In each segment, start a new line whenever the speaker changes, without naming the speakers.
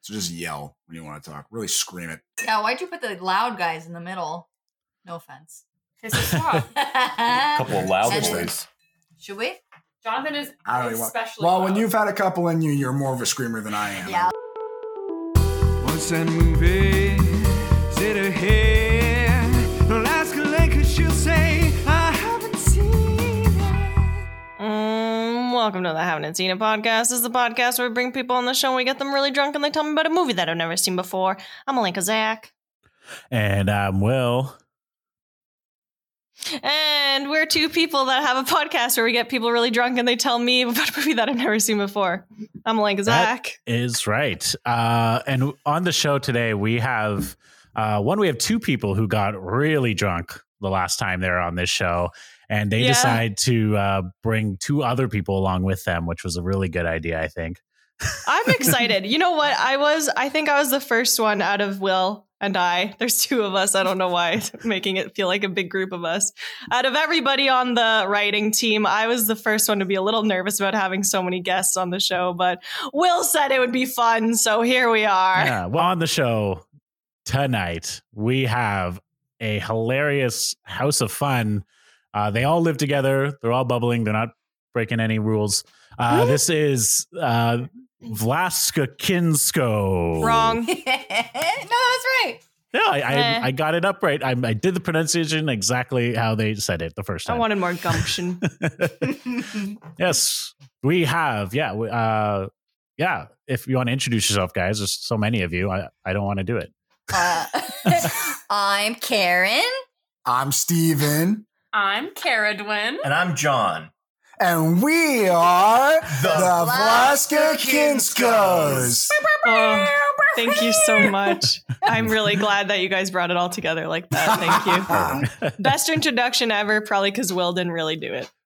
So just yell when you want to talk. Really scream it.
Yeah, why'd you put the loud guys in the middle? No offense.
Piss us off.
A couple of loud
And then-
boys.
Should we?
Jonathan is
I don't even want-
especially
Well, when
loud.
you've had a couple in you, you're more of a screamer than I am.
Yeah.
Once that movie said ahead, Alaska Lake, she'll say, I haven't seen it.
Mm, welcome to the Haven't Seen It podcast. This is the podcast where we bring people on the show and we get them really drunk and they tell me about a movie that I've never seen before. I'm Alinka Zach.
And I'm Will.
And we're two people that have a podcast where we get people really drunk and they tell me about a movie that I've never seen before. I'm Alinka Zach.
Is right. Uh, and on the show today, we have uh, one, we have two people who got really drunk the last time they were on this show. And they
Yeah.
decide to uh, bring two other people along with them, which was a really good idea, I think.
I'm excited. you know what? I was, I think I was the first one out of Will and I. There's two of us. I don't know why making it feel like a big group of us. Out of everybody on the writing team, I was the first one to be a little nervous about having so many guests on the show, but Will said it would be fun. So here we are.
Yeah. Well, on the show tonight, we have a hilarious house of fun. Uh, they all live together. They're all bubbling. They're not breaking any rules. Uh, this is uh, Vlaska Kinsko.
Wrong.
no, that was right.
Yeah, I, I,
Eh.
I got it up right. I, I did the pronunciation exactly how they said it the first
I
time.
wanted more gumption.
yes, we have. Yeah. we- Uh, yeah. If you want to introduce yourself, guys, there's so many of you. I, I don't want to do it.
Uh, I'm Karen.
I'm Steven.
I'm Caradwin.
And I'm John.
And we are the,
Vlaska
Vlaska Kinskos.
Oh, thank you so much. I'm really glad that you guys brought it all together like that. Thank you. Best introduction ever, probably because Will didn't really do it.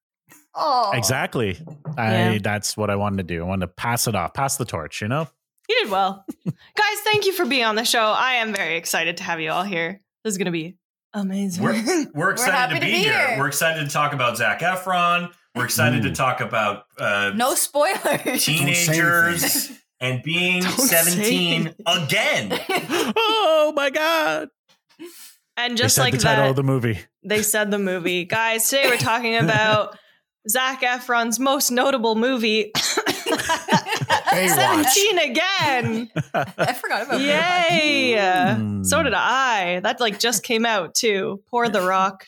Oh,
Exactly.
Yeah.
I that's what I wanted to do. I wanted to pass it off, pass the torch, you know?
You did well. Guys, thank you for being on the show. I am very excited to have you all here. This is going to be amazing.
We're, we're excited
happy
to be, here. We're excited to talk about Zach Efron. We're excited to talk about uh,
no spoilers.
teenagers and being
Don't say
17 again.
oh my god.
and just
they said
like
the title
that,
of the movie.
they said the movie. Guys, today we're talking about Zach Efron's most notable movie,
Baywatch.
17 again.
I forgot about that.
Yay.
Mm.
uh, So did I. That like just came out too. Poor The Rock.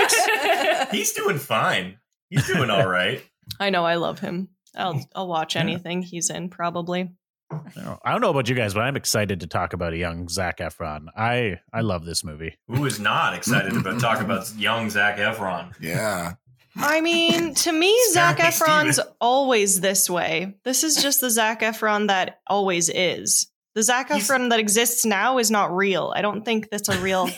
ex-
He's doing fine. He's doing all right.
I know I love him. I'll, I'll watch anything he's in probably.
I don't know about you guys, but I'm excited to talk about a young Zach Efron. I I love this movie.
Who is not excited about talk about young Zach Efron?
Yeah.
I mean, to me, Zach
Sorry,
Efron's
Steven.
always this way. This is just the Zach Efron that always is. The Zach
He's-
Efron that exists now is not real. I don't think that's a real.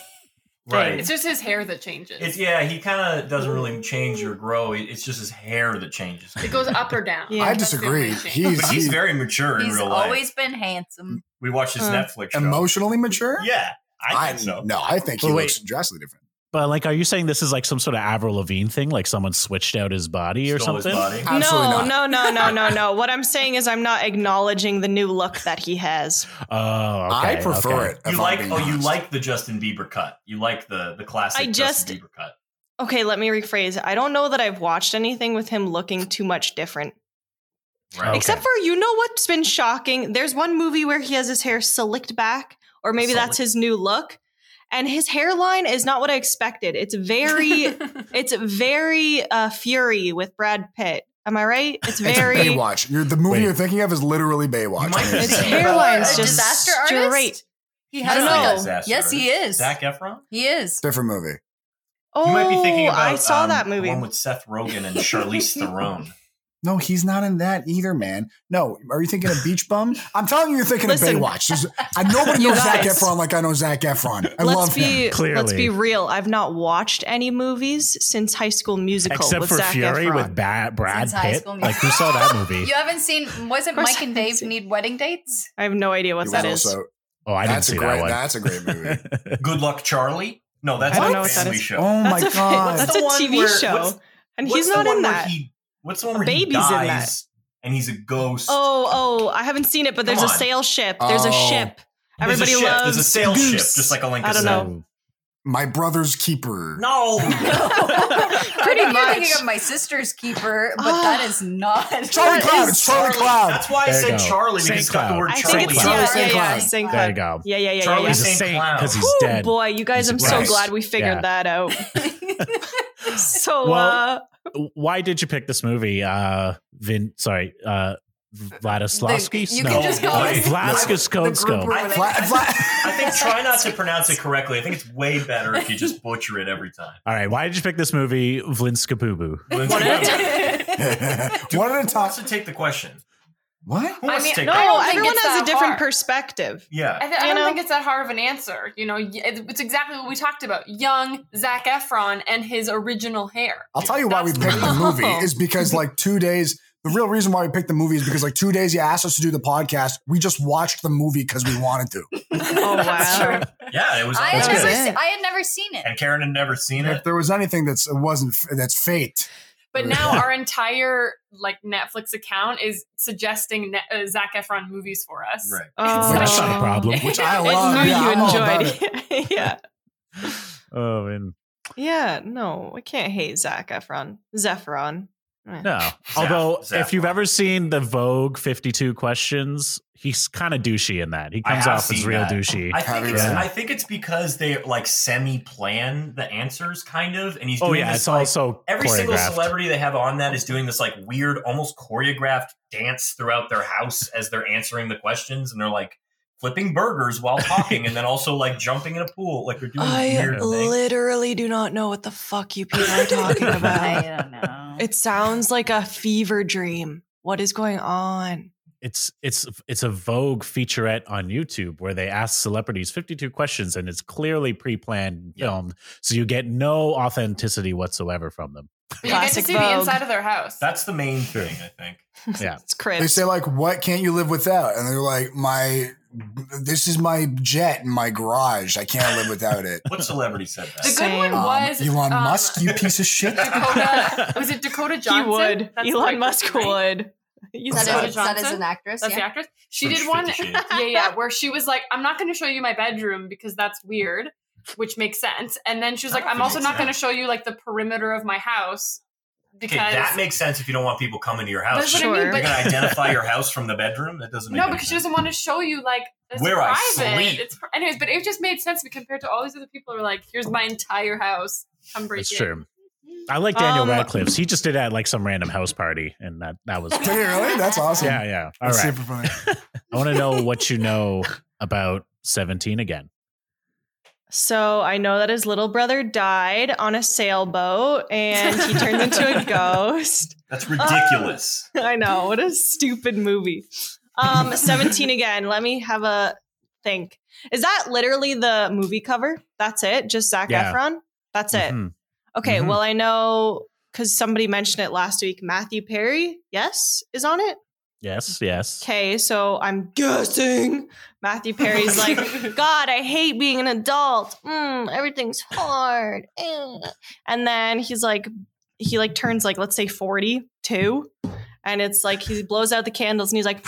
Right.
It's just his hair that changes.
It's yeah, he kind of doesn't really change or grow. It- It's just his hair that changes.
it goes up or down.
Yeah.
I
That's the
disagree.
only change.
He's,
But he's
he's
very mature in
He's
real life.
always been handsome.
we watched his
Uh,
Netflix show.
emotionally mature.
Yeah, I think so.
No, I think he
Well, wait.
looks drastically different.
But like, are you saying this is like some sort of Avril Lavigne thing? Like someone switched out his body or
Stole his
something?
body.
Absolutely
no,
not.
no, no, no, no, no. What I'm saying is, I'm not acknowledging the new look that he has.
Oh,
I
okay,
prefer
okay.
it. if
You
I'm
like
being
oh you
honest.
like the Justin Bieber cut. You like the the classic
I just-
Justin Bieber cut.
Okay, let me rephrase. I don't know that I've watched anything with him looking too much different.
Right.
Okay.
Except for you know what's been shocking? There's one movie where he has his hair slicked back, or maybe that's
Slicked.
his new look. And his hairline is not what I expected. It's very, it's very uh, Fury with Brad Pitt. Am I right?
It's
It's very.
Baywatch. You're, the movie
Wait.
you're thinking of is literally Baywatch.
You might
I mean,
be
his
it's-
thinking
hairline's
A
just
disaster
straight.
artist? He
I
has
don't
like
know.
a-
Disaster
Yes, he
artist.
is.
Zach Efron.
He is.
different movie.
Oh,
you might be thinking about
I saw
um,
that movie.
one with Seth Rogen and Charlize Theron.
No, he's not in that either, man. No, are you thinking of Beach Bum? I'm telling you, you're thinking
Listen.
of Baywatch. There's- I, nobody
You
knows Zac
guys.
Efron like I know Zac Efron. I
let's
love
be
him.
Clearly.
let's be real. I've not watched any movies since High School Musical.
Except
with
for
Zac
Fury
Efron.
with ba- Brad
Since High
Pitt.
School
Like, who saw that movie?
You haven't seen? Wasn't Mike
course
and
I haven't
Dave
seen-
need wedding dates?
I have no idea
He
what
was
that is.
also-
Oh, I didn't
that's a
see
great.
that one.
That's a great movie.
Good Luck Charlie. No, that's
I don't
a
know what that
family
is.
show.
oh
That's
my
a,
god!
That's
The
a
one
TV
where-
show,
what's-
and
What's
he's
the
not
one
in
where
that.
He, what's the one
A
where he
baby's in
dies? and he's a ghost.
Oh, oh, I haven't seen it, but there's
Come
a
on.
sail ship. There's a
Oh.
ship.
There's a
Everybody
ship.
loves
There's a sail
goose.
ship, just like Olenka
I don't
said.
know.
My brother's keeper.
No.
Pretty
I think
much.
You're thinking of my sister's keeper, but
Ah.
that is not
Charlie
Oh,
That
Cloud.
is
It's Charlie
Charlie.
Cloud.
That's why I
There you
said
go.
Charlie.
Saint
We just got the
Cloud.
word
I
Charlie.
think it's
in.
Charlie
yeah,
Saint
yeah, yeah,
Cloud.
Saint
There you
Cloud.
go.
Yeah, yeah, yeah,
Charlie's
yeah.
He's
yeah.
a
Saint
saint
Cloud.
because he's
Whew,
dead.
boy, you guys,
He's a
I'm so
Christ.
glad we figured
Yeah.
that out. So,
Well,
uh,
Why did you pick this movie, uh, Vin? Sorry, uh, Vladislavsky?
The- you can
just call it-
Vladislavsky.
I think-
Fla- fla-
I think try not to pronounce it correctly. I think it's way better if you just butcher it every time.
All right, why did you pick this movie, Vlinskapubu?
Lindsay,
at a
who
One at a time.
wants to take the question?
What?
Who wants
mean,
to take
no,
the
don't
no,
think
everyone
it's
has
that
a different
hard.
perspective.
Yeah.
I, th- I
You
don't
know?
think it's that hard of an answer. You know, y- it, it's exactly what we talked about. Young Zach Efron and his original hair.
I'll tell you why we picked the movie is because like two days. The real reason why we picked the movie is because like two days you asked us to do the podcast. We just watched the movie because we wanted to.
Oh wow!
Yeah, it was.
I
on
had,
That's
the
never
good.
list.
se- I had never seen it.
And Karen had never seen
If
it.
there was anything that's it wasn't that's fate.
But
Uh,
now our entire like Netflix account is suggesting ne- uh, Zach Efron movies for us.
Right.
Oh.
Which is not
a problem.
Which I
I
love.
know
Yeah, I'm all about
you
it.
enjoyed. it. yeah,
Oh, man.
yeah. No, I can't hate Zach Efron. Zephyron. Eh.
No. Although,
Zaff.
if you've ever seen the Vogue 52 questions, he's kind of douchey in that. He
I
comes
have
off as
seen
real
that.
douchey.
I think
Haven't
it's.
read it.
I think it's because they like semi-plan the answers, kind of, and he's
oh,
doing
yeah.
this
It's
like,
also
every single
choreographed.
celebrity they have on that is doing this like weird, almost choreographed dance throughout their house as they're answering the questions, and they're like flipping burgers while talking, and then also like jumping in a pool, like they're doing weird things.
literally do not know what the fuck you people
are
talking
I don't know.
It sounds like a fever dream. What is going on?
It's it's it's a Vogue featurette on YouTube where they ask celebrities 52 questions and it's clearly pre-planned and
Yeah.
filmed, so you get no authenticity whatsoever from them.
You get to
Classic
see
Vogue.
the inside of their house.
That's the main thing, I think.
Yeah.
It's
They
Chris.
say like, "What can't you live without?" And they're like, "My, this is my jet in my garage. I can't live without it."
What celebrity said
the
that?
good one
Same.
Um,
was
Elon
um,
Musk, you piece of shit.
Dakota. Was it Dakota Johnson?
He would.
That's the
Elon
right
Musk
person, right?
would. He's
that,
Dakota
is, that is
Johnson?
an actress.
That's the
yeah.
actress. She
From
did one.
Fifty Shades.
yeah, yeah. Where she was like, "I'm not going to show you my bedroom because that's weird," which makes sense. And then she was
That
like, "I'm
makes
also not
sense.
going to show you like the perimeter of my house
Okay,
because."
that makes sense if you don't want people coming to your house.
that's what
You're
Sure.
I mean,
gonna
but
identify your house from the bedroom? That doesn't make
no,
any
because she
sense.
doesn't want to show you like it's
Where I
private.
sleep.
It's pri- anyways, but it just made sense compared to all these other people who are like, "Here's my entire house. Come break
That's
in."
true. I like Daniel
Um,
Radcliffe's. He just did it at like some random house party, and that that was
Did he really? That's awesome.
yeah, yeah. All
That's
right,
super funny.
I want to know what you know about Seventeen again.
So I know that his little brother died on a sailboat and he turns into a ghost.
That's
"Uh,
ridiculous.
I know. What a stupid movie. Um, 17 again. Let me have a think. Is that literally the movie cover? That's it? Just Zach
Yeah.
Efron? That's it.
Mhm.
Okay.
Mhm.
Well, I know because somebody mentioned it last week. Matthew Perry, yes, is on it.
Yes, yes.
Okay. So I'm guessing Matthew Perry's like, God, I hate being an adult. Mm, everything's hard. Eh." And then he's like, he like turns like, let's say 42. And it's like he blows out the candles and he's like,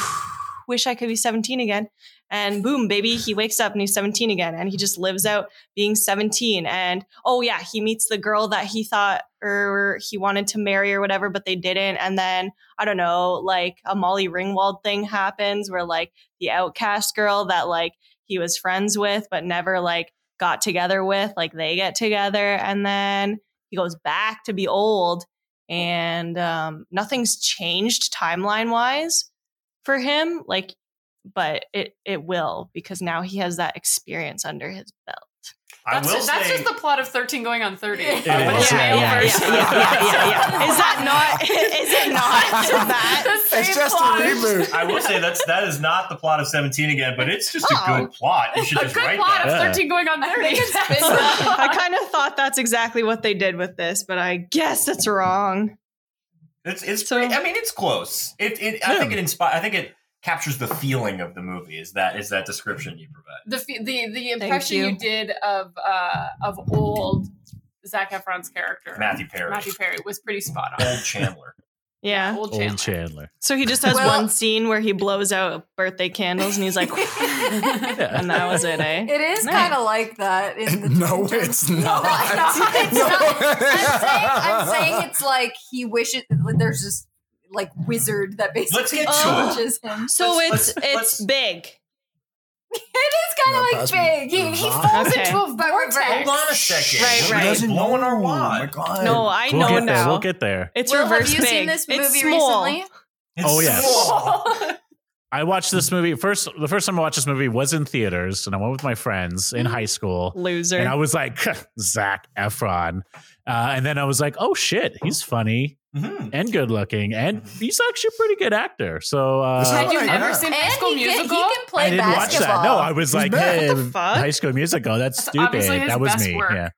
wish I could be 17 again. And boom, baby, he wakes up and he's 17 again. And he just lives out being 17. And oh, yeah, he meets the girl that he thought or he wanted to marry or whatever, but they didn't. And then I don't know, like a Molly Ringwald thing happens where like the outcast girl that like he was friends with but never like got together with, like they get together. And then he goes back to be old and um, nothing's changed timeline wise for him. Like, but it it will because now he has that experience under his belt.
I
That's,
will
that's
say,
just the plot of Thirteen Going on Thirty.
It
I will
is.
say-
Yeah, yeah,
yeah, yeah, yeah, yeah, yeah. Is that not? Is it not that?
The
It's
same
just a
plot.
reboot.
I will say that's that is not the plot of Seventeen again, but it's just a
Oh.
good plot. You should
A
just
good
write
plot
that.
Yeah.
of 13 going on 30.
I kind of thought that's exactly what they did with this, but I guess it's wrong.
It's it's.
So-
pretty- I mean, it's close. It. it I
Yeah.
think it inspires. I think it captures the feeling of the movie. Is that is that description you provide?
the, fe- the the impression
you.
you. did of uh of old Zach Efron's character
Matthew Perry,
Matthew Perry was pretty spot on.
old Chandler.
Yeah.
Old
Old Chandler.
Chandler.
So he just has
Well-
one scene where he blows out birthday candles and he's like, and that was it, eh?
It is
No.
kind of like that. In the,
No,
in terms-
it's
No,
not.
it's not. It's
No.
not. I'm saying, I'm saying it's like he wishes. like, There's this like wizard that
Let's
basically
get
to it.
challenges him.
So
Let's-
it's
let's-
it's
let's-
big.
It is kind
No,
of
that's-
like big. He, he
Uh-huh.
falls
Okay.
into a vortex.
Hold on a second.
Right,
We're
right.
just Blowing our
Oh
wad.
my God.
No, I
we'll
know
get there.
now.
We'll get there.
it's
Will,
reverse
have you
big.
seen this movie
it's small.
recently?
It's
Oh, yes.
small.
I watched this movie first. The first time I watched this movie was in theaters, and I went with my friends
Mm-hmm.
in high school.
Loser.
And I was like, Zach Efron. Uh, and then I was like, oh shit, he's funny
Mhm.
and good looking. And he's actually a pretty good actor. So
This
uh,
is-
Had you
Oh,
never
yeah.
seen
And
High School
he, can, he
Musical?
can play
I didn't
basketball.
watch that. No, I was
He's
like,
bad.
hey,
What the fuck?
High School Musical. That's,
That's
stupid.
obviously his
That was
best
me.
work.
Yeah.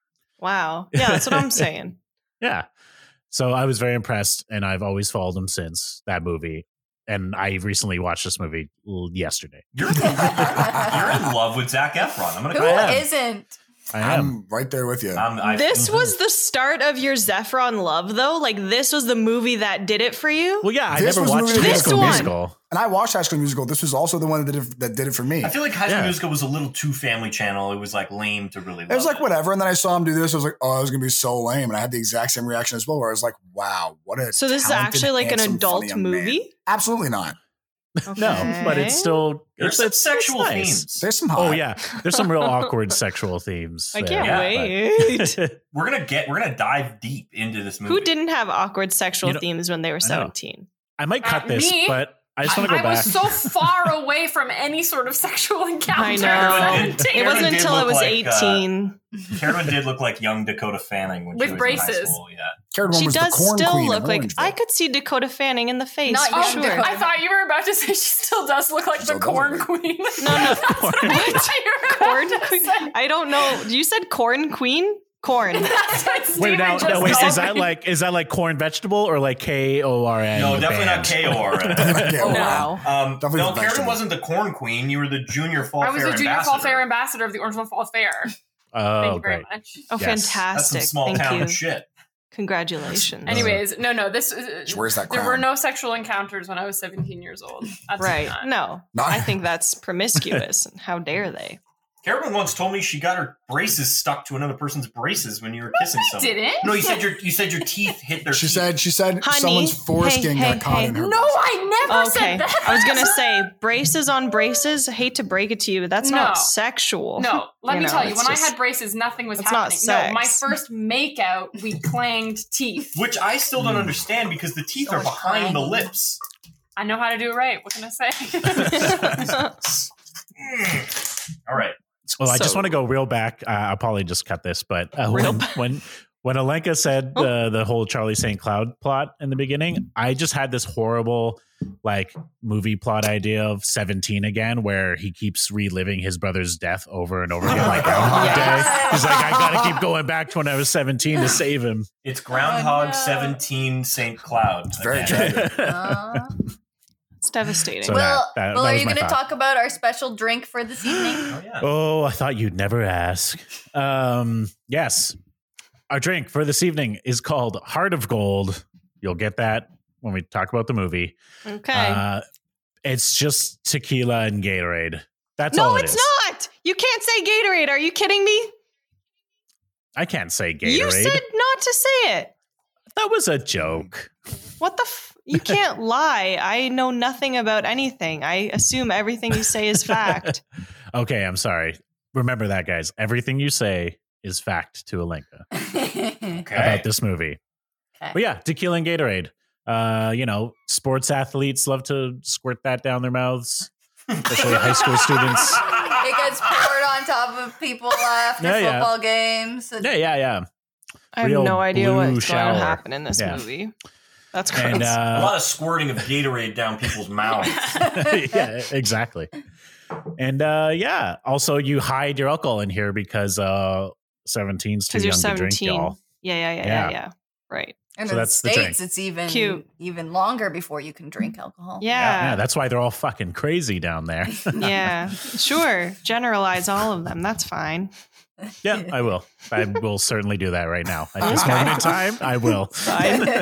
wow. Yeah, that's what I'm saying.
Yeah. So I was very impressed, and I've always followed him since that movie. And I recently watched this movie l- yesterday.
You're, you're in love with Zach Efron. I'm gonna.
Who
I am.
not
I am.
I'm right there with you.
I'm, I, mm-hmm.
This was the start of your Zephron love, though. Like this was the movie that did it for you.
Well, yeah, I
This
never
was
watched
movie-
High
This
School
one.
Musical.
and I watched High School Musical. This was also the one that did it, that did it for me.
I feel like High School
Yeah.
Musical was a little too Family Channel. It was like lame to really.
It was
love
like whatever, and then I saw him do this. I was like, "Oh, it was gonna be so lame," and I had the exact same reaction as well, where I was like, "Wow, what a."
So this is
talented,
actually like an
handsome, funny
adult
young man."
movie.
Absolutely not.
No, but it's still it's,
There's some
it's
sexual
it's nice.
themes.
There's some. Hot.
Oh yeah, there's some real awkward sexual themes.
I
there,
can't
Yeah,
wait.
but-
We're gonna get. We're gonna dive deep into this movie.
Who didn't have awkward sexual
You know-
themes when they were
know.
17?
I might cut
Uh,
this,
me?
but I just want to
I
go back.
was so far away from any sort of sexual encounter.
I
at
know.
17.
It wasn't
did
until I
look
was
like, uh,
18.
Carolyn did look like young Dakota Fanning when
With
she was in high
braces.
school. Yeah.
Karen
she
was
does
the corn
still
queen
look
of
like
Orangeville.
I could see Dakota Fanning in the face
Not
for
you,
sure.
Dakota.
Oh, I thought you were about to say she still does look like
She still
the
does
corn
look
queen.
No, no.
That's what I thought you were
Corn
about to
queen?
say.
I don't know. You said corn queen? Corn.
That's what Steven
Wait, now,
just
now wait,
called
is that
me.
like is that like corn vegetable or like K O R N?
No, definitely
band?
not K.O.R.
Yeah,
Oh,
well,
wow.
Um,
Definitely
no,
the
Karen
vegetable.
wasn't the corn queen. You were the junior fall
I was
fair
the junior
ambassador.
fall fair ambassador of the Orangeville Fall Fair. Thank
Oh,
you very
great.
much.
Oh,
Yes.
That's some
fantastic.
small
Thank
town
you.
shit.
Congratulations.
Anyway.
Anyways, no, no, this is. uh,
She wears that
There
crown.
were no sexual encounters when I was 17 years old. Absolutely
Right.
not.
No.
Not-
I think that's promiscuous. and How dare they?
Karen once told me she got her braces stuck to another person's braces when you were kissing someone.
Didn't?
No, you said your you said your teeth hit their.
She
teeth.
said. She said
Honey,
someone's
hey,
foreskin
hey,
got caught
hey.
in her.
No, I never
Okay.
said that.
I was going to say braces on braces. Hate to break it to you, but that's
No.
not sexual.
No, let
You
me
know,
tell you,
it's
when I
just-
had braces, nothing was
It's not
happening. No, my
sex.
first makeout, we clanged teeth.
which I still
Hmm.
don't understand because the teeth
So
are
much
behind the
crying.
lips.
I know how to do it right. What can I say?
Mm. All right,
Well, I just
So-
want to go real back. Uh, I'll probably just cut this, but uh,
Real
when,
back. Oh.
when when Alenka said uh, the whole Charlie St. Cloud plot in the beginning, I just had this horrible like movie plot idea of Seventeen again, where he keeps reliving his brother's death over and over again, like Groundhog Day. He's like, I gotta keep going back to when I was seventeen to save him.
it's Groundhog
Oh, no.
Seventeen St. Cloud.
very
again.
tragic.
Uh,
It's devastating.
So-
Will,
that- that
Will are
was
you
my
going to
thought.
talk about our special drink for this evening?
Oh yeah.
Oh, I thought you'd never ask. Um, yes. Our drink for this evening is called Heart of Gold. You'll get that when we talk about the movie.
okay.
Uh, it's just tequila and Gatorade. That's
no,
all it
it's
is.
not. You can't say Gatorade. Are you kidding me?
I can't say Gatorade.
You said not to say it.
that was a joke.
What the? F- you can't lie. I know nothing about anything. I assume everything you say is fact.
Okay, I'm sorry. Remember that, guys. Everything you say is fact to Alenka
Okay.
about this movie.
Okay.
But yeah, tequila and Gatorade. Uh, you know, sports athletes love to squirt that down their mouths, especially high school students.
it gets poured on top of people after
Yeah, yeah.
football games.
Uh,
and-
Yeah, yeah, yeah.
I have
Real
no idea
blue
what's going
shower.
to happen in this
Yeah.
movie. That's crazy.
And
a
uh,
lot of squirting of Gatorade down people's mouths.
yeah, exactly. And uh, yeah, also you hide your alcohol in here because uh, 17's too
Because
young
you're
to drink,
17.
y'all.
yeah, yeah,
Yeah.
yeah, yeah, yeah. Right.
And
So
in the
that's the
states,
drink.
it's even
Cute.
even longer before you can drink alcohol.
yeah,
Yeah.
that's why they're all fucking crazy down there.
yeah. Sure. Generalize all of them. That's fine.
yeah, I will. I will certainly do that right now. At this moment in time, I will.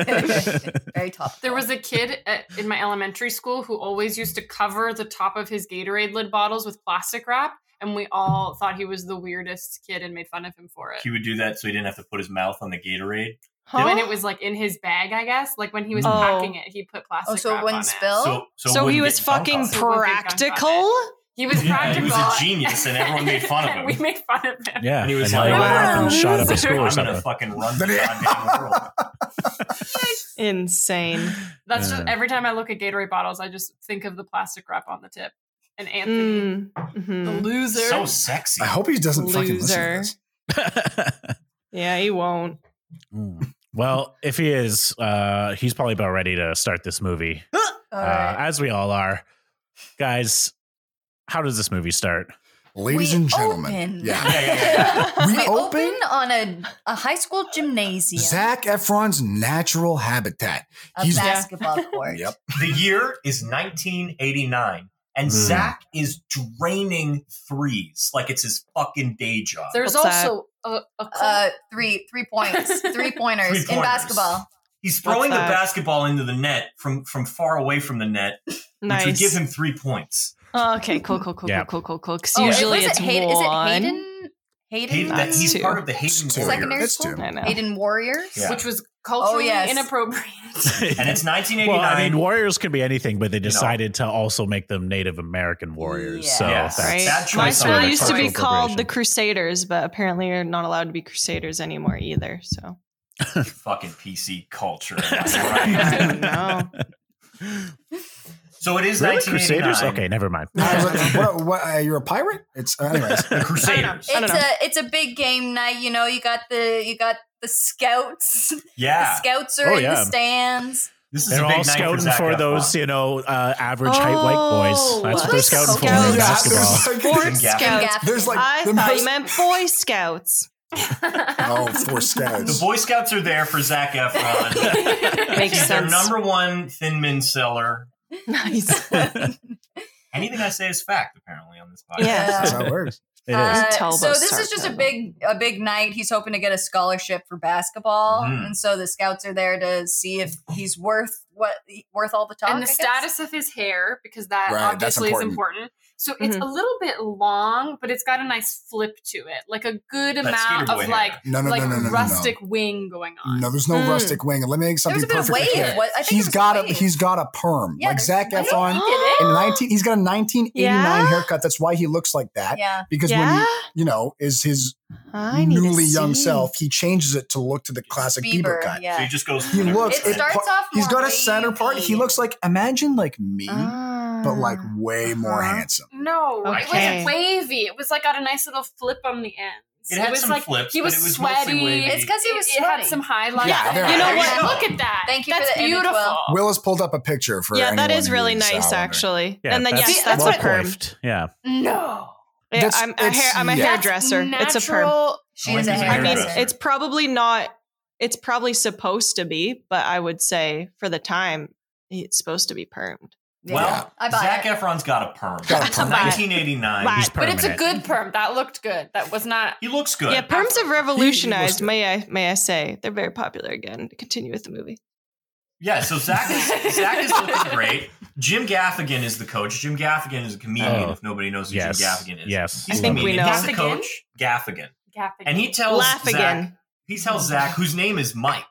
Very topical.
There was a kid at, in my elementary school who always used to cover the top of his Gatorade lid bottles with plastic wrap, and we all thought he was the weirdest kid and made fun of him for it.
He would do that so he didn't have to put his mouth on the Gatorade.
Huh?
And it was like in his bag, I guess. Like when he was
Oh.
packing it, he put plastic.
oh, so
wrap
it
on
wouldn't spill.
So, so,
so
it
he
wouldn't
was
get drunk
fucking
off it.
So we could dunk on
practical.
He
Yeah,
was
he
practical.
was a genius, and everyone made fun of him.
we made fun of him.
Yeah,
And he was
now
like,
went off and
"Wow,
shot up a
loser."
school or
I'm
something.
gonna fucking run the goddamn world.
Insane.
That's
Yeah.
just every time I look at Gatorade bottles, I just think of the plastic wrap on the tip. And Anthony,
Mm.
the
Mhm.
loser.
So sexy.
I hope he doesn't fucking listen to
Loser.
this.
Yeah, he won't.
Mm. Well, if he is, uh, he's probably about ready to start this movie,
All
uh,
right.
as we all are. Guys, how does this movie start?
Ladies
We
and gentlemen.
open.
Yeah. We
We
open-
open on a, a high school gymnasium,
Zach Efron's natural habitat.
a
he's-
basketball court.
Yep.
The year is 1989, and
Hmm.
Zach is draining threes like it's his fucking day job.
There's
What's that?
also a, a cold-
Uh, three three points, three pointers
Three
in
pointers.
basketball.
He's throwing the
What's that?
basketball into the net from from far away from the net,
Nice.
which would give him three points.
Oh, okay, cool, cool, cool,
Yeah.
cool, cool, cool, cool. 'Cause
Oh,
usually
was
it's
it Hayden,
one.
Is it Hayden? Hayden.
He, that,
That's
he's
two.
part of the Hayden
It's two.
Warriors,
Secondary
That's
school.
two.
I know.
Hayden Warriors.
Yeah.
which was culturally
Oh, yes.
inappropriate.
and it's 1989.
Well, I mean, warriors can be anything, but they
know.
decided to also make them Native American warriors. So
Yeah.
that's
Yes.
Right.
That choice
My
is
school
already
used to be
cultural
called the
appropriation.
Crusaders, but apparently you're not allowed to be Crusaders anymore either. So
fucking PC culture.
I
Right.
don't know.
so it is
Really?
1989.
Crusaders? Okay, never mind.
I was like, what, what, uh, you're a pirate? It's uh, anyways.
The Crusaders.
I don't
It's
know.
a it's a big game night. You know, you got the you got the scouts. The
Yeah,
scouts are
Oh,
in
yeah.
the stands.
this is
They're
a big
all
night
scouting
Zac
for
Efron.
those, you know, uh, average height white boys.
Oh,
That's what they're
Boy
scouting for
Scouts.
in
Yeah,
basketball.
there's like- There's like-
Gaffigan.
Gaffigan.
Boy Scouts. I
The
thought you
most-
meant Boy Scouts.
oh, four scouts.
The Boy Scouts are there for Zach Efron.
Makes
He's their
sense.
number one Thin Mint seller.
nice.
Anything I say is fact, apparently, on this podcast.
Yeah.
That's how it works.
It is.
Uh,
Tell
so
those
this is just a
sarcasm.
big a big night. He's hoping to get a scholarship for basketball,
Hmm.
Mhm.
and so the scouts are there to see if he's worth what worth all the talk.
and
I
the
guess?
status of his hair, because that
Right, that's
obviously
important.
is important. So it's
Mm-hmm.
a little bit long, but it's got a nice flip to it, like a good
That
amount
skater boy
of like
No, no,
like
no, no, no, no,
rustic wing going
no.
on.
No, there's no
Mm.
rustic wing. Let me make
There
something
was a bit of
perfectly
wave.
clear.
What, I think
He's
there was
got a
wave.
he's got a perm.
Yeah,
like
there's
Zach
wave.
Efron
Get it?
in 19 he's got a 1989
Yeah?
haircut. That's why he looks like that.
Yeah,
Because when
yeah.
he, you know, is his
I need to
newly young
see.
self, he changes it to look to the classic Bieber,
Bieber.
cut.
So he
Yeah,
just goes.
He looks
it starts
par-
off.
He's
more
got a center part. He
wavy.
looks like imagine like me, but like
Ah.
way more
Uh-huh.
handsome.
No, it
Okay.
wasn't wavy. It was like got a nice little flip on the ends.
It had
was
some
like
flips,
he
but
was,
it was mostly
sweaty.
wavy. It's
'cause he was
It, it had
sweaty.
some highlights.
Yeah, there
you know
are.
what?
Yeah.
Look at that.
Thank you for
That's
the image,
beautiful.
Will.
Will has pulled up a picture for
yeah, that
anyone
is
who
really
needs
nice,
Salamander.
actually.
Yeah,
and then
that's,
yes, that's
well
a perm.
coiffed. Yeah.
No,
Yeah,
That's-
I'm a
it's-
hair. I'm a
yeah.
hairdresser.
That's
It's a perm.
natural-
Oh,
She is
I
a
mean,
I mean,
hairdresser.
it's probably not. It's probably supposed to be, but I would say for the time, it's supposed to be permed.
Yeah.
Well,
I buy
Zac
it.
Efron's got a perm.
Got a
It's
perm.
1989.
He's
But it's a
permanent.
good perm. That looked good. That was not.
He looks good.
Yeah, perms have
He-
revolutionized.
he
May I? May I say they're very popular again. Continue with the movie.
Yeah, so Zach is, Zach is looking great. Jim Gaffigan is the coach. Jim Gaffigan is a comedian.
Oh.
if nobody knows who
Yes.
Jim Gaffigan is,
Yes.
he's
I
a
think we
comedian.
know.
He's the coach. Gaffigan,
Gaffigan.
and he tells
Laugh
Oh, Zach-
again.
He tells Zach, whose name is Mike.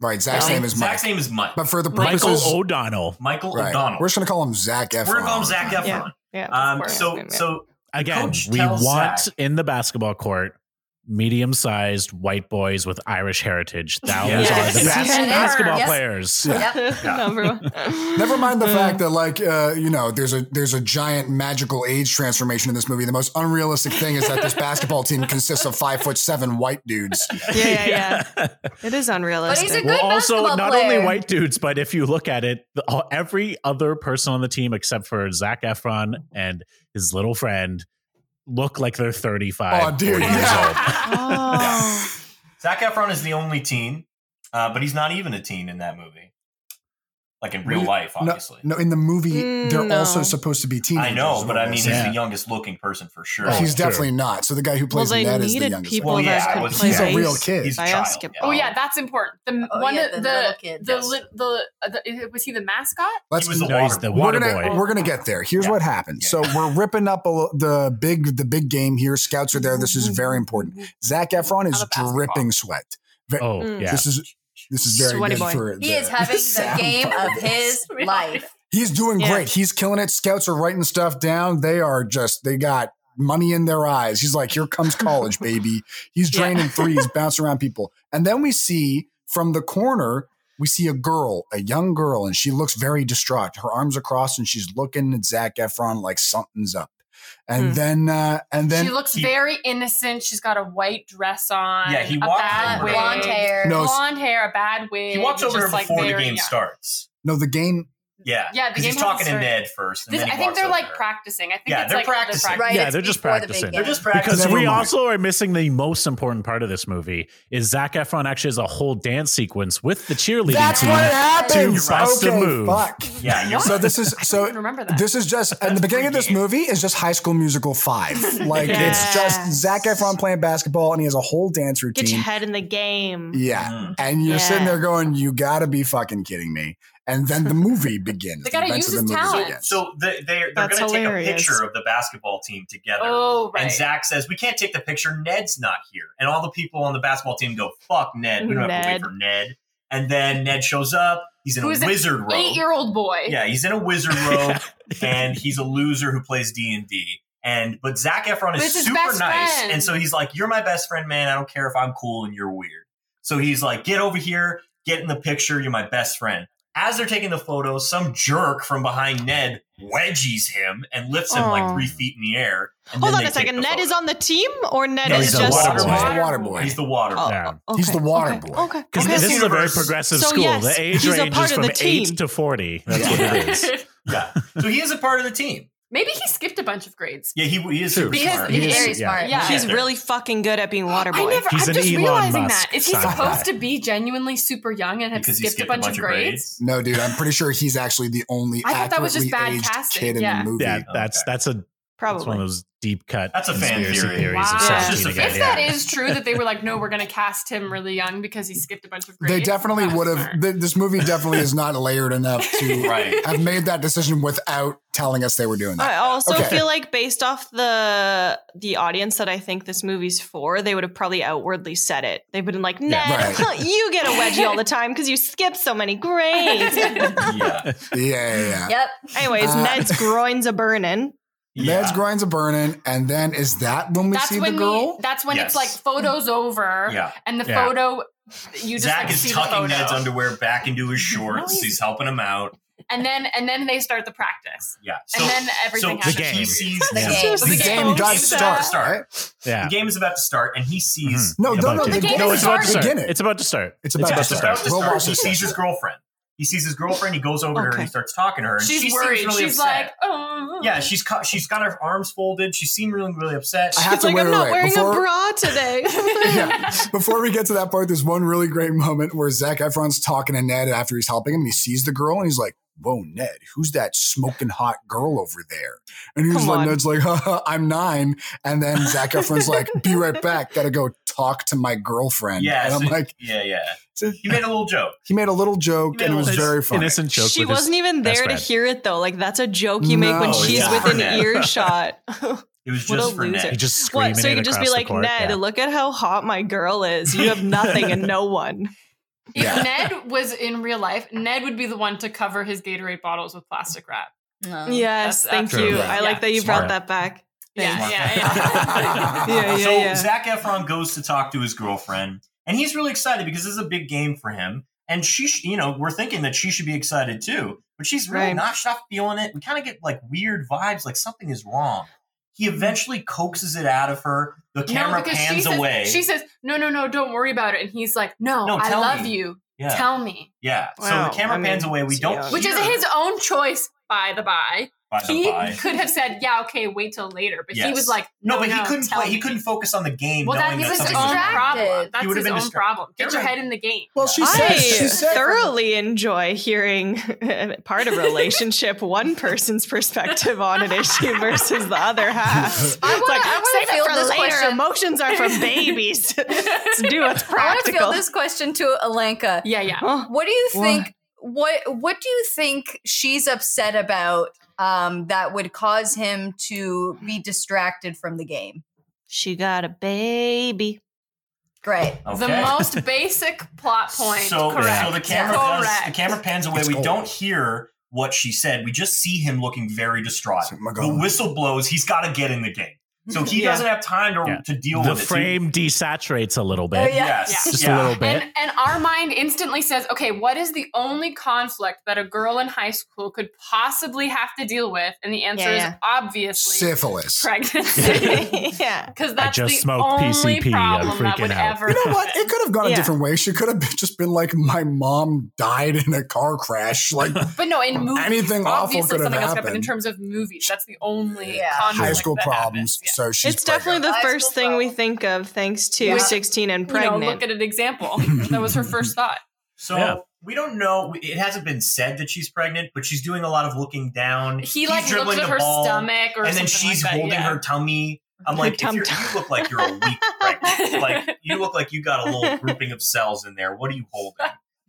Right, Zach's
Right.
name is Mike.
Zach's name is Mike.
But for the purposes,
Michael O'Donnell.
Michael
right,
O'Donnell.
we're just gonna call him Zach Efron.
We're gonna call him Zach Efron.
Yeah. Yeah.
Um,
of course.
so,
Yeah, yeah.
so
Again,
coach
we
tells
want
Zach-
in the basketball court medium sized white boys with Irish heritage. Those
Yes.
are the best
Yes.
Yes.
basketball
Yes.
players.
Yeah.
Yeah.
number one.
Never mind
Mm.
the fact that, like, uh, you know, there's a there's a giant magical age transformation in this movie. The most unrealistic thing is that this basketball team consists of five foot seven white dudes.
Yeah, yeah, yeah. It is
but
unrealistic.
he's a good
Well, also
basketball
not
player.
only white dudes, but if you look at it, the, all- every other person on the team except for Zach Efron and his little friend look like they're thirty-five.
Oh, dear,
40 years
yeah.
old.
oh.
Zach Efron is the only teen. Uh, but he's not even a teen in that movie. Like in real
Really?
life, obviously.
No, in the movie,
Mm,
they're
no.
also supposed to be teenagers.
I know,
is
but
what
I
I'm
mean, he's
saying.
Yeah.
the youngest looking person for sure.
Oh,
he's
sure.
definitely not. So the guy who
Well,
plays
they
Ned is the
needed
youngest.
people
one.
Well, yeah,
that
I
could
was-
play
he's a
bass.
real kid.
He's a child.
Basketball.
Oh yeah, that's important. The
Oh,
one
yeah,
of
the,
the
little kid.
the
Yes.
li- the, uh, the, was he the mascot?
Let's
he was the
No, he's the
we're
water
gonna
boy.
we're gonna get there. Here's
Yeah.
what happened.
Yeah.
So we're ripping up a, the big the big game here. Scouts are there. This is very important. Zach Efron is
Not a basketball.
dripping sweat.
Oh
Mm.
yeah.
This is this is very
Sweaty
good
boy.
for.
He
the-
is having the
sound
game
part
of his life.
He's doing
Yeah.
great. He's killing it. Scouts are writing stuff down. They are just they got money in their eyes. He's like, here comes college, baby. He's
Yeah.
draining threes, bouncing around people, and then we see from the corner. We see a girl, a young girl, and she looks very distraught. Her arms are crossed, and she's looking at Zach Efron like something's up. And
Hmm.
then, uh, and then,
she looks
he-
very innocent. She's got a white dress on.
Yeah, he
a
walked
bad
Blonde,
over.
wig,
Uh, blonde hair.
No,
blonde hair, a bad wig.
He walks over
just,
her
like,
before the
very-
game
yeah.
starts.
no, the game.
Yeah.
Yeah, the
'cause
game
he's talking
hasn't
to
started.
Ned first. And
This-
then he
I think
walks
they're
over
like
to her.
practicing. I think
Yeah,
it's
they're
like
practicing.
They're
Right.
Yeah,
it's
they're just
before the big
practicing.
game.
They're just
Because
practicing.
Never
we
mind.
also are missing the most important part of this movie is Zach Efron actually has a whole dance sequence with the cheerleading
That's
team.
what happens.
Two busts a
Okay,
move.
fuck.
Yeah, you're
So this is
I don't
so
even remember that.
This is just and the beginning of this
Pre-game.
movie is just High School Musical five. Like it's
Yes.
just Zach Efron playing basketball and he has a whole dance
Get your
routine.
head in the game.
Yeah,
Mm.
and you're
Yeah.
sitting there going, "You gotta be fucking kidding me!" And then the movie begins.
They gotta
The events
use
of
his
the movie
talent.
begin.
So they, they're, they're
That's
going to take a
hilarious.
picture of the basketball team together.
oh right.
And Zach says, We can't take the picture. Ned's not here. And all the people on the basketball team go, Fuck Ned. We don't have to wait
Ned.
for Ned. And then Ned shows up. He's in
Who's
a
an
wizard robe.
Eight-year-old boy.
Yeah, he's in a wizard robe and he's a loser who plays D and D. And but Zach Efron
But
is
it's his
super nice,
best friend.
and so he's like, "You're my best friend, man. I don't care if I'm cool and you're weird." So he's like, "Get over here, get in the picture. You're my best friend." As they're taking the photo, some jerk from behind Ned wedgies him and lifts him like
Aw.
three feet in the air. and
Hold
then
on
they
a second.
take the
Ned is
photo.
on the team, or Ned
No,
is
he's the
just
water boy.
He's the water boy.
He's the water.
Oh.
boy.
Yeah.
okay,
He's the water
okay,
boy.
Okay.
Because
okay.
this, is a very
universe-
progressive
So,
school.
yes,
the age
he's a
range
part
is
of
from
the
8
team.
to 40. That's what it is.
yeah, so he is a part of the team.
Maybe he skipped a bunch of grades.
Yeah, he, he is
True.
super
Because
smart.
he
He's very
is- yeah.
smart.
Yeah.
He's
Yeah.
really fucking good at being water boy.
I never.
He's
I'm
an
just
Elon
realizing
Musk
that. Is he
sci-fi.
supposed to be genuinely super young and have
because
skipped, a bunch, of grades?
no, dude, I'm pretty sure he's actually the only
I thought that was just
accurately
bad
aged
casting,
kid in
yeah.
the movie.
Yeah, that's
Okay.
that's a that's one of
Probably.
those deep cut
That's a fan
conspiracy
theory.
theories
Wow.
of
Yeah,
it's just
17
a
again.
If
yeah.
that is true that they were like, no, we're going to cast him really young because he skipped a bunch of grades.
They definitely
that's
would have.
smart.
Th- this movie definitely is not layered enough to
Right.
have made that decision without telling us they were doing that.
I also
Okay.
feel like based off the the audience that I think this movie's for, they would have probably outwardly said it. They've been like, Ned,
Right.
huh, you get a wedgie all the time because you skip so many grades.
yeah.
Uh,
Yeah, yeah, yeah.
Yep.
Anyways,
Uh,
Ned's groin's a burning.
Ned's grinds a burning, and then is that when we
that's
see
when
the girl?
We, that's when
Yes.
it's like photos over
Yeah.
and the
Yeah.
photo you just
Zach
like, see
is
the photo.
tucking Ned's underwear back into his shorts.
he's-
he's, helping him out.
and then and then they start the practice.
Yeah.
And then everything
so
happens. The
He
game.
sees
The
Yeah.
game.
the
The
game
game
does
is,
start.
uh,
right?
Yeah.
The game is about to start, and he sees.
Mm-hmm. No,
It's
no,
about
no.
to-
The
The
game
no,
game
is
it's about
about
to
started.
to
start.
begin
It's
it.
about to start.
It's
Yeah,
about
it's
to
about
start.
to
We'll
start.
watch
He
this
sees his
episode.
girlfriend. He sees his girlfriend. He goes over to her and
Okay.
he starts talking to her. And
She's
she seems
worried.
Really
she's
upset.
like, oh.
yeah, she's cu- she's got her arms folded. She seemed really really upset.
I have
It's
to
like
wait,
I'm
wait,
not
wait.
wearing
Before-
a bra today.
yeah. Before we get to that part, there's one really great moment where Zach Efron's talking to Ned after he's helping him, and he sees the girl, and he's like, "Whoa, Ned, who's that smoking hot girl over there?" And he's
Come
like,
on.
"Ned's like, "Ha, ha, I'm nine. and then Zach Efron's like, "Be right back. Gotta go talk to my girlfriend."
yeah,
and I'm
so-
like,
yeah, yeah.
so-
He made a little joke.
he made a little joke,
He made
and
a
it was
little-
very funny.
Innocent joke.
she
with his-
wasn't even
best
there to
friend.
hear it though. Like that's a joke you make when
No,
she's
yeah.
within
Yeah.
earshot.
It was
What
just
a
for
loser.
You
Ned.
just screaming
what? So you
it
could just be
across the
like,
court.
Ned,
Yeah.
look at how hot my girl is. You have nothing and no one.
If
Yeah.
Ned was in real life, Ned would be the one to cover his Gatorade bottles with plastic wrap.
No.
Yes,
That's
thank
absolutely-
you. I like
yeah.
that you
Smart.
brought that back.
Yeah,
Thanks.
yeah, yeah.
Yeah, yeah,
so
yeah.
Zach Efron goes to talk to his girlfriend, and he's really excited because this is a big game for him. And she, sh- you know, we're thinking that she should be excited too, but she's really
Right.
not. She's not feeling it. We kind of get like weird vibes, like something is wrong. He eventually coaxes it out of her. The camera
Mm-hmm. she
pans
says,
away.
She says, "No, no, no, don't worry about it." And he's like, "No,
No,
I
tell
love
me."
you.
yeah,
Tell me."
yeah. So
Wow,
the camera
I mean,
pans away. We
so
don't,
young.
Which is
hear-
his own choice, by the by.
by
He
the by.
could have said, "Yeah, okay, wait till later," but he
Yes.
was like,
No, but he
no,
couldn't
tell
play. He
me."
couldn't focus on the game.
"Well,
knowing
that is his
something
own
was
distracted.
problem. That's
He would've
his
been
own
distracted.
problem. Get
You're
your
right.
head in the game."
Well, she said.
I
she said
thoroughly enjoy hearing part of a relationship one person's perspective on an issue versus the other half. It's
I wanna-
like,
I wanna
save
field
it for
this
later.
question.
Emotions are for babies. Let's do
I want
what's
to
practical.
field this question to Alenka.
yeah, yeah.
Oh,
What do you
What?
think? What What do you think she's upset about? Um, that would cause him to be distracted from the game.
she got a baby.
Great.
The
Okay.
most basic plot point.
So,
correct.
so the camera
correct.
does, the camera pans away.
It's
we
gold.
don't hear what she said. We just see him looking very distraught.
Oh my
The
God.
whistle blows. He's got to get in the game. So he
Yeah.
doesn't have time to,
Yeah.
to deal
the
with it.
frame desaturates a little
Oh,
bit.
yeah.
Yes.
Just
Yeah.
a little bit.
And, and our mind instantly says, okay, what is the only conflict that a girl in high school could possibly have to deal with? And the answer
Yeah, yeah.
is obviously
syphilis.
pregnancy.
yeah.
Because that's
just
the
smoked
only
PCP. I'm
problem that would
freaking out.
ever
You know what? It
happen.
could have gone a
Yeah.
different way. She could have been- just been like, "My mom died in a car crash." Like
But no, in movies,
Anything awful
obviously
could have
something else happened in
happened.
terms of movies. That's the only
Yeah.
conflict
high school
that
problems.
happens.
So she's
it's definitely the
High school
first thing we think of thanks to
Yeah.
16 and
Yeah. You know,
pregnant.
look at an example. That was her first thought.
So
Yeah.
we don't know. It hasn't been said that she's pregnant, but she's doing a lot of looking down.
He
He's
like looks
dribbling
at
the
her
ball,
stomach, or
and then
something
she's
like that,
holding
yeah.
her tummy. I'm
Her
like, if
tum-
you're, you look like you're a week pregnant. like you look like you got a little grouping of cells in there. What are you holding?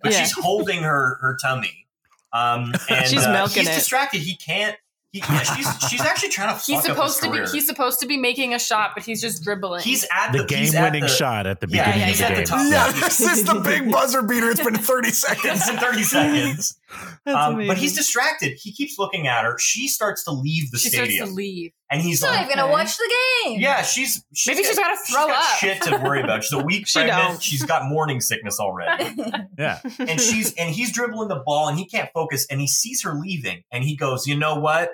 But
Yeah.
she's holding her her tummy. Um, and
She's
uh,
milking
he's
it.
distracted. He can't. He, yeah, she's she's actually trying to.
He's
fuck up his
supposed to be.
career.
He's supposed to be making a shot, but he's just dribbling.
He's at the,
The game
he's at
winning
the-
shot at the
Yeah,
beginning
he's
of
at
the
the
game.
top.
Yeah.
Yes, it's the big buzzer beater. It's been thirty seconds.
It's in thirty seconds.
That's
Um, but he's
amazing.
distracted. He keeps looking at her. She starts to leave the
she starts to
stadium,
leave.
and he's
She's not
like,
even gonna
Okay.
watch the game.
"Yeah, she's, she's
Maybe she's
got,
got to
she's
throw
got
up.
shit to worry about. She's a week
She
pregnant.
don't.
She's got morning sickness already,
Yeah.
and she's and he's dribbling the ball, and he can't focus. And he sees her leaving, and he goes, "You know what?"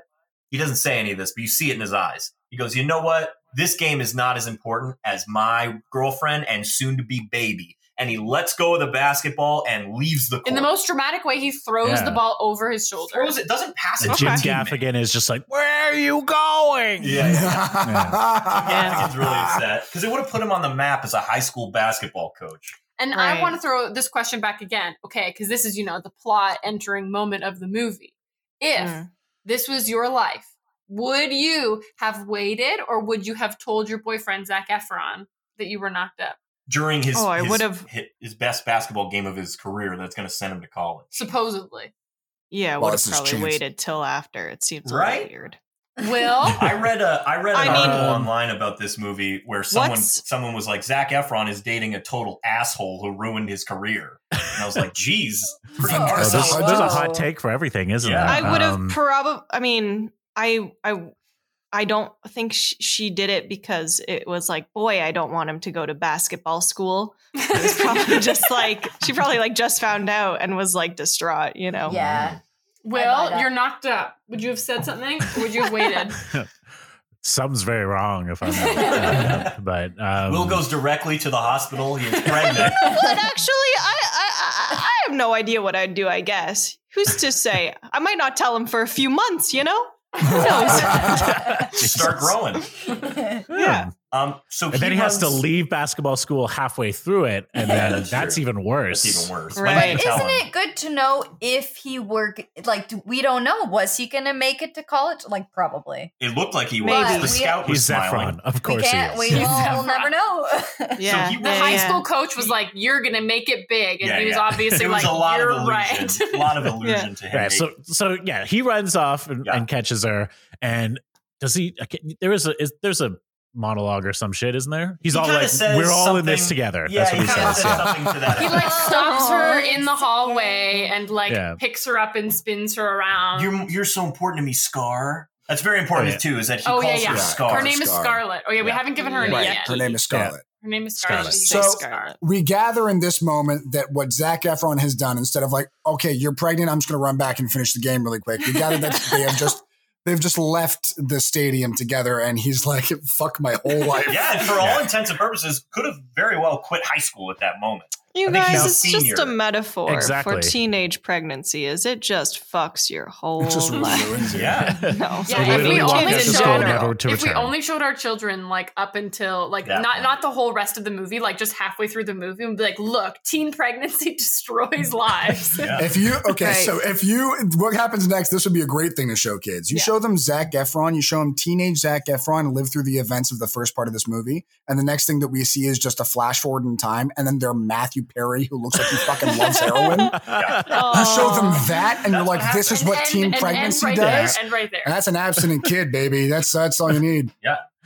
He doesn't say any of this, but you see it in his eyes. He goes, "You know what? This game is not as important as my girlfriend and soon to be baby." And he lets go of the basketball and leaves the court.
In the most dramatic way, he throws
Yeah.
the ball over his shoulder.
throws it, doesn't pass it.
And
to
Jim
a teammate.
Gaffigan is just like, where are you going?
Yeah, yeah.
Yeah.
He's really upset because it would have put him on the map as a high school basketball coach.
And I
Right.
want to throw this question back again, okay? Because this is, you know, the plot entering moment of the movie. If
Mm.
this was your life, would you have waited, or would you have told your boyfriend Zach Efron that you were knocked up?
During his
Oh, I
his,
would've-
his, best basketball game of his career, that's going to send him to college.
Supposedly,
yeah,
Well,
would have
this is
probably
chance.
waited till after. It seems a
Right?
little weird.
Will
Oh, I read a I read an
I mean-
article online about this movie where someone
What's-
someone was like Zach Efron is dating a total asshole who ruined his career, and I was like, geez, pretty
Oh,
harsh.
Oh, there's,
So-
there's a hot take for everything, isn't
Yeah.
there?
I would have
Um,
probably. I mean, I I I don't think she, she did it because it was like, boy, I don't want him to go to basketball school. It was probably just like she probably like just found out and was like distraught, you know.
Yeah. I buy
Will,
that.
you're knocked up. Would you have said something? Or would you have waited?
something's very wrong if I'm not. but um,
Will goes directly to the hospital. He is pregnant.
But actually, I, I I I have no idea what I'd do. I guess who's to say? I might not tell him for a few months, you know. Who knows?
Start growing.
yeah.
Um, so
And then he has to
runs-
leave basketball school halfway through it, and
Yeah,
then
that's
that's,
true.
even worse.
That's even worse.
Right.
Let me
But
tell
isn't
him.
it good to know if he were g- like do- we don't know was he going to make it to college? Like probably.
It looked like he
Maybe.
was. The
We-
scout was
He's
smiling.
Zephron, of
We
course he
can't.
is.
We
He's
will
Zephron.
never know.
Yeah.
he-
The
yeah,
high
yeah.
school coach was like, "You're gonna make it big," and
Yeah,
he was
yeah.
obviously
There was
like,
a lot
"You're
of illusion.
right."
A lot of illusion to him.
Right. So so yeah, he runs off and,
Yeah.
and catches her, and does he? I can't- There is a is, there's a monologue or some shit, isn't there? He's
He
all
kinda
like,
says
"We're all in this
something-
together."
yeah,
That's what
he
he
kinda
says.
said
yeah.
something to that.
he like stops her in the hallway and like
Yeah.
picks her up and spins her around.
Um,
you're you're so important to me, Scar. That's very important
Oh, yeah.
too. Is that he
Oh,
calls
yeah,
her
yeah.
Scar?
her name is
Scarlet.
Scarlet. Oh yeah, we
Yeah.
haven't given her a name
Right.
yet.
Her name is Scarlet.
Her name is
Scarlet.
Scarlet. She's
So-
Scarlet.
We gather in this moment that what Zach Efron has done, instead of like, okay, you're pregnant, I'm just going to run back and finish the game really quick. We gather that they have just they've just left the stadium together, and he's like, fuck my whole life.
Yeah, and for all intents and purposes, could have very well quit high school at that moment.
You
I think
guys,
he's
it's just a
senior.
metaphor for
Exactly.
teenage pregnancy. Is it just fucks your whole
It just
life?
ruins it.
Yeah.
No.
Yeah, if we
Literally walk
only
out to
showed-
school never to
if we
return.
only showed our children like up until like
That
not
one.
not the whole rest of the movie, like just halfway through the movie, and be like, look, teen pregnancy destroys lives.
Yeah.
If you okay,
Right.
so if you what happens next, this would be a great thing to show kids. You
Yeah.
show them Zach Efron, you show them teenage Zach Efron live through the events of the first part of this movie, and the next thing that we see is just a flash forward in time, and then they're Matthew Perry who looks like he fucking loves heroin. You show them that, and you're like,
That's what
this is
happens.
what
And-
teen
and- and
pregnancy
right there,
does.
and right there.
And that's an abstinent kid, baby. That's that's all you need.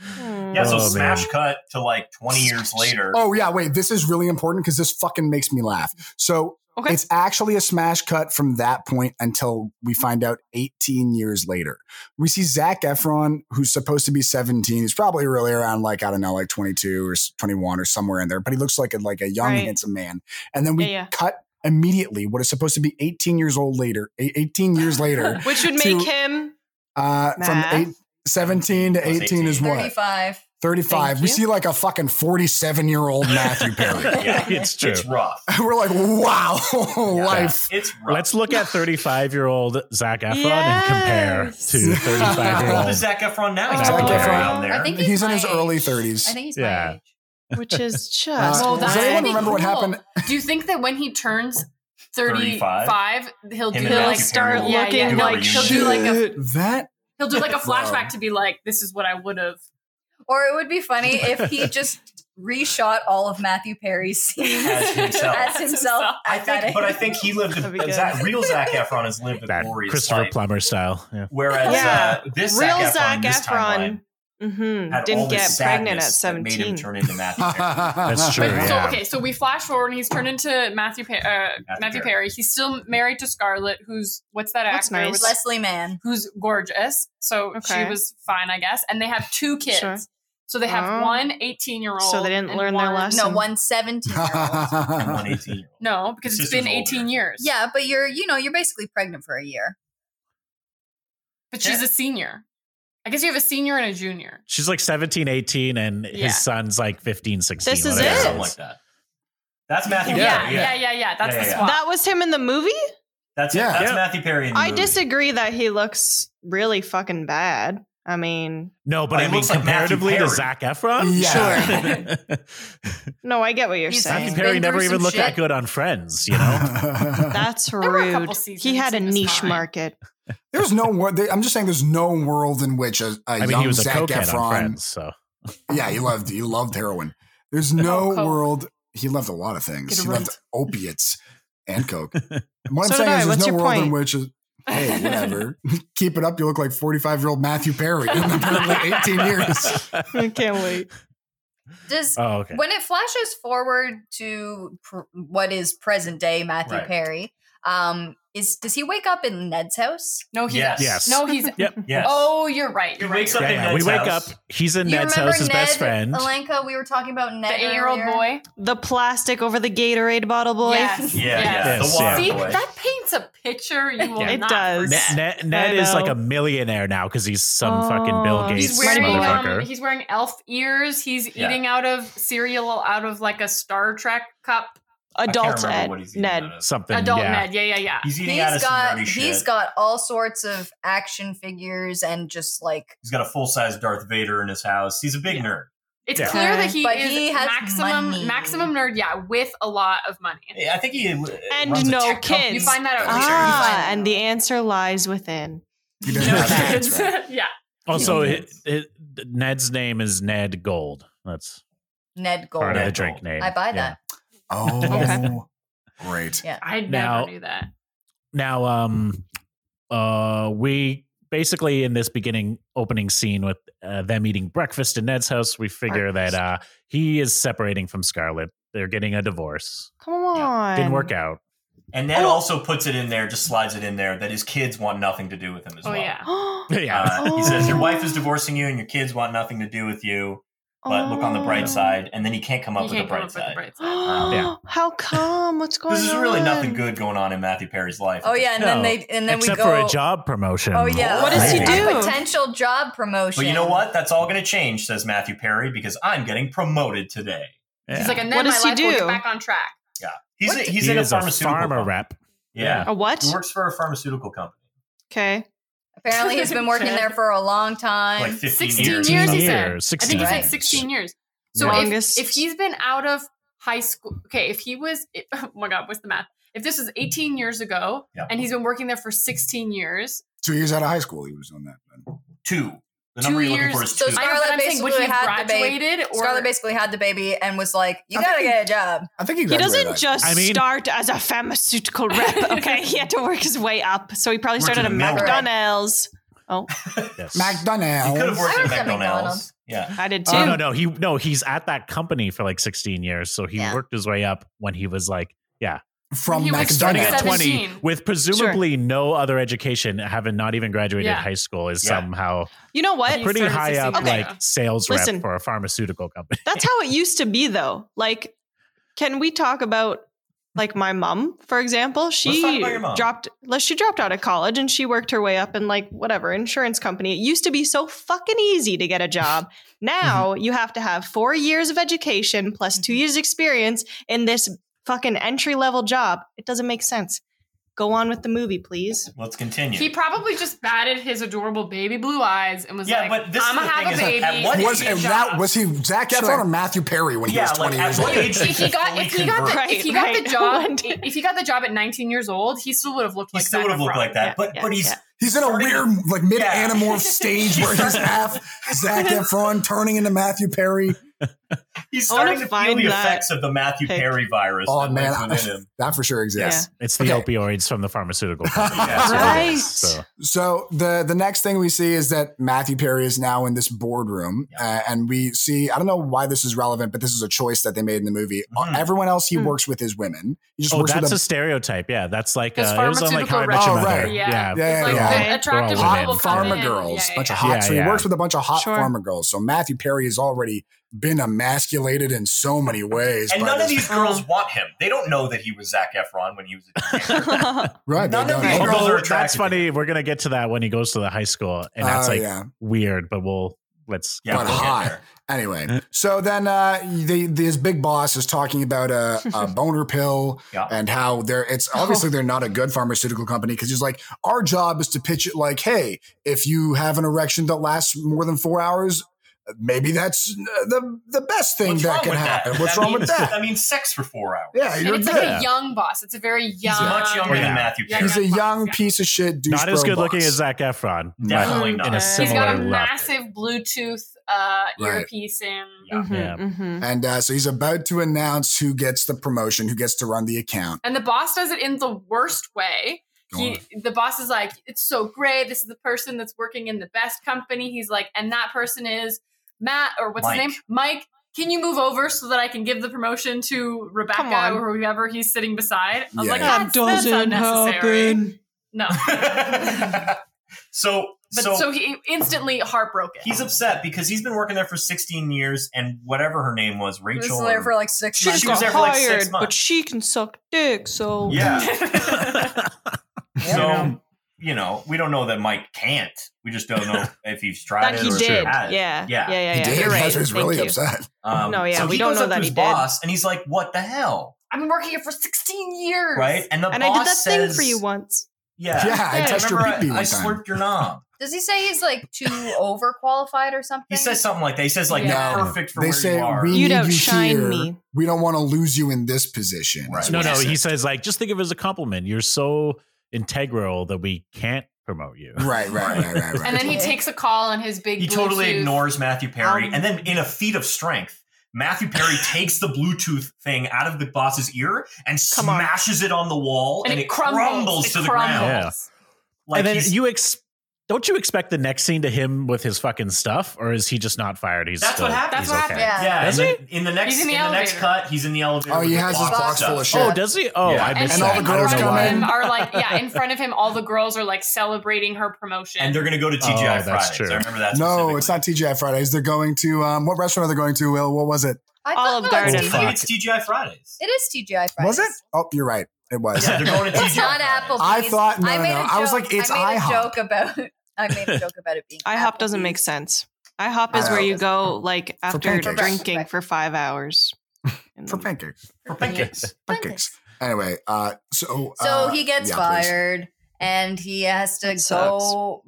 Hmm.
Yeah, so
Oh, man.
smash cut to like 20 years later.
Oh yeah, wait, this is really important because this fucking makes me laugh. So
Okay.
it's actually a smash cut from that point until we find out 18 years later. We see Zach Efron, who's supposed to be 17. He's probably really around like, I don't know, like 22 or s- 21 or somewhere in there, but he looks like a, like a young,
Right.
handsome man. And then we
Yeah, yeah.
cut immediately what is supposed to be 18 years old later, eh, 18 years later,
Which would
To-
make him
uh, from
Math.
eight, 17 to
Plus
18, is what?
35.
35.
Thank
We
you.
see like a fucking 47 year old Matthew Perry.
Yeah.
it's true.
It's rough.
We're like, wow, life.
It's rough.
Let's look at 35 year old Zach Efron
Yes.
and compare to 35 year
How old
old.
is Zac Efron now? He's
Zac
probably
Efron.
around there.
I think
He's
he's,
in
my
his early
age.
30s.
I think he's
Yeah.
my age.
which is just
Uh,
Well,
does
that's
anyone
pretty
remember what
cool.
happened?
Do you think that when he turns 35,
35?
he'll
Him
do
and Matthew
he'll
like
Perry
start
will
Yeah,
looking
yeah,
do a
like
reunion.
He'll do like a
shit.
That
he'll do like a
Wow.
flashback to be like, this is what I would have.
Or it would be funny if he just reshot all of Matthew Perry's scenes
As himself.
as himself
Himself.
I
at that
think, but I
age.
think he lived
That'd be
a
good.
Zac, real Zach Efron has lived a
That
glorious
Christopher
life.
Plummer style. Yeah.
Whereas
Yeah.
uh, this
real
Zac Efron,
Zac
this
Efron.
timeline,
hmm
had all
Didn't
this
get pregnant at
sadness that Made him
17.
turn into Matthew. Perry.
that's
true,
But-
yeah.
So okay, so we flash forward and he's turned into Matthew pa- uh, Matthew, Perry. He's still married to Scarlett, who's what's that
That's
actor?
nice.
with-
Leslie Mann.
who's gorgeous. So
Okay.
she was fine, I guess. And they have two kids.
Sure.
So they
Oh.
have one 18 year old.
So they didn't learn their lesson.
No, one 17 year old.
And one
true.
18 year old.
No, because it's
Sister's
been 18
older.
years.
Yeah, but you're, you know, you're basically pregnant for a year.
But she's a senior. I guess you have a senior and a junior.
She's like 17, 18, and
Yeah.
his son's like 15, 16.
This is
whatever
it.
Something like that. That's Matthew
yeah,
Perry.
yeah, yeah, yeah. That's
Yeah,
the
yeah, yeah.
swap.
That was him in the movie?
That's,
Yeah.
that's
Yeah.
Matthew Perry. In the
I
movie.
disagree that he looks really fucking bad. I mean,
No, but
Oh,
I
he
mean,
looks like
comparatively to
Matthew
Zach Efron?
Yeah.
Sure.
no, I get what you're
He's
Matthew
Been
saying.
Perry never
through
even
some
looked that
shit.
good on Friends, you know?
That's
were a
rude.
couple
He had
seasons
a
he was
niche
fine.
market.
there's no world. they- I'm just saying, there's no world in which a, a
I mean,
young
he was a
Zac
cokehead on
Efron.
Friends, so.
Yeah, he loved he loved heroin. There's no
Oh, coke.
world. He loved a lot of things.
Get
He
around.
loved opiates and coke. And what
So
I'm
did
saying
I.
is,
What's
there's no
your
world in
point?
which. A, Hey, whatever. Keep it up. You look like 45 year old Matthew Perry in apparently 18 years.
I can't wait.
Does
Oh, okay.
when it flashes forward to pr- what is present day Matthew
Right.
Perry, um, is does he wake up in Ned's house?
No, he's
Yes.
Yes.
No, he's.
Yep.
Yes.
Oh, you're right.
he
You're right.
wakes
you're
Yeah,
up in
yeah.
Ned's
We wake up.
house.
He's in
You
Ned's
remember
house, his best
Ned,
friend.
Alenka, we were talking about Ned.
right. The eight year old
earlier.
boy.
The plastic over the Gatorade bottle boy.
Yes.
Yeah, yeah.
Yes,
the water
See,
boy.
that paints a picture you will
Yeah.
It
not
does.
Ned,
forget.
Ned, Ned
I
is like
know.
a millionaire now because he's some fucking Bill
Oh,
Gates
He's wearing um,
motherfucker.
he's wearing elf ears. He's
Yeah.
eating out of cereal out of like a Star Trek cup.
Adult
remember
Ed.
what he's eating
Ned.
out of.
Something.
Adult
yeah.
Ned. Yeah, yeah, yeah.
He's eating out
He's
of some
got
dirty shit.
he's got all sorts of action figures and just like
He's got a full size Darth Vader in his house. He's a big
Yeah.
nerd.
It's
Yeah.
clear that he
But
is
he has
maximum
money.
maximum nerd. Yeah, with a lot of money.
I think he and
And
runs a
no
tech company.
kids.
You find that out later.
Ah,
You find-
and the answer lies within.
He
No
doesn't have
kids.
kids, right?
yeah.
Also,
Yeah.
it, it- Ned's name is Ned Gold. That's
Ned Gold.
part of the
Ned
drink
Gold.
name.
I buy that.
Oh, great.
I never
Now-
knew that.
now um uh we basically in this beginning opening scene with uh, them eating breakfast in Ned's house we figure that uh he is separating from Scarlett they're getting a divorce
Come on.
didn't work out
And Ned also puts it in there, just slides it in there, that his kids want nothing to do with him as
Oh
well.
yeah.
yeah
Uh, He says, Your wife is divorcing you and your kids want nothing to do with you, but look on the
Oh.
bright side. And then he can't come up,
You
with, a
can't come
bright
up with the
side.
bright side.
Yeah.
How come? What's going on?
This is really nothing good going on in Matthew Perry's life.
Oh yeah, and
No.
then they and then
except
we go.
for a job promotion
Oh yeah.
What
does he
A
do?
potential job promotion.
But you know what? That's all going to change, says Matthew Perry, because I'm getting promoted today.
Yeah.
He's like, and then
What
my
does he
life will
do?
get back on track.
He's a,
What?
he's
he
in a
is a
pharmaceutical
farmer
company.
rep.
Yeah.
A Oh, what?
He works for a pharmaceutical company.
Okay.
Apparently, he's been working there for a long time.
Like 15
16
years.
years, he said.
years,
I think
16
he said
years.
16 years. So
Yeah.
if,
Longest.
if he's been out of high school, okay, if he was, if, oh my God, what's the math? If this was 18 years ago
Yeah.
and he's been working there for 16 years,
Two years out of high school, he was doing that. Then.
Two. The
Two
number you're
years,
looking for is
so
two.
it's
I know,
Scarlett
but I'm saying would he
basically
have
had the baby.
graduated or
Scarlett basically had the baby and was like, "You
I
gotta
think-
get a job."
I think he,
He
graduated
doesn't
high
just
I mean-
start as a pharmaceutical rep, okay? he had to work his way up. So he probably
Worked
started
in
at
the mill.
McDonald's.
Yes.
school.
He could have
McDonald's.
I
worked at
worked at
McDonald's.
McDonald's.
Yeah.
I did too.
Oh, no, no, he no, he's at that company for like 16 years, so he
Yeah.
worked his way up when he was like
From
He was
starting
starting Yeah.
at
McDonald's.
20
17.
with presumably no other education, having not even graduated
Yeah.
high school is
Yeah.
somehow
You know what?
He
pretty
started
high
16
up
years ago.
like sales
Listen.
rep for a pharmaceutical company.
That's how it used to be though. Like can we talk about like my mom, for example? She
talk about your mom.
dropped like, she dropped out of college and she worked her way up in like whatever insurance company. It used to be so fucking easy to get a job.
Mm-hmm.
Now you have to have 4 years of education plus
Mm-hmm.
2 years experience in this fucking entry level job. It doesn't make sense. Go on with the movie, please.
Let's continue.
he probably just batted his adorable baby blue eyes and was
Yeah,
like,
but this
I'm
is
gonna
the
have a
thing is,
baby.
at what
Was,
Good
and
job.
that, was he Zach Efron
Sure.
or Matthew Perry when he
yeah,
was 20
like,
years
at what
old?
age did
if he got
fully
if he got the,
convert?
Right,
if he got
right.
the job
One day.
if he got the job at 19 years old, he still would have looked
He
like
still
Zac
would have looked
Efron.
like that,
Yeah,
but
yeah,
but he's
yeah.
He's in a
Starting-
weird, like mid anamorph
Yeah.
stage where he's half Zach Efron turning into Matthew Perry.
he's
I wanna
starting to feel
find
the
that
effects of the Matthew
pic.
Perry virus.
Oh
that
man,
lives within him.
that for sure exists.
It's the
Okay.
opioids from the pharmaceutical company.
Yeah.
That's what it is. So,
Right.
So the the next thing we see is that Matthew Perry is now in this boardroom, uh, and we see I don't know why this is relevant, but this is a choice that they made in the movie. Uh,
Mhm.
everyone else he
Mm.
works with is women. He just
oh,
works
that's a
with
stereotype. Yeah, that's like uh,
Those
it was on like How I Met Your
pharmaceutical
Mother.
reps. Oh, right.
Yeah.
yeah,
a yeah,
Like
yeah, yeah.
Okay.
the attractive
They're all
people
hot
women.
will come
pharma
in.
girls,
Yeah,
bunch of
yeah.
hot.
yeah.
so he
Yeah,
works
yeah.
with a bunch of hot
Sure.
pharma girls. So Matthew Perry has already been emasculated in so many ways.
And
by
none of
this-
these girls want him. They don't know that he was Zach Efron when he was a teenager.
right, they
none of
don't
these
know.
girls are
Although
attracted
that's
to
funny. We're gonna get to that when he goes to the high school, and that's
Oh,
like
yeah.
weird. But we'll let's.
Yeah,
But
we'll get
hot.
there.
Anyway, so then uh, the, the, his big boss is talking about a, a boner pill
Yeah.
and how they're it's obviously they're not a good pharmaceutical company because he's like our job is to pitch it like hey if you have an erection that lasts more than four hours maybe that's the the best thing
What's
that
wrong
can
with
happen what's
That
wrong
means-
with that
That means sex for four hours.
yeah
And
you're
it's
good.
like a young boss. It's a very young.
He's much younger
Yeah.
than Matthew
Yeah.
Perry.
he's a young
Yeah.
piece of shit douche
Not as
bro
good looking
boss.
as Zach Efron. but
Definitely not.
In a
He's
similar
He's got a
look.
massive Bluetooth uh,
Right.
earpiece in.
Yeah.
Yeah.
Mm-hmm,
and uh, so he's about to announce who gets the promotion who gets to run the account
And the boss does it in the worst way.
Go
He, the boss is like, it's so great. This is the person that's working in the best company. He's like, and that person is Matt, or what's
Mike.
his name? Mike. Can you move over so that I can give the promotion to
Come
Rebecca
on.
or whoever he's sitting beside? I was
Yeah.
like,
That
that's, that's unnecessary. No.
so,
But
so,
so, he instantly heartbroken.
he's upset because he's been working there for 16 years, and whatever her name was,
He was
Rachel.
there
or-
for like six
She
She
months.
just
was
got
there for like six
hired, but
months.
she can suck dick, so
yeah.
Yeah.
so, you know, we don't know that Mike can't. We just don't know if he's tried
that
it
he
or
did.
had it.
Yeah.
Yeah.
Yeah. Yeah.
he
yeah.
did
You're right.
that's why he's
Thank
really
you.
upset
Um,
No, yeah,
so
we
he
don't
goes
know
up
that
to his
he did.
boss, and he's like, "What the hell?"
I've been working here for 16 years.
Right? And the
And I
boss
did that
says,
thing for you once.
Yeah,
Yeah, I touched your
remember
pee-pee
I,
one
I
time.
slurped your knob.
Does he say he's like too overqualified or something?
He says something like that. He says like,
Yeah.
"You're perfect for
they
where
say
you are."
we
You
need you
outshine
here.
me.
We don't want to lose you in this position.
Right.
No,
What
no.
is
He
it?
says like, just think of it as a compliment. You're so integral that we can't promote you.
Right, right, right, right, right.
And then he
Okay.
takes a call on his big
he totally
Bluetooth.
ignores Matthew Perry,
Um,
and then in a feat of strength, Matthew Perry takes the Bluetooth thing out of the boss's ear and
Come on.
smashes it on the wall, and, it crumbles,
It
to the
crumbles.
ground.
Yeah.
Like
and then
he's-
you ex- don't you expect the next scene to him with his fucking stuff, or is he just not fired? He's
That's
still,
what happened.
he's
That's what
okay.
happened.
yeah,
Does
and then in the next
He's
in
in
the,
the
next
elevator.
cut, he's in the elevator.
Oh,
with
he
the
has his
box
box full of shit.
Oh, does he? Oh,
Yeah.
I
And,
missed
And all
that.
the
I don't
girls
know
in
come
why.
front of
in.
him are like, yeah, in front of him, all the girls are like celebrating her promotion.
and they're gonna go to TGI
Oh, that's
Fridays.
true.
I remember that.
no, it's
specifically.
not TGI Fridays. They're going to um, what restaurant are they going to? Will, what was it?
I thought
Olive
that was
Garden.
TGI.
I think it's TGI Fridays.
It is TGI Fridays.
Was it? Oh, you're right. It was.
Yeah, they're going to TGI.
It's not Applebee's.
Fridays.
I thought- no, no,
made
no.
a
I was
joke-
like, it's
I made
IHOP.
a joke about. I made a joke about it being.
IHOP doesn't make
Applebee's.
sense. IHOP is
I
where
know.
you go like after
pancakes.
drinking for five hours.
For pancakes.
for pancakes.
Pancakes. Anyway, uh, so
So
uh,
he gets
yeah, please.
fired and he has to
That sucks.
go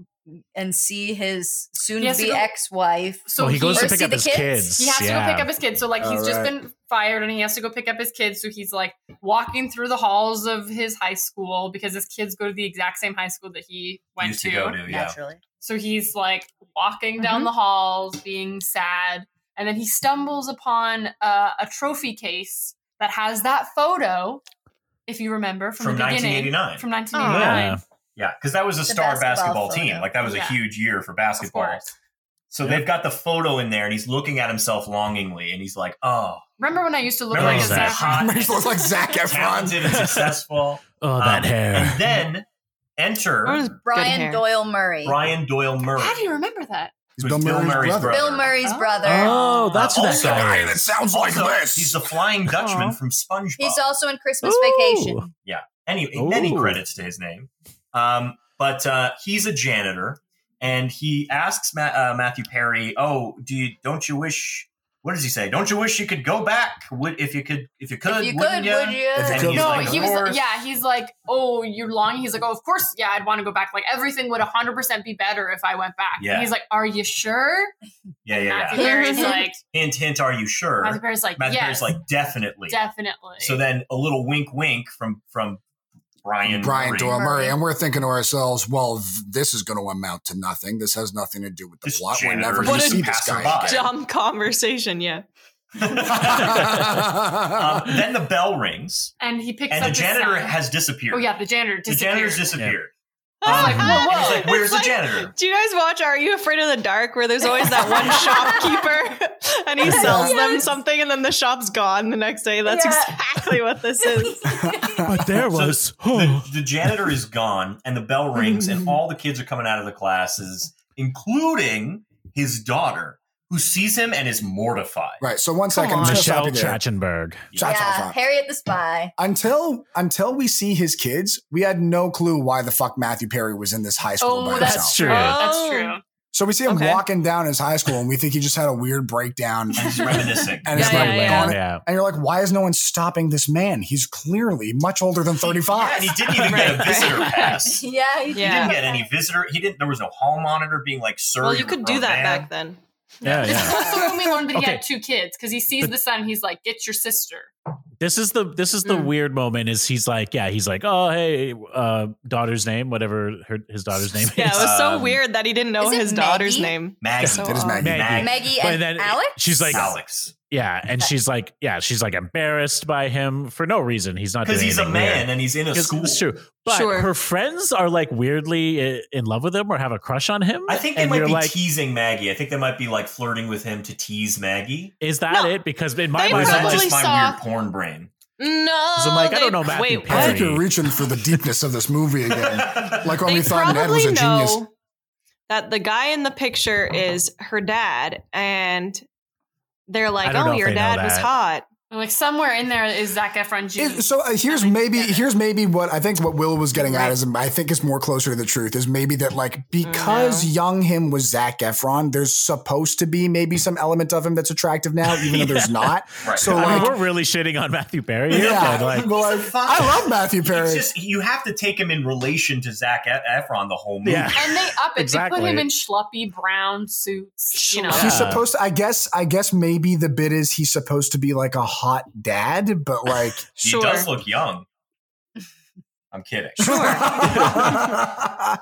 and see his soon
He
to
has to
be
go-
ex wife.
So
well, he, goes
Or
to pick
see
up
the
his
kids?
kids.
He has
yeah.
to go pick up his kids. So like he's
All
just
right.
been fired and he has to go pick up his kids. So he's like walking through the halls of his high school because his kids go to the exact same high school that he went
used to go to, Oh, yeah.
Naturally.
So he's like walking down the halls, being sad, and then he stumbles upon uh, a trophy case that has that photo, if you remember from,
From
the beginning,
1989.
from 1989,
Yeah, because that was a
The
star
basketball
basketball,
photo.
team. Like that was
Yeah.
a huge year for
of
basketball.
course.
So they've got the photo in there, and he's looking at himself longingly, and he's like, "Oh,
Remember when I used to look
Remember
like a
when I
Zac
was
that
Efron?
He looks like Zach Efron.
talented and successful."
Oh, that
Um,
hair.
And then enter
Brian Doyle Murray.
Brian Doyle Murray.
How do you remember that?
He's
who's
Bill Murray's brother.
Bill Murray's
Oh.
brother.
Oh, that's who
Uh,
that
also-
guy
That
is.
sounds like
Also,
this.
He's the Flying Dutchman
Aw.
from SpongeBob.
He's also in Christmas
Ooh.
Vacation.
any
Ooh.
any credits to his name. Um, but uh, he's a janitor, and he asks Ma- uh, Matthew Perry, "Oh, do you don't you wish? What does he say? Don't you wish you could go back? Would if you could? If you could?
if you
wouldn't
could,
ya?"
would you?
If you
And
could.
he's
no,
like,
he
"Of
was
course."
yeah, he's like, "Oh, you're long." He's like, "Oh, of course, yeah, I'd want to go back. Like everything would 100% be better if I went back."
Yeah.
And he's like, "Are you sure?"
yeah, yeah,
Matthew
yeah.
Perry's like,
Hint, hint. Are you sure?
Matthew Perry's like,
Matthew
"Yes,
Perry's like, definitely.
definitely."
So then a little wink, wink from from Brian
Brian
Murray.
Doyle Murray, and we're thinking to ourselves, well, th- this is going to amount to nothing. This has nothing to do with the
This
plot. We're
janitor
never
is
going to
just a
see this guy.
passerby.
Dumb conversation, yeah.
um, then the bell rings,
and he picks
and the
up his
janitor
son.
has disappeared.
Oh yeah, the janitor
the
disappeared.
janitor's disappeared.
I was
Um,
like, whoa,
and
whoa.
he's like, "Where's
It's
the
like-
janitor?"
Do you guys watch Are You Afraid of the Dark? Where there's always that one shopkeeper and he sells them something and then the shop's gone the next day. That's
Yeah.
exactly what this is.
But there
So
was.
the, the janitor is gone and the bell rings and all the kids are coming out of the classes including his daughter who sees him and is mortified
right. So one
Come
second,
on.
I'm just
Michelle
happy there.
Trachtenberg.
Cha- cha-
yeah,
cha.
Harriet the Spy.
Until until we see his kids, we had no clue why the fuck Matthew Perry was in this high school.
Oh,
by
that's
himself.
true.
That's
Oh.
true.
So we see him
Okay.
walking down his high school, and we think he just had a weird breakdown.
and he's reminiscing
And it's
Yeah,
like
yeah,
on
yeah.
it. And you're like, why is no one stopping this man? He's clearly much older than 35.
Yeah, and he didn't even
Right,
get a visitor pass he
Yeah, he
Yeah.
didn't get any visitor he didn't there was no hall monitor being like sir
Well, you
you're
could
a
do
grown man.
that back then.
Yeah, yeah.
It's also when we learned that he had
Okay.
two kids because he sees
But-
the son. He's like, "Get your sister."
this is the this is the
Mm.
weird moment is he's like yeah he's like oh hey uh daughter's name whatever her, his daughter's name
Yeah, it
is
was so
Um,
weird that he didn't know
is it
his daughter's
Maggie?
name.
maggie
So um,
It is Maggie.
Maggie.
Maggie
But
and
then
Alex.
she's like
alex
yeah and she's like yeah she's like embarrassed by him for no reason he's not
because
doing
he's a
anything
man
weird.
and he's in a
'Cause
school
it's true but
Sure.
her friends are like weirdly i- in love with him or have a crush on him
i think they
and
might
you're
be
like
teasing maggie i think they might be like flirting with him to tease maggie
is that
No.
it because in my
They
or
mind
is that
I'm
probably
like
just my
saw-
weird porn brain
No,
I'm like, I
they-
don't know Matthew
Wait,
I
Perry.
what?
think you're reaching for the deepness of this movie again. Like when
They
we thought Ned was a
probably
genius.
know that the guy in the picture is her dad, and they're like,
don't know
"Oh,
if
your
they know
dad was
that.
hot."
And, like somewhere in there is Zac Efron.
It-
Jeans.
so uh, here's
Everything
maybe
together.
here's maybe what I think what Will was getting at is I think is more closer to the truth is maybe that like because
Mm-hmm.
young him was Zach Efron, there's supposed to be maybe some element of him that's attractive now, even though there's not.
right
So
I mean,
like,
we're really shitting on Matthew Perry here,
yeah,
but, like
well,
He's a
like,
fine-
I love Matthew Perry.
It's just you have to take him in relation to Zach Efron the whole movie.
yeah
and they up it. They
Exactly.
put him in schlumpy brown suits. You know,
Schlumpy.
He's
Yeah.
supposed to, I guess, I guess maybe the bit is he's supposed to be like a hot dad, but like,
He
Sure.
does look young. I'm kidding.
uh,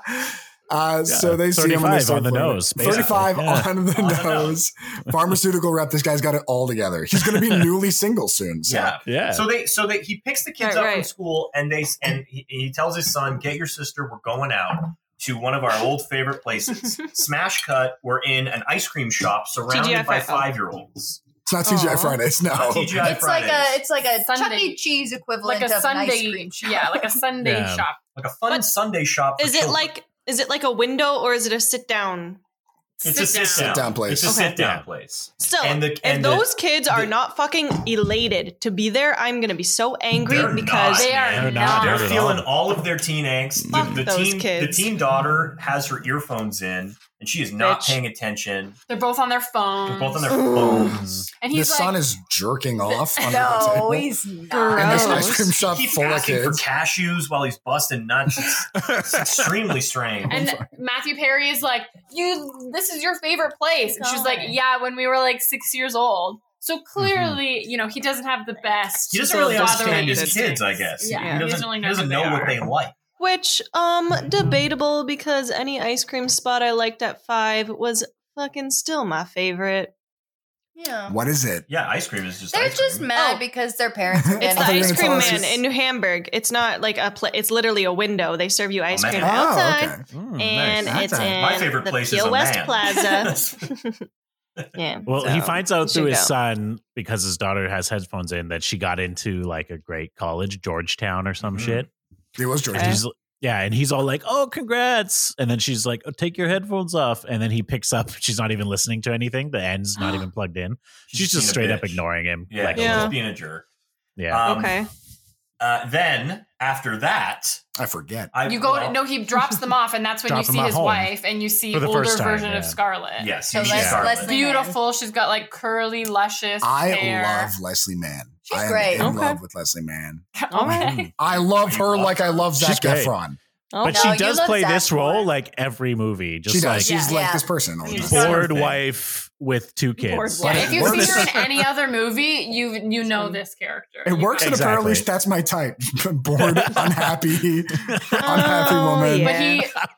so they see him and they
35
start
on the
flirting.
nose, basically.
35
Yeah.
on the
On the
nose. Pharmaceutical rep, this guy's got it all together. He's going to be newly single soon. So.
Yeah.
yeah
So they so they he picks the kids
Right,
up from
right.
school and they and he, he tells his son, "Get your sister. We're going out to one of our old favorite places." Smash cut. We're in an ice cream shop surrounded
TGI
by
Fridays.
five year olds.
It's not TGI
Aw.
Fridays, no.
TGI
it's like a
Fridays.
it's like a Chuck E.
Sunday-
Cheese equivalent
like a
of an ice
Sunday.
cream shop.
Yeah, like a Sunday
Yeah.
shop.
like a fun
But-
Sunday shop. for
Is it
children.
like is it like a window or is it a sit down?
it's a sit down,
Sit-down place.
It's a
Okay.
sit down
Yeah.
place.
Still,
And the-
if
and the-
those kids are
the-
not fucking elated to be there, I'm gonna be so angry
They're not.
because
They are
They're
not.
not.
They're
at
feeling
all.
all. of their teen angst.
Fuck
The, the
those
teen,
kids.
the teen daughter has her earphones in, and she is not
Bitch.
paying attention.
They're both on their phones.
They're both on their
Ooh.
phones.
and
the
he's
son
like,
is jerking off under the
No,
table.
he's
and
not.
this
Gross.
ice cream shop
Keeps
full of
asking for
kids.
cashews while he's busting nuts. It's, it's extremely strange.
and Matthew Perry is like, "You, this is your favorite place," and she's like,
God.
"Yeah, when we were like six years old." So clearly, you know, he doesn't have the
Mm-hmm.
best.
he doesn't
sort
really
of
understand
fatherly
his
kids.
kids, I guess.
Yeah,
he doesn't, he doesn't know what they like.
Which um debatable because any ice cream spot I liked at five was fucking still my favorite.
Yeah.
What is it?
Yeah, ice cream is just.
They're
ice
just
cream.
mad
Oh.
because their parents
I
are
It's the
getting
thought you were
ice
gonna
cream
tell us
man
it's-
in New Hamburg. It's not like a pla- it's literally a window. They serve you ice
man.
cream
Oh,
outside.
Oh, okay.
Mm,
And
nice.
it's in
My favorite
the
place
Peel
is a
West
man.
Plaza. yeah.
Well,
so
he finds out
you
through
should
his
go.
son because his daughter has headphones in that she got into like a great college, Georgetown or some
Mhm.
shit.
It was
And
Georgia.
he's, yeah, and he's all like, "Oh, congrats!" And then she's like, oh, "Take your headphones off." And then he picks up. She's not even listening to anything. The end's not even plugged in. She's just
being a
straight up
bitch.
ignoring him.
Yeah,
like,
she's
Yeah.
just being a jerk.
yeah.
Um,
okay.
Uh, then after that,
I forget.
I
You go
well,
no, he drops them off, and that's when
Drop
you
them
see
at
his
home.
wife, and you see
For the
older
first time,
version of
yeah.
Scarlet.
Yes,
So
you
Les-
need Scarlet.
Leslie-
beautiful. She's got like curly, luscious
I
hair.
love Leslie Mann.
She's
I am
great.
in
Okay.
love with Leslie Mann.
Oh
All right.
Mhm.
I love her
love
like I love
She's
Zac
great.
Efron.
Oh,
But
No,
she
you
does
love
play
Zac
this role
Efon.
like every movie, just
she does.
like
She's
Yeah.
like
Yeah.
this person all the
She's
time.
got her
bored
thing.
wife with two
Bored
kids.
wife.
if you
But it
see her in
works.
any other movie, you you know this character.
It
You
works,
know.
and apparently
Exactly.
that's my type. Bored, unhappy, unhappy
Oh,
woman.
yeah.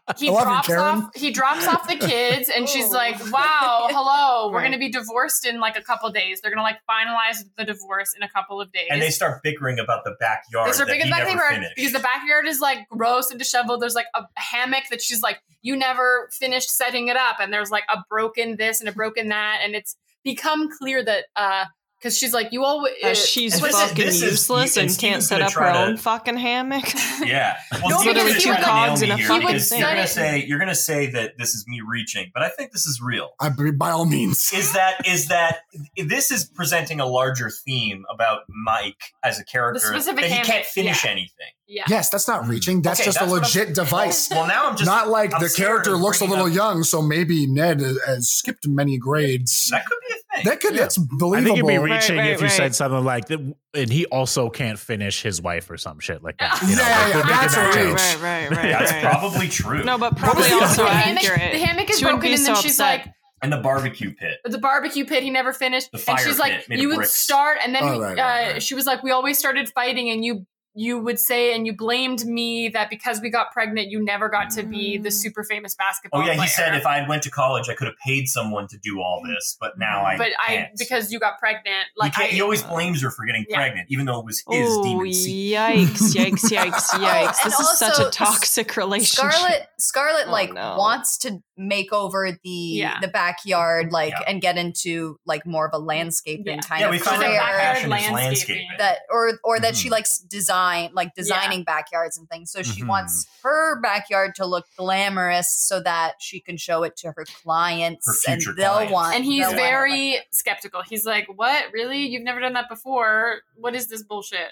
But he he
I love you,
drops
Karen.
off he drops off the kids, and she's
Oh.
like, "Wow, hello, we're gonna be divorced in like a couple days. They're gonna like finalize the divorce in a couple of days."
and they start bickering about the backyard.
Those are
that
big in
he
the
never
backyard
finished.
because the backyard is like gross and disheveled. There's like a hammock that she's like, you never finished setting it up, and there's like a broken this and a broken that, and it's become clear that uh, because she's like, you always
Uh, she's
And this is-
fucking
this is-
useless
and
and
Steven's
can't set
gonna
up her
try to-
own fucking hammock.
Yeah. Well,
No,
see, you're
because
gonna
he
try
would,
to
like,
nail me
he
here
would
because
set
you're gonna
it-
say you're gonna say that this is me reaching, but I think this is real.
I, by all means,
Is that is that this is presenting a larger theme about Mike as a character that
specific
he can't
habit,
finish
yeah.
anything.
yeah.
yes, that's not reaching. That's
Okay,
just
that's
a
what I'm-
legit device.
Well, now I'm just
Not like
I'm
the
scared
character
of
looks a
bringing
little
up-
young, so maybe Ned has, has skipped many grades.
That could be a thing.
That could that's
I think
believable.
you'd be
Right,
reaching
right,
if you
right.
said something like, that, and he also can't finish his wife or some shit like that.
Yeah, yeah,
like, they're making
that's
that
a
joke.
reach.
right, right,
That's probably true.
No, but probably
was the
also
the
other
hammock,
accurate.
the hammock is
She wouldn't
broken,
be
and then
so
she's
upset.
like,
and the barbecue pit.
the barbecue pit he never finished
The
and
fire
she's
pit
like
made of
you would
bricks.
start and then
Oh,
we,
right,
uh,
right, right.
she was like we always started fighting and you you would say and you blamed me that because we got pregnant you never got to be the super famous basketball
Oh yeah,
player.
he said if I had went to college, I could have paid someone to do all this, but now I.
but I
can't.
because you got pregnant
He
like
can't- he
I,
always blames her for getting
Yeah.
pregnant, even though it was his
Oh
demon seed.
yikes, yikes, yikes, yikes!
and
this is such
also
a toxic relationship.
Scarlet Scarlet
Oh,
like
no.
wants to make over the
Yeah.
the backyard like
Yeah.
and get into like more of a landscaping
Yeah.
kind
Yeah,
of
we
She's
find
a
out
career
that passion is
landscaping.
landscaping.
that or or that she
Mhm.
likes design like designing backyards and things. So she
Mhm.
wants her backyard to look glamorous so that she can show it to her clients
Her
and
future
they'll
clients.
want
and he's
they'll want it like
very skeptical he's like what really you've never done that before what is this bullshit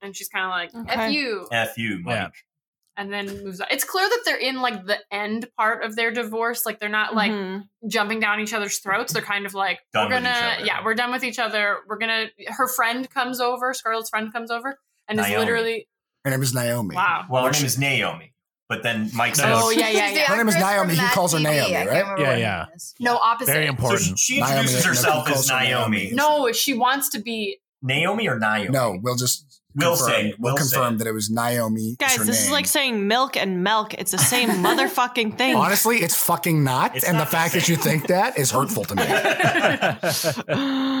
and she's kind of like
Okay.
f you
F you, Mike.
Yeah.
and then moves on it's clear that they're in like the end part of their divorce like they're not like
Mhm.
jumping down each other's throats. They're kind of like,
Done
we're
with each
gonna,
other.
yeah, we're done with each other. We're gonna. Her friend comes over. Scarlett's friend comes over, and it's
Naomi.
literally
Her name is Naomi.
wow.
Well, her name is Naomi, but then Mike says,
Oh
No.
yeah,
She's
yeah,
the
yeah.
Her name is
actress
Naomi.
from
He
Mad
calls her
TV.
Naomi,
I can't
right?
remember
Yeah,
what her
yeah.
name is.
No, opposite.
Very
so
important.
she, she
Naomi,
introduces
no,
herself
he
as
calls her
Naomi.
No, she wants to be.
Naomi or Naomi?
No, we'll just
We'll
confirm.
say-
we'll
we'll
confirm
say.
that it was Naomi.
Guys,
her
this is
name.
like saying milk and milk. It's the same motherfucking thing.
honestly, it's fucking not.
It's
and
not
the
the
fact that
same.
you think that is hurtful to me.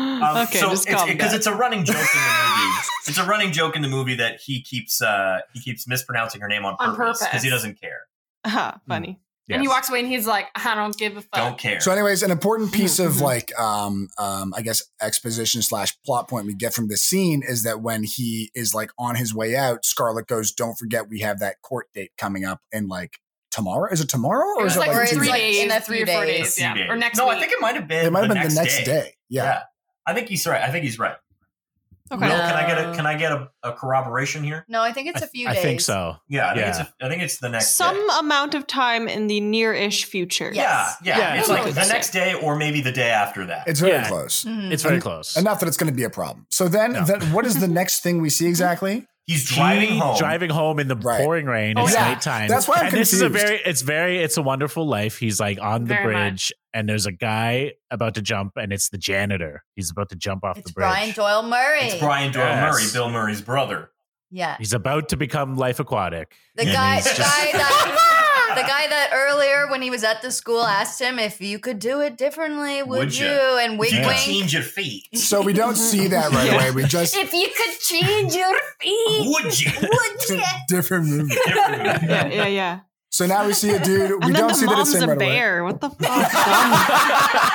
Um,
okay,
so
just
it's
calm
because
down.
it's a running joke in the movie. it's a running joke in the movie that he keeps uh, he keeps mispronouncing her name on
On
purpose
purpose.
because he doesn't care.
Ah, funny.
And he
Yes.
walks away, and he's like, I don't give a fuck.
Don't care.
So, anyways, an important piece of
Mhm.
like, um, um, I guess exposition slash plot point we get from this scene is that when he is like on his way out, Scarlet goes, "Don't forget we have that court date coming up in like tomorrow. Is it tomorrow or
It
is
was
it
like,
like,
Or
in two
three
it's like
days?
days,
in a
three
few
or four
days.
days,
Few
yeah,
days.
or next.
No,
week.
I think it might have been.
It might have been the next day.
Yeah.
Yeah.
I think he's right. I think he's right.
Mm,
Okay.
Will, can I get a can I get a, a corroboration here?
No, I think it's a few
I
days.
think so.
Yeah, I think
Yeah.
it's a, I think it's the next
Some
day.
amount of time in the near-ish future.
Yes.
Yeah, yeah,
Yeah,
It's
no,
like the
it's-
next day or maybe the day after that.
It's very
Yeah.
close.
Mhm.
It's very close.
Enough that it's going to be a problem. So then,
No.
then what is the next thing we see exactly?
He's
She
driving home.
driving home in the
Right.
pouring rain.
Oh,
it's
yeah.
nighttime.
That's why I'm
and this is a
confused.
very, it's very, it's a wonderful life. He's like on the
Very
bridge, and there's a guy about to jump, and it's the janitor. He's about to jump off
It's
the bridge.
Brian Doyle Murray.
It's Brian Doyle
Yes.
Murray, Bill Murray's brother.
yeah.
He's about to become life aquatic.
The
And
guy,
he's
the guy
just-
that, the guy that earlier when he was at the school asked him if you could do it differently, would,
Would
you?
ya?
And wink,
If you could
wink.
change your feet.
So we don't see that right
Yeah.
away. We just
If you could change your feet,
Would you?
would you?
different movie.
yeah, yeah. yeah.
So now we see a dude. We
and then
don't
the
see that it's him
mom's a
right away.
bear. What the fuck?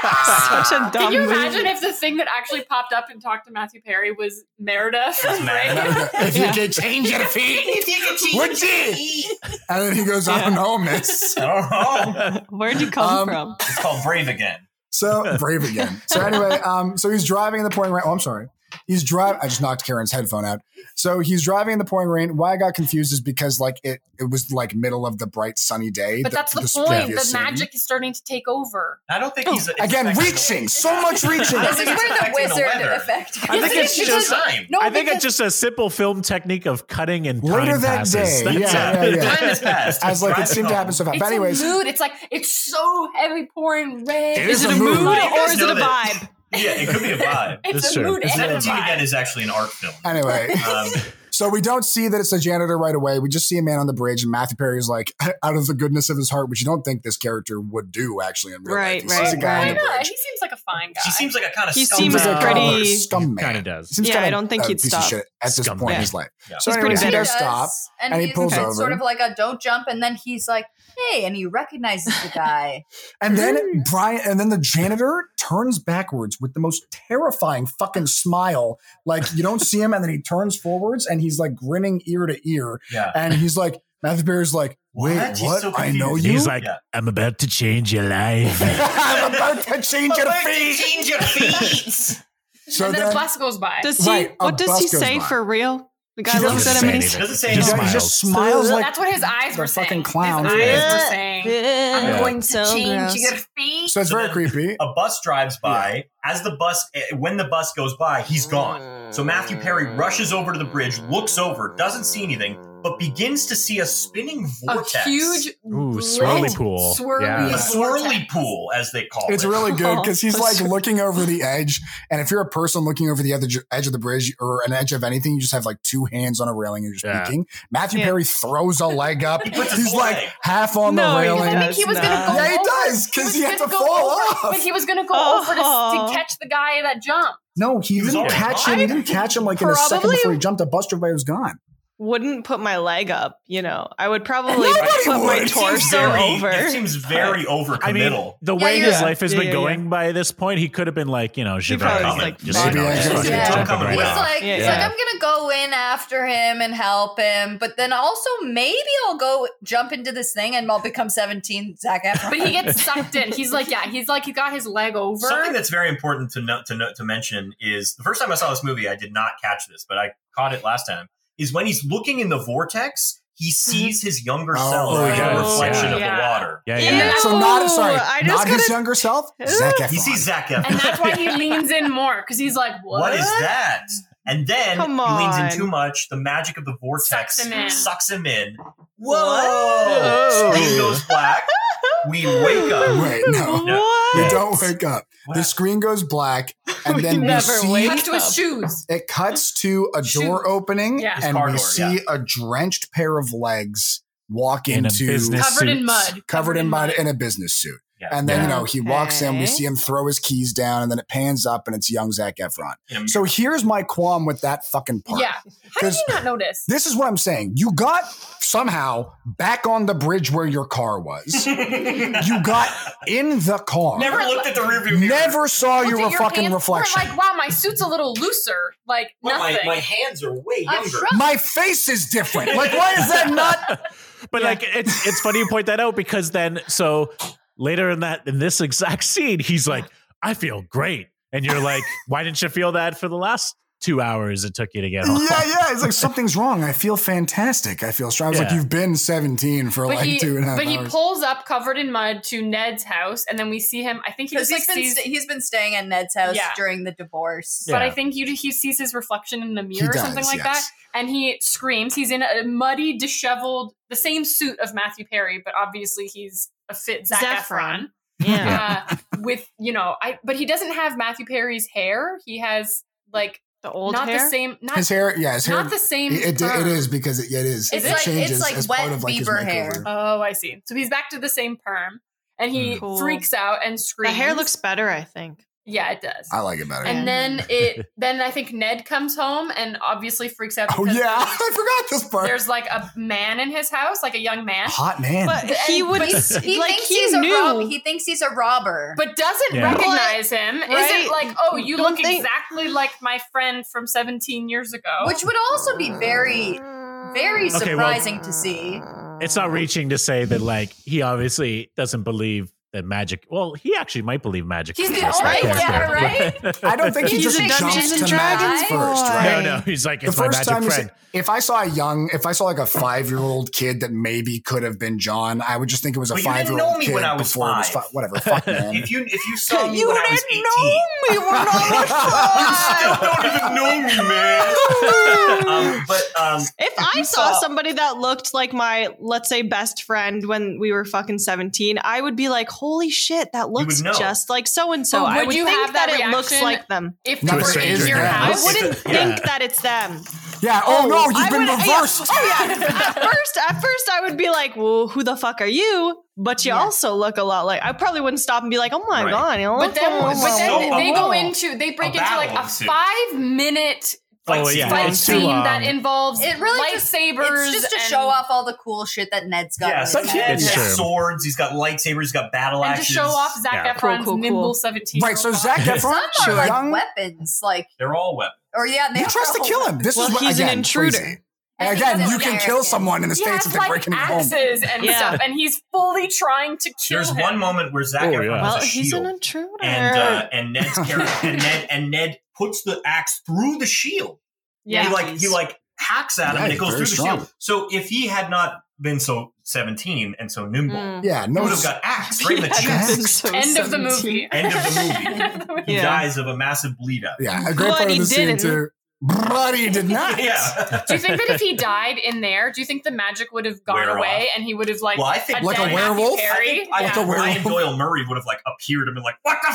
Dumb. Such a dumb.
Can you
movie.
imagine if the thing that actually popped up and talked to Matthew Perry was Meredith?
It's
And
mad.
then he goes, If you
Yeah.
could change your feet,
If you could change
would you?
feet.
And then he goes, I
Yeah.
don't know, miss.
I don't know.
Where'd you come
Um,
from?
It's called Brave Again.
So brave again. So anyway, um, so he's driving in the pouring rain. Oh, I'm sorry. He's driving. I just knocked Karen's headphone out. So he's driving in the pouring rain. Why I got confused is because like it, it was like middle of the bright sunny day.
But that's the
this
point.
previous
The
scene.
magic is starting to take over.
I don't think he's
Again,
expecting-
reaching so much reaching.
I
This is
think
where
it's
the
affecting the
wizard
weather.
effect
I
comes
think
in.
it's
Because-
just-
time.
No,
I think
because
it's just a simple film technique of cutting and time
Later that
passes.
day.
That's
Yeah,
it.
yeah, yeah.
Time has passed.
I was like, it
Driving
seemed to
home.
happen so fast.
it's
But anyways,
a mood. It's like it's so heavy, pouring rain.
It is It's a a mood. mood.
Or
You guys
is it
know
a
that-
vibe?
Yeah, it could be a vibe.
It's
That's
a
true.
mood.
It's
and a
Seventeen
vibe.
again is actually an art film.
anyway,
Um,
so we don't see that it's a janitor right away. We just see a man on the bridge, and Matthew Perry is like, out of the goodness of his heart, which you don't think this character would do actually in real life.
Right,
He sees
right,
a guy
Why
on the
not?
bridge.
He seems like a fine guy.
she seems like a kind of
He
scumbag.
seems
He's a
pretty-
kind of scum man.
Kind of does.
Seems
Yeah,
kinda
I don't think
a
he'd
piece Of
stop.
shit at this
Scum
point in
man.
his life.
Yeah.
So
He's
anyway,
pretty
he
bitter.
does stop.
does, and,
and he
he's
pulls
it's
over.
sort of like a don't jump, and then he's like, "Hey," and he recognizes the guy.
And
Mm.
then Brian, and then the janitor turns backwards with the most terrifying fucking smile. Like you don't see him, and then he turns forwards, and he's like grinning ear to ear,
Yeah.
and he's like, Matthew Perry's like, wait,
What?
what?
He's so
I know
confused.
you.
He's like,
Yeah.
I'm about to change your life.
I'm about to change your feet.
Change your feet.
So
and then, a
then
bus goes by.
Does he?
Right, a
what does
bus
he
goes
say
by.
for real? The guy
She
looks
doesn't say
at him and
anything.
he's.
Doesn't say
He
he
anything.
just, he
smiles.
just smiles like
That's what his eyes
the
were saying.
fucking clown.
His eyes were saying.
I'm
going
to change your
feet.
so it's very creepy.
A bus drives by. As the bus, eh, when the bus goes by, he's gone. So Matthew Perry rushes over to the bridge, looks over, doesn't see anything, but begins to see a spinning
A
vortex,
huge
Ooh,
red
swirly pool.
Swirly.
Yeah.
a
A
swirly pool, as they call
It's
it.
really good because he's
Oh,
like
sure.
looking over the edge, and if you're a person looking over the other ju- edge of the bridge or an edge of anything, you just have like two hands on a railing and you're just
Yeah.
peeking. Matthew
Yeah.
Perry throws a leg up.
puts his
he's
whole
like
leg.
half on
No,
the
he
railing.
I think he was gonna go.
Yeah,
he
over-
does, 'cause
was
he had
gonna
to
go
fall
over-
off.
But he was gonna go
Oh.
over to, to catch the guy that jumped.
No, he,
He was
didn't
already
catch him.
gone.
He didn't catch him like in a second
Probably-
before he jumped. A bus driver was gone.
Wouldn't put my leg up. You know, I would probably
Nobody
put my
would. It seems
torso
very,
over.
It seems very
I mean,
overcommittal.
the
Yeah,
way
yeah.
his life has
Yeah,
been
yeah,
going by this point, he could have been like, you know,
He
"Shit, I'm
probably was
coming."
like,
just you know,
"Fuck
just
it."
fucking
Yeah.
jumping right
He's
off.
He's like, he's
Yeah.
like, I'm gonna go in after him and help him, but then also maybe I'll go jump into this thing and I'll become 17 Zach Efron.
But he gets sucked in. He's like, yeah, he's like, he got his leg over.
Something that's very important to note, to note, to mention is the first time I saw this movie, I did not catch this, but I caught it last time. Is when he's looking in the vortex, he sees his younger
Oh,
self
oh,
in
yeah.
the reflection of
Yeah.
the water.
Yeah,
Ew,
yeah. yeah.
So not sorry,
I just
not his
gotta-
younger self. Zac Efron.
He sees Zach Efron.
and that's why he leans in more because he's like, what?
what is that? And then
Come
he leans in
on.
too much. The magic of the vortex
Sucks him in.
sucks him in.
Whoa.
Whoa! Screen goes black. We wake up.
Wait, no.
No.
What?
We don't wake up.
Wow.
The screen goes black, and
We
then we
never
see
wake
Cuts to his shoes.
It cuts to a
Shoot.
door opening,
Yeah.
His
and
car
we
door,
see a drenched pair of legs walk
In a
into
business-
Covered in
suits.
mud.
covered in mud in a business suit.
Yeah.
And then you
Yeah.
know he walks in. We
Okay.
see him throw his keys down, and then it pans up, and it's young Zach Efron.
Yeah.
So here's my qualm with that fucking part.
Yeah. How did
Because
you not notice?
this is what I'm saying. You got somehow back on the bridge where your car was. you got in the car.
Never looked at the rearview mirror.
Never saw
Looked
your
at your
fucking
pants, were
reflection.
Like, wow, my suit's a little looser. Like
But my,
nothing.
my hands are way
I'm
younger.
sure-
my face is different. Like, why is that not
But like it's it's funny you point that out because then so later in that in this exact scene, he's like, I feel great. And you're like, why didn't you feel that for the last two hours it took you to get home.
Yeah, yeah. It's like something's wrong. I feel fantastic. I feel strong. I was like,
Yeah.
you've been 17 for
But
like
he,
two and a half
but he
hours.
pulls up covered in mud to Ned's house, and then we see him. I think he
Because
just like
he's been
sees,
sta- he's been staying at Ned's house
Yeah.
during the divorce.
Yeah.
but I think you, he sees his reflection in the mirror or something like that,
yes.
and he screams. He's in a muddy, disheveled, the same suit of Matthew Perry, but obviously he's a fit Zac
Zaffron.
Efron.
Yeah.
uh, with you know I but he doesn't have Matthew Perry's hair. He has like
The old
not
hair.
the same not,
His hair, yeah, his hair.
not the same
it, it, it
perm.
is because it, yeah, it is.
It's
it
like- it's
changes
like
as
wet
part of like his
beaver hair.
makeover.
Oh, I see. So he's back to the same perm and he
Mm.
Hmm.
Cool.
freaks out and
The
screams.
hair looks better, I think.
Yeah, it does.
I like it better.
and then it then I think Ned comes home and obviously freaks out
oh
because
yeah, I forgot this part.
there's like a man in his house, like a young man,
Hot man.
But he
and-
would
but
He's- he
like
thinks
he
he's
knew.
a rob- he thinks he's a robber.
but doesn't
Yeah.
recognize him.
Right.
Isn't like, oh, you
Don't
look
think-
exactly like my friend from 17 years ago.
which would also be very very
Okay, well-
surprising to see.
It's not reaching to say that like he obviously doesn't believe that magic. Well, he actually might believe magic.
He's the
exists, that
only- yeah,
character.
I don't think he
He's
just
a
jumps
Dungeons
to
and
magic
Dragons
first,
boy.
right?
no, no. He's like
The
it's my
first
magic
time, you see,
friend.
if I saw a young, if I saw like a five-year-old kid that maybe could have been John, I would just think it was a
But you didn't know
five-year-old
me
kid
when I was
before it was
five.
fi- whatever. Fuck man.
If you if you saw me
You
when I was
didn't
eighteen,
We
you
were not
still don't even know me, man. um, but um,
If I saw somebody that looked like my, let's say, best friend when we were fucking 17, I would be like, holy shit, that looks
know.
just like so and so.
But
I
would
would
you
think
have that
it looks
reaction?
like them.
if
Not
they
a
were in
stranger
your
in a
house.
house.
I wouldn't
Yeah.
think that it's them.
yeah. Oh, no, you've
I
been
wouldn't- yeah.
reversed.
Oh yeah. At first, at first, I would be like, "Well, who the fuck are you?" But you also look a lot like. I probably wouldn't stop and be like, "Oh my
Right.
god!" You know,
But then,
oh,
but then
So
they go
long.
into they break
A
into like
battle
a
ensues.
five minute
Oh,
like,
yeah,
fight
it's too
scene
long.
that involves
It really just-
lightsabers.
It's just to
and-
show off all the cool shit that Ned's got. in
yeah,
his
but
house.
he has
It's true.
swords. He's got lightsabers. He's got battle
and to
axes.
show off Zac
Yeah.
Efron's
Cool, cool, cool.
nimble seventeen.
Right. So Zach Efron,
Some are like
young,
weapons, like
They're all weapons.
or yeah, they
you tries to
are-
kill him. This
Well,
is what,
he's an
again,
intruder.
crazy.
I think
Again,
he's
you can kill
American.
someone in the
he
states
has
if they're
like
breaking your home.
axes and
Yeah.
stuff, and he's fully trying to kill
There's
him.
one moment where Zach
Oh,
Efron
yeah.
has
well,
a
he's
shield,
an intruder.
and uh, and Ned's character, and Ned and Ned puts the axe through the shield.
Yeah,
he like he like hacks at him,
Yeah,
and it
he's
goes
very
through
strong.
the shield. So if he had not been so seventeen and so nimble,
Mm.
Yeah.
he
No.
would have got axed right in the
Yeah.
chest.
end of the movie.
End of the
movie.
He
Yeah.
dies of a massive bleed out.
Yeah. A great part
But
of
he
the scene
didn't.
too. But he did not.
Yeah.
do you think that if he died in there, do you think the magic would have gone
Wear
away and he would have like
Well, I think-
a
Like a
dead Matthew
werewolf?
I
Perry?
think, I
Yeah.
think
Yeah.
Ryan Doyle Murray would have like appeared and been like, "What the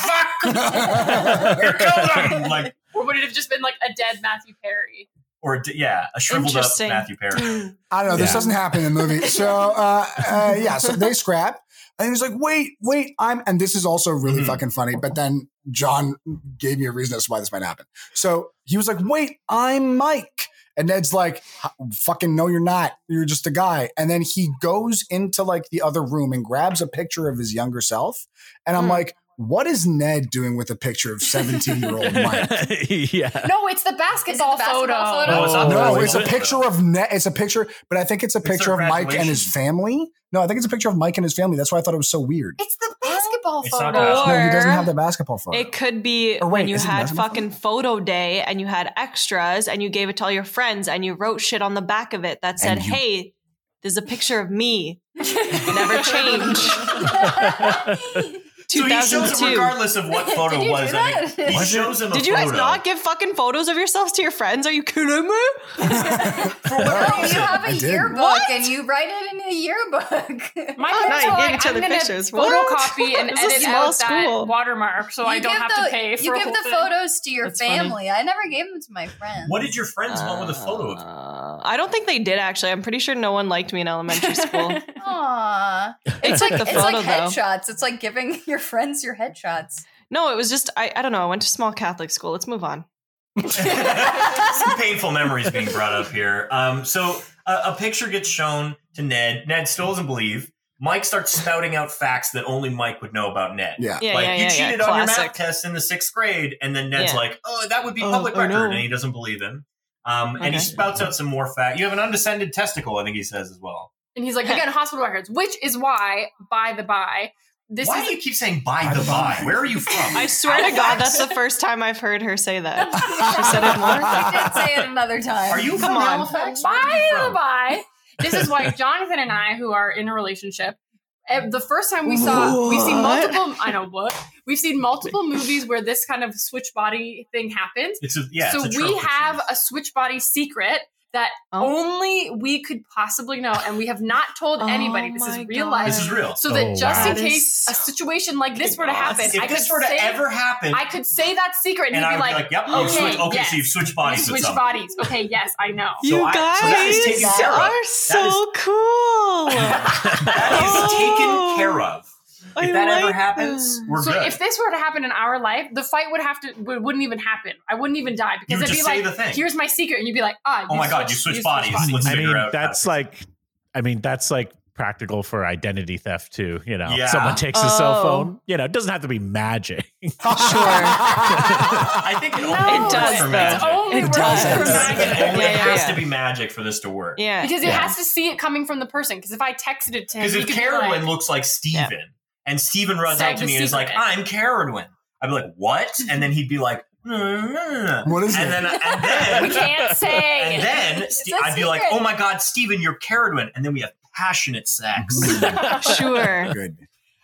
fuck? Here comes him!" Like,
or would it have just been like a dead Matthew Perry?
or d- yeah, a shriveled up
Interesting. Hmm.
Matthew Perry.
Mm.
I don't know. This
Yeah.
doesn't happen in the movie. So uh, uh, yeah, so they scrap, and he's like, "Wait, wait, I'm." And this is also really
Mhm.
fucking funny. But then John gave me a reason as to why this might happen. So he was like, "Wait, I'm Mike." And Ned's like, "H- fucking no, you're not. You're just a guy. And then he goes into like the other room and grabs a picture of his younger self. And I'm
Hmm.
like, what is Ned doing with a picture of 17 year old Mike? Oh
yeah.
No, it's the
basketball
basketball, photo.
photo?
No, it's not
No,
Oh,
it's a
is it?
picture of Ned. It's a picture, but I think it's a
It's their
picture of Mike and his
graduation.
family. No, I think it's a picture of Mike and his family. That's why I thought it was so weird.
It's the basketball
It's not
photo.
that.
no, he doesn't
Or-
have the basketball photo.
It could be
Or Oh, wait,
when you
is it
had
basketball?
fucking photo day and you had extras and you gave it to all your friends and you wrote shit on the back of it that said,
And you-
"Hey, there's a picture of me. Never change."
So he shows him
2002.
regardless of what photo
Did you
was.
do
I mean,
that?
he
Was it-
shows him. A
Did you guys
photo.
not give fucking photos of yourselves to your friends? Are you kidding me?
For what
No, you
reason?
have
I
a
did.
yearbook
What?
and you write it in the yearbook.
My
Oh,
parents
no, you gave
were like,
each
I'm
other
gonna
pictures. What?
photocopy and
This is a
edit
small
out
school.
that watermark so I
You
don't
give
have
the-
to pay for
You
a
give
whole
the
thing.
photos to your
That's funny.
family. I never gave them to my friends.
What did your friends want with a photo of?
Uh, I don't think they did actually. I'm pretty sure no one liked me in elementary school.
Aww.
it's like the
It's
photo
like
though.
headshots. It's like giving your friends your headshots.
No, it was just I, I don't know. I went to small Catholic school. Let's move on.
Some painful memories being brought up here. Um, so a, a picture gets shown to Ned. Ned still doesn't believe. Mike starts spouting out facts that only Mike would know about Ned.
yeah.
Yeah,
like
yeah,
you
yeah,
cheated
yeah.
on your math
Classic.
test in the sixth grade, and then Ned's
Yeah.
like, "Oh, that would be
Oh,
public
oh,
record,"
no.
and he doesn't believe him. Um, And
Okay.
he spouts out some more fact. You have an undescended testicle, I think he says as well.
And he's like, again, hospital records, which is why, by the by, this
Why
is
do you keep saying by,
By
the
the
by?
by.
Where are you from?
I swear to God, that's the first time I've heard her say that.
She
said it once.
did say it another time.
Are you
Come
from
on.
Halifax? Where are
By
you
the
from?
by, this is why Jonathan and I, who are in a relationship, eh, the first time we saw, we've seen
What?
multiple. I know what we've seen multiple movies where this kind of switch body thing happens.
It's a, yeah.
so
it's a
we
trope.
have a switch body secret that
Oh.
only we could possibly know, and we have not told
Oh
anybody. This
my
is real
God.
life.
This is real.
so that
Oh,
just
wow.
in
That is
case a
so
situation like this were to happen,
if
I could
this were to
say,
ever happen,
I could say that secret, and,
and
you'd
I
be
would
like,
be like, "Yep, you
okay,
switch, okay,
yes,
so you've switched
you
bodies with
switch
something."
bodies. Okay, yes, I know.
So
you
I- so that
guys
is taken care of.
are so cool.
That is
Oh.
taken care of. If
I
that ever
like
happens,
that.
we're
so
good.
if this were to happen in our life, the fight would have to would- wouldn't even happen. I wouldn't even die
You
because
would
it'd
just
be
say
like,
the thing.
"Here's my secret," and you'd be like, "Ah,
Oh my God, you switch bodies. Let's
I
figure
mean,
out how
that's
to-
like, I mean, that's like practical for identity theft too. You know,
Yeah.
someone takes a cell
Oh.
phone. You know, it doesn't have to be magic.
I think it only
It
works
does,
for
though.
magic.
It's only
It
works
does
for
have to.
I
magic.
think it only
Yeah, yeah,
has
yeah.
to be magic for this to work.
Yeah.
Because it
Yeah.
has to see it coming from the person. Because if I texted it to him,
Because
he
if
could be
Carowin
like,
looks like Steven, and Steven runs
Say
out
the
to me and is like,
secret.
I'm Carowin, I'd be like, what? And then he'd be like, mm
What is
and
it?
then, and then,
"We can't say."
and then Ste-
a
I'd be like,
secret.
oh my God, Steven, you're Carowin. And then we have passionate sex.
sure.
Good.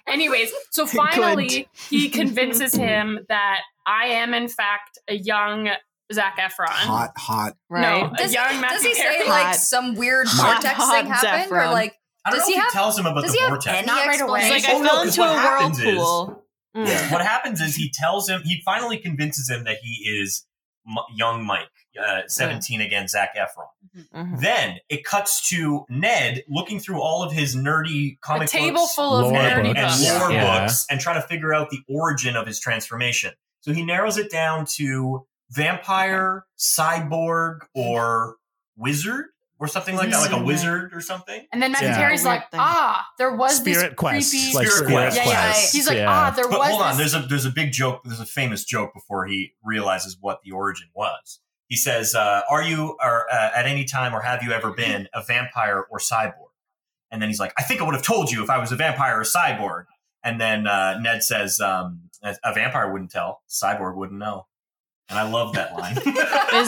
Anyways, so
Good.
finally he convinces him that I am in fact a young Zach Efron.
Hot, hot.
Right.
No, a young
does
Matthew
he say
Perry.
like
Hot.
some weird
Hot,
vortex
hot
thing happened, or
Zephron.
like
I don't
Does he
know if he
have-
tells him about
does
the
he have
vortex.
any
Not right away.
explanation?
It's
Oh,
like I
no,
fell
'cause
into a
what happens
whirlpool. Mm.
what happens is he tells him he finally convinces him that he is M- young Mike, uh, seventeen again, Zach Efron.
Mm.
Mhm.
Then it cuts to Ned looking through all of his nerdy
a
comic
table
books
full of
Lore
nerdy
books.
and
books.
lore
Yeah.
books and trying to figure out the origin of his transformation. So he narrows it down to vampire, cyborg, or wizard, or something like that, like a
Wizard.
wizard or something.
And then Matthew
Yeah.
Perry's like,
Weird thing.
ah, there was this
Spirit quest,
creepy.
like
Spirit
spirit,
quest.
quest.
yeah, yeah. He's like, ah, there
But
was.
hold on,
this-
there's a there's a big joke. There's a famous joke before he realizes what the origin was. He says, uh, "Are you or uh, at any time or have you ever
Mm-hmm.
been a vampire or cyborg?" And then he's like, "I think I would have told you if I was a vampire or cyborg." And then uh, Ned says, um, a, "A vampire wouldn't tell. Cyborg wouldn't know." And I love that line.
Is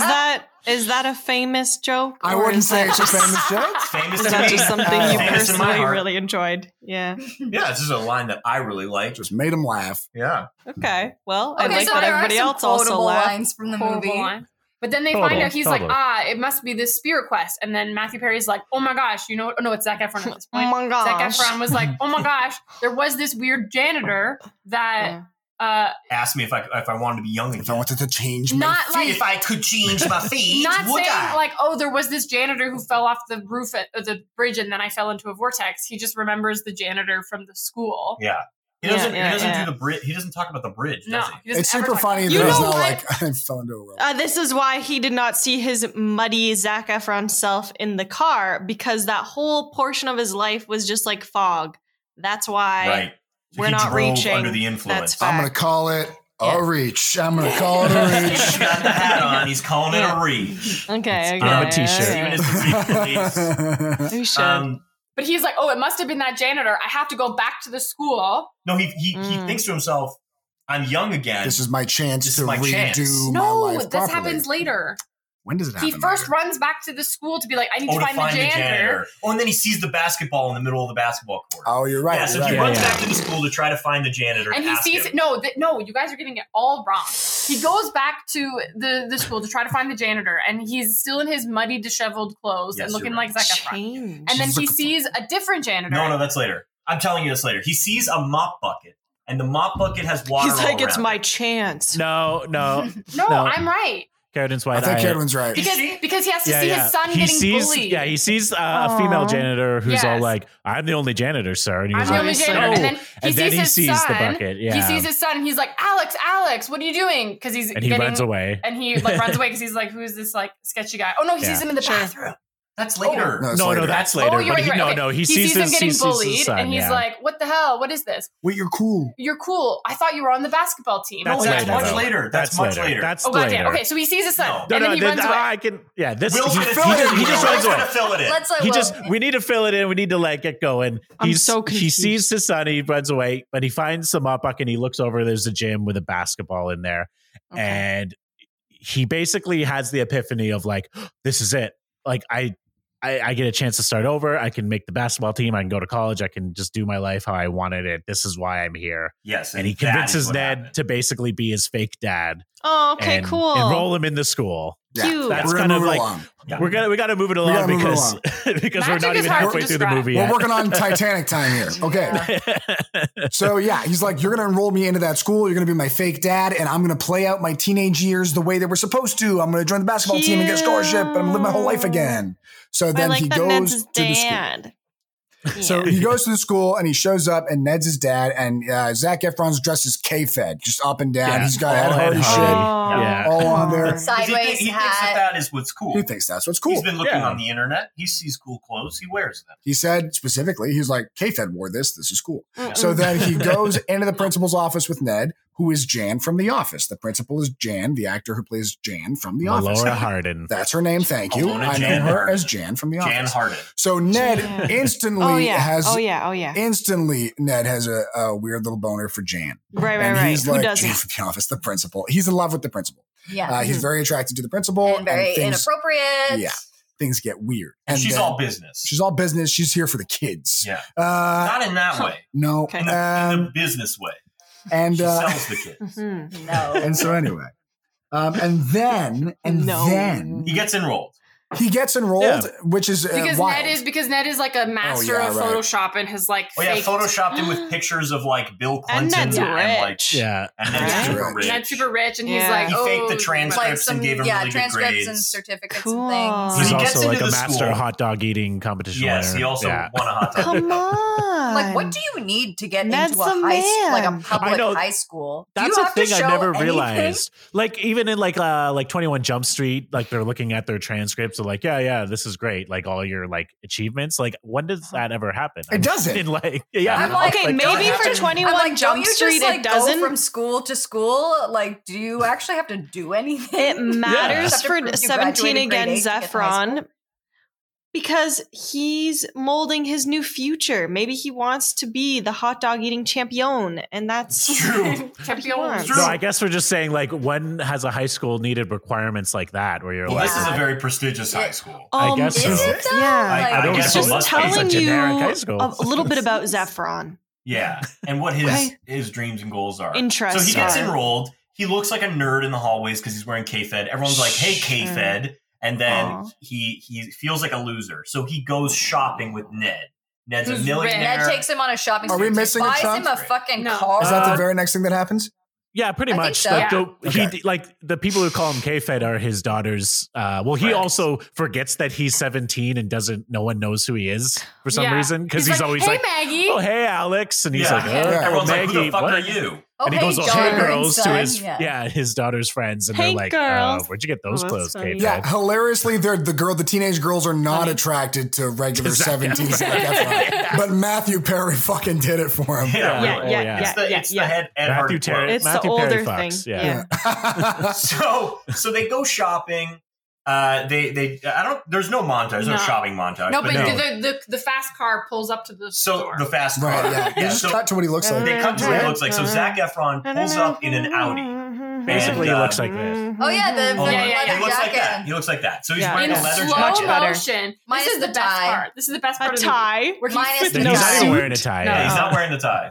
that is that a famous joke?
I
or
wouldn't
is
say it's
that-
a famous joke.
famous
Is
to
that
me.
just something you
Famous in my
personally
heart.
really enjoyed? Yeah.
Yeah, this is a line that I really liked.
Just made him laugh.
Yeah,
Okay. Well, I
okay,
like
so
that
there
everybody
are some
else also
quotable
laughed.
lines from the
horrible
movie.
line. But then they find
Totally,
out he's like,
totally.
ah, it must be this spirit quest. And then Matthew Perry's like, oh my gosh, you know, oh, no, it's Zach Efron at this
Oh
point.
my
Zac
gosh.
Efron was like, oh my gosh, there was this weird janitor that uh,
asked me if I if I wanted to be young
If I
again.
wanted to change my
not like
if I could change my feet,
not
would
saying
I?
like, oh, there was this janitor who fell off the roof at of the bridge and then I fell into a vortex. He just remembers the janitor from the school.
Yeah. He
Yeah,
doesn't
yeah,
he doesn't
yeah.
do the bridge he doesn't talk about the bridge,
No,
does he?
he doesn't
It's
ever
super
talk-
funny.
You
There's
know
no
what?
like I fell into a well.
Uh, this is why he did not see his muddy Zach Efron self in the car because that whole portion of his life was just like fog. That's why.
right.
we're
he
not
drove
reaching.
under the influence.
That's
I'm gonna
fact.
call it
Yeah.
a reach. I'm gonna call it a reach.
He's got the hat on, he's calling it
Yeah.
a reach.
Okay.
I have a
okay,
t-shirt.
okay.
Even as the
We should.
um,
But he's like, oh, it must have been that janitor. I have to go back to the school.
no, he he, he
Mm.
thinks to himself, I'm young again.
this is my chance
This is
to
my
redo
chance.
my
No,
life
this
properly.
happens later.
When does it happen?
He first
later?
runs back to the school to be like, I need
oh,
to find, the janitor.
Oh, and then he sees the basketball in the middle of the basketball court.
Oh, you're right.
yeah, so
you're
he
right.
runs
Yeah.
back to the school to try to find the janitor.
And he
ask
sees
him.
no, th- no, you guys are getting it all wrong. He goes back to the, the school to try to find the janitor, and he's still in his muddy, disheveled clothes
Yes,
and looking
you're
like
right.
Zac Efron.
Change.
And then he
Zac Efron.
sees a different janitor.
No, no, that's later. I'm telling you this later. He sees a mop bucket, and the mop bucket has water.
He's
all
like, it's
around it."
my chance.
No, no,
No,
No.
I'm right
Carradine's
I
white.
think
eye.
Edwin's right.
because
she?
because he has to
yeah,
see
yeah.
his son
he
getting
sees,
bullied.
Yeah, he sees uh, a female
Aw.
janitor who's all
Yes.
like, "I'm the only janitor, sir," and he
I'm
was
the
like,
only janitor,
"Oh."
and then he
and
sees
then he
his
sees
son.
the bucket. Yeah,
He sees his son. and He's like, Alex, Alex, what are you doing? Because he's
and he
getting,
runs away.
and he like runs away because he's like, who's this like sketchy guy? Oh no, he
Yeah.
sees him in the
Sure.
bathroom.
That's later.
No, it's
No, no,
later.
that's later.
oh,
but
you're right,
he,
you're right.
no,
Okay.
no, he,
he
sees, his,
sees him getting
he sees his
bullied,
son,
and he's
yeah.
like, "What the hell? What is this?
Wait, you're cool.
You're cool. I thought you were on the basketball team."
No,
That's
that's
later,
much
though.
later. That's, much later.
That's
oh
later.
goddamn! Okay, so he sees his son,
No.
No,
and
no,
then he
then
runs away.
I can. Yeah, this
Will's
he,
gonna
he
fill it
just,
in.
he just
Will's
runs
gonna
away.
fill it in.
Let's uh, let
He
Will.
just we need to fill it in. We need to like get going.
I'm
He's
so
he
confused.
sees his son. He runs away, but he finds some Muppuk and he looks over. There's a gym with a basketball in there,
Okay.
and he basically has the epiphany of like, this is it. Like I, I, I get a chance to start over. I can make the basketball team. I can go to college. I can just do my life how I wanted it. This is why I'm here.
yes,
And he
that is
convinces
what
Ned
happened.
to basically be his fake dad.
Oh, okay,
and
cool.
Enroll him in the school.
Cute.
That's
We're gonna
kind of
move it
like-
along.
Yeah.
We're gonna we gotta move it
gotta
along
move it
because
along.
because
Magic
we're not even
is hard to
halfway through the
describe.
movie
We're
yet.
working on Titanic time here. Okay.
Yeah.
So yeah, he's like, you're gonna enroll me into that school. You're gonna be my fake dad, and I'm gonna play out my teenage years the way that we're supposed to. I'm gonna join the basketball team and get a scholarship, and I'm gonna live my whole life again. So
I
then
like
he
that
goes
Ned's his
to the school.
dad. Yeah.
So he goes to the school and he shows up, and Ned's his dad, and uh, Zach Efron's dressed as K-Fed, just up and down.
Yeah,
He's got Ed
all
Hardy
Ed
shit
Hardy.
Yeah.
all on there.
'Cause
Sideways
he, thi- he thinks that
hat.
that is what's cool.
He thinks that's what's cool.
He's been looking
Yeah.
on the internet. He sees cool clothes. He wears them.
He said specifically, he's like, K-Fed wore this. This is cool.
Mm-mm.
So then he goes into the principal's office with Ned, who is Jan from The Office. The principal is Jan, the actor who plays Jan from The Office.
Laura Hardin.
That's her name. Thank you.
Alona
I
Jan
know her
Harden.
as Jan from The
Jan
Office.
Harden.
so Ned
Jan.
instantly
oh yeah.
has
oh yeah. Oh yeah.
instantly Ned has a, a weird little boner for Jan,
Right. Right.
and
Right.
he's
Who
like
doesn't?
Jan from The Office, the principal. He's in love with the principal.
yeah.
Uh, he's
Mhm.
very attracted to the principal,
and very
things
inappropriate.
Yeah. things get weird.
And she's
then-
all business.
uh, she's all business. She's here for the kids.
yeah.
Uh,
Not in that way.
no,
Okay.
In the, in the
um,
business way.
and
She
uh,
sells the kids.
Mhm.
No.
and so anyway. Um, and then, and
No.
then
He gets enrolled.
he gets enrolled,
Yeah.
which is uh,
because
wild.
Ned is because Ned is
Oh,
like a master
yeah,
of
right.
Photoshop and has like
Oh yeah,
faked-
photoshopped him with pictures of like Bill
And
Clinton
Ned's
like
rich.
yeah.
and Ned's
Right.
super rich.
Ned's super rich and
Yeah.
he's like
He
oh,
faked the
my-
transcript.
Like
Transcripts and
some,
gave him
yeah,
really good
transcripts and
grades.
certificates
Cool.
and
So
He's
he
things.
gets
also like
into
a
the
master
school.
hot dog eating competition.
Yes,
winner.
he also
Yeah.
won a hot dog.
Come on.
Like, what do you need to get
Ned's
into a
the
high school, like
man.
a public
I know.
high school? Do
That's
you
a
have to
thing I
show
never
anything?
realized. Like even in like uh like 21 Jump Street, like they're looking at their transcripts and like, yeah, yeah, this is great. Like all your like achievements. Like when does that ever happen?
It doesn't.
In like yeah.
I'm
like,
okay,
like,
maybe
don't
for
you just-
21
I'm like, don't
Jump
you just
Street,
like
it
go from
doesn't.
school to school? Like, do you actually have to do anything?
It
Except
matters
to prove
for
you
17
graduated grade
again,
eight to get to high school.
Zephron, because he's molding his new future. Maybe he wants to be the hot dog eating champion, and that's
True.
Champion.
No, I guess we're just saying like when has a high school needed requirements like that where you're
Well,
like
this is a
Yeah.
very prestigious high school.
I
Um,
guess
Is
so.
it though?
Yeah.
I-
Like,
I don't
It's
guess it
just
must be.
telling
It's a
you
generic high
a,
school.
a little bit about Zephron.
Yeah, and what his
Right.
his dreams and goals are.
Interests
So he gets
are.
enrolled. He looks like a nerd in the hallways because he's wearing K Fed. Everyone's like, "Hey, K Fed," and then
Aw.
he he feels like a loser. So he goes shopping with Ned. Ned's a
Who's
millionaire.
Ned takes him on a shopping.
Are we
spree,
missing a
buys
chunk?
him a fucking
No.
car.
is that the
Uh,
very next thing that happens?
Yeah, pretty
I think
much.
so.
Like,
Yeah.
the, he
Okay.
d- like the people who call him K-Fed are his daughters. Uh, well, he
Right.
also forgets that he's 17 and doesn't. No one knows who he is for some
Yeah.
reason because he's,
like,
always
hey,
like,
Maggie.
"Oh, hey, Alex," and he's
yeah.
like, "Oh,
Yeah.
Everyone's like, "Who
Maggie,
the fuck
what?"
are you?"
Oh,
and he
hey,
goes, "Oh,
daughter
"Hey,
and
girls," to
son.
his yeah. his daughter's friends, and
Hey,
they're like, uh,
girls.
"Where'd you get those
Oh, that's
clothes,
funny.
K-Fed?"
Yeah, hilariously, they're the girl, the teenage girls are not
Funny.
attracted to regular
Zac
seventeen.
Efron.
Zac Efron. But Matthew Perry fucking did it for him.
Yeah,
Yeah, oh,
really.
yeah,
It's the, it's
yeah.
the head Ed
Matthew
Hardy
Terry,
quote.
It's the
Matthew Perry
older
Fox.
thing.
Yeah.
Yeah.
so so they go shopping. Uh, they they I don't. There's no montage. No,
No.
shopping montage.
no, but
no.
The, the the fast car pulls up to the
so
store.
the fast car.
right, yeah. You just
so
cut to what he looks like.
Uh-huh.
they cut to what it looks like. So Zach
Uh-huh.
Efron pulls up in an Audi.
Basically,
And,
he
uh,
looks like this.
Oh yeah, the, the
Oh,
yeah, yeah,
leather
yeah.
He looks like that.
jacket.
He looks like that. So he's
Yeah.
wearing
in
a leather
slow
jacket.
better.
motion.
Minus
this is
the
the, best
tie.
part. This is the
Mm-hmm.
best part
A
of the
tie.
movie, Where
Minus
he's
the
He's
with
no
not even
suit.
wearing a tie.
No.
Yeah, he's
Yeah.
not wearing the tie.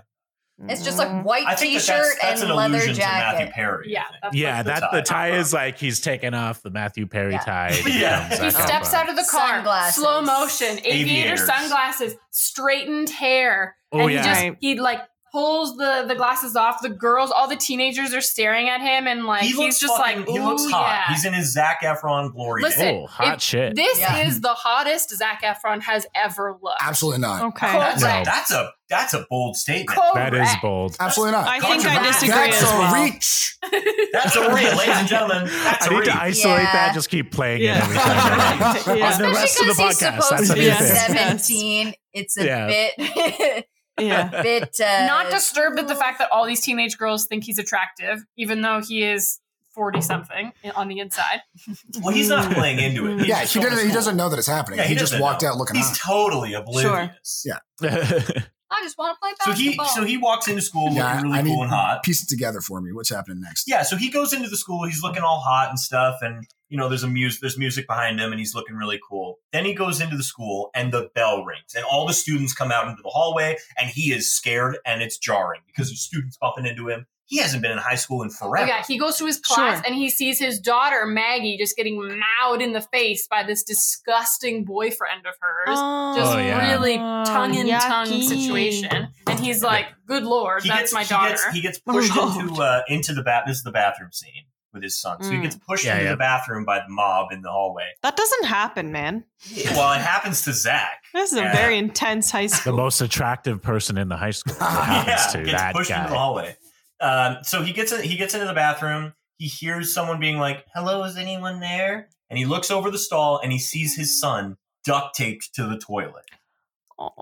It's just like
Mm-hmm.
white
I think that
t-shirt
that's, that's
and
an
leather
allusion to Matthew
jacket.
Perry. I
Yeah,
think.
that's
Yeah,
what
that the tie is like he's taking off the Matthew Perry
Yeah.
tie.
Yeah.
He steps out of the car,
Sunglasses.
slow motion, aviator
Aviators.
sunglasses, straightened hair,
Oh,
and
yeah.
he just
Right.
he like pulls the the glasses off. The girls, all the teenagers are staring at him, and like
he
he's
looks
just
fucking-
like,
he looks
"Ooh,
hot.
yeah."
He's in his Zach Efron glory
Listen,
days.
Oh, hot
if
shit.
This
Yeah.
is the hottest Zach Efron has ever looked.
Absolutely not.
Okay.
That's,
No.
a, that's a that's a bold statement.
That is bold.
Absolutely not.
I think I
Controversial.
disagree
That's
as
a
well.
reach.
That's a read, ladies and gentlemen. That's
I
a
need
read.
to isolate
Yeah.
that. Just keep playing
Yeah.
it every time.
Yeah.
On the rest of the
Especially 'cause
podcast, that's
he's supposed to
a new
be
amazing.
thing.
seventeen. It's a
Yeah.
bit,
Yeah.
bit uh,
Not disturbed at the fact that all these teenage girls think he's attractive, even though he is forty something on the inside.
Well, he's not playing into it. He's
Yeah,
just
he
showing
doesn't. He
his
doesn't know that it's happening.
Yeah,
he, just
doesn't
walked
know.
out looking
He's
hot.
totally oblivious.
Yeah.
I just want to play
So he
basketball.
so he walks into school looking
yeah,
really
I
cool
need
and hot.
piece it together for me. What's happening next?
Yeah, so he goes into the school. He's looking all hot and stuff, and you know there's a music there's music behind him, and he's looking really cool. Then he goes into the school, and the bell rings, and all the students come out into the hallway, and he is scared, and it's jarring because there's students bumping into him. He hasn't been in high school in
Oh,
forever.
yeah, he goes to his class
Sure.
and he sees his daughter Maggie just getting mowed in the face by this disgusting boyfriend of hers. just
Oh, yeah.
really tongue in tongue situation, and he's like, "Good lord,
he gets
that's my
he
daughter."
Gets, he gets pushed
Oh,
into uh, into the bath. This is the bathroom scene with his son. So he
Mm.
gets pushed
Yeah,
into
yeah.
the bathroom by the mob in the hallway.
That doesn't happen, man.
well, it happens to Zach.
This is a
Yeah.
very intense high
The
school.
most attractive person in the high school. What
yeah,
happens to
gets
that
pushed into the
guy?
hallway. Um, so he gets in, he gets into the bathroom. He hears someone being like, "Hello, is anyone there?" And he looks over the stall and he sees his son duct taped to the toilet.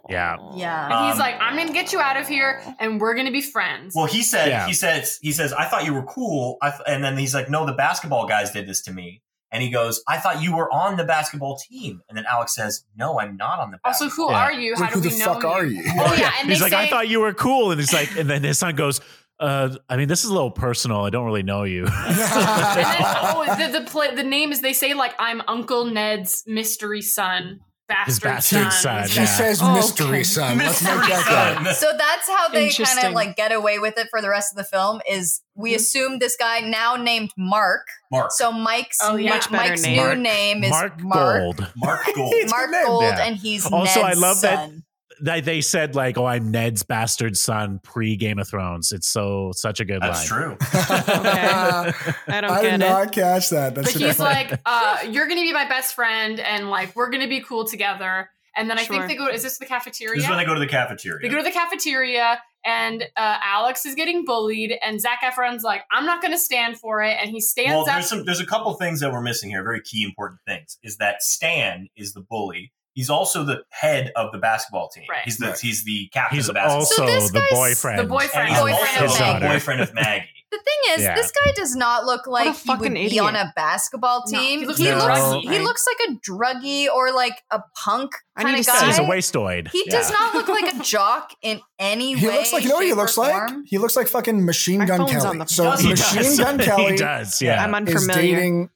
Yeah.
Yeah.
and he's
Um,
like, "I'm gonna get you out of here, and we're gonna be friends."
Well, he said
Yeah.
he says he says I thought you were cool, I th-, and then he's like, "No, the basketball guys did this to me." And he goes, "I thought you were on the basketball team." And then Alex says, "No, I'm not on the."
also,
Basketball.
who
Yeah.
are you? How
Who
do we
the
know
fuck
you?
are you?
Oh yeah, and
he's
they
like,
say,
I thought you were cool, and he's like, and then his son goes, uh, I mean, this is a little personal. I don't really know you.
and then oh, the the, play, the name is they say like, "I'm Uncle Ned's mystery son, bastard,
His bastard son,
He
yeah.
says
Oh,
mystery
okay.
son. Let's
Mystery
make that
son.
go.
so that's how they kind of
Interesting.
like get away with it for the rest of the film. Is we
Hmm.
assume this guy now named Mark.
Mark.
So Mike's
Oh, yeah.
Much better
Mike's
name.
new
Mark-
name is
Mark, Gold.
Mark Gold.
It's
Mark
good name,
Gold,
yeah.
and he's
Also, I
Ned's
love that-
son.
They, they said like, oh, I'm Ned's bastard son pre Game of Thrones. It's so such a good
That's
line.
true.
Uh,
I don't
I
get
did
it.
not catch that.
But
That's
he's like, uh, "You're gonna be my best friend, and like, we're gonna be cool together." And then I
Sure.
think they go. Is this the cafeteria?
This is when they go to the cafeteria.
They go to the cafeteria, and uh, Alex is getting bullied, and Zach Efron's like, "I'm not going to stand for it," and he stands
well,
up.
there's some there's a couple things that we're missing here. Very key important things is that Stan is the bully. He's also the head of the basketball team.
Right.
He's the
Right.
he's the captain
He's
of the basketball. team.
also
this
the
guy's-
boyfriend.
the boyfriend,
and he's
boyfriend
also
of
the
Maggie.
boyfriend of Maggie.
The thing is,
Yeah.
this guy does not look like he
fucking
would be
idiot.
on a basketball
No,
team.
he looks
he,
like a
looks,
druggy.
he looks like a druggie or like a punk
I
kind
need
of
to see-
guy.
he's a wastoid.
He does not look like a jock in any
He
way.
looks like you know what he
shape, or
looks like?
form.
He looks like fucking Machine
My
Gun
phone's
Kelly.
on the
So
phone. He does.
Machine Gun Kelly
he does. Yeah.
I'm
is
unfamiliar.
dating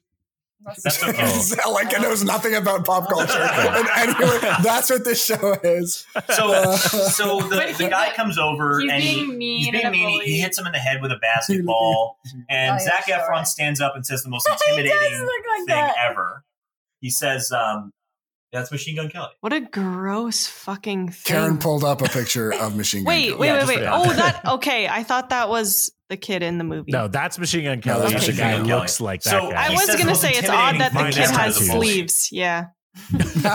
That's okay.
like knows nothing about pop culture. and anyway, that's what this show is.
So so
But
the,
he-
the guy comes over
he's
and he,
being mean.
he's
and
being
a
mean. He-
bully.
He hits him in the head
Oh,
with a basketball, and
Oh, yeah,
Zach
sure.
Efron stands up and says the most
he does
intimidating
look like
thing
that.
ever. He says, um, "That's Machine Gun Kelly."
What a gross fucking thing.
Karen pulled up a picture of Machine Gun
Wait,
Kelly.
wait,
Yeah,
wait,
just
wait.
forgot.
Oh, that okay. I thought that was the kid in the movie.
No, that's Machine Gun
No,
Kelly.
that's
the
Machine
guy
Gun
Kelly.
looks like that
So-
guy.
I
He
was
says
gonna
most
say it's
intimidating
odd that the
minus
kid
one
has
is a bully.
sleeves. Yeah.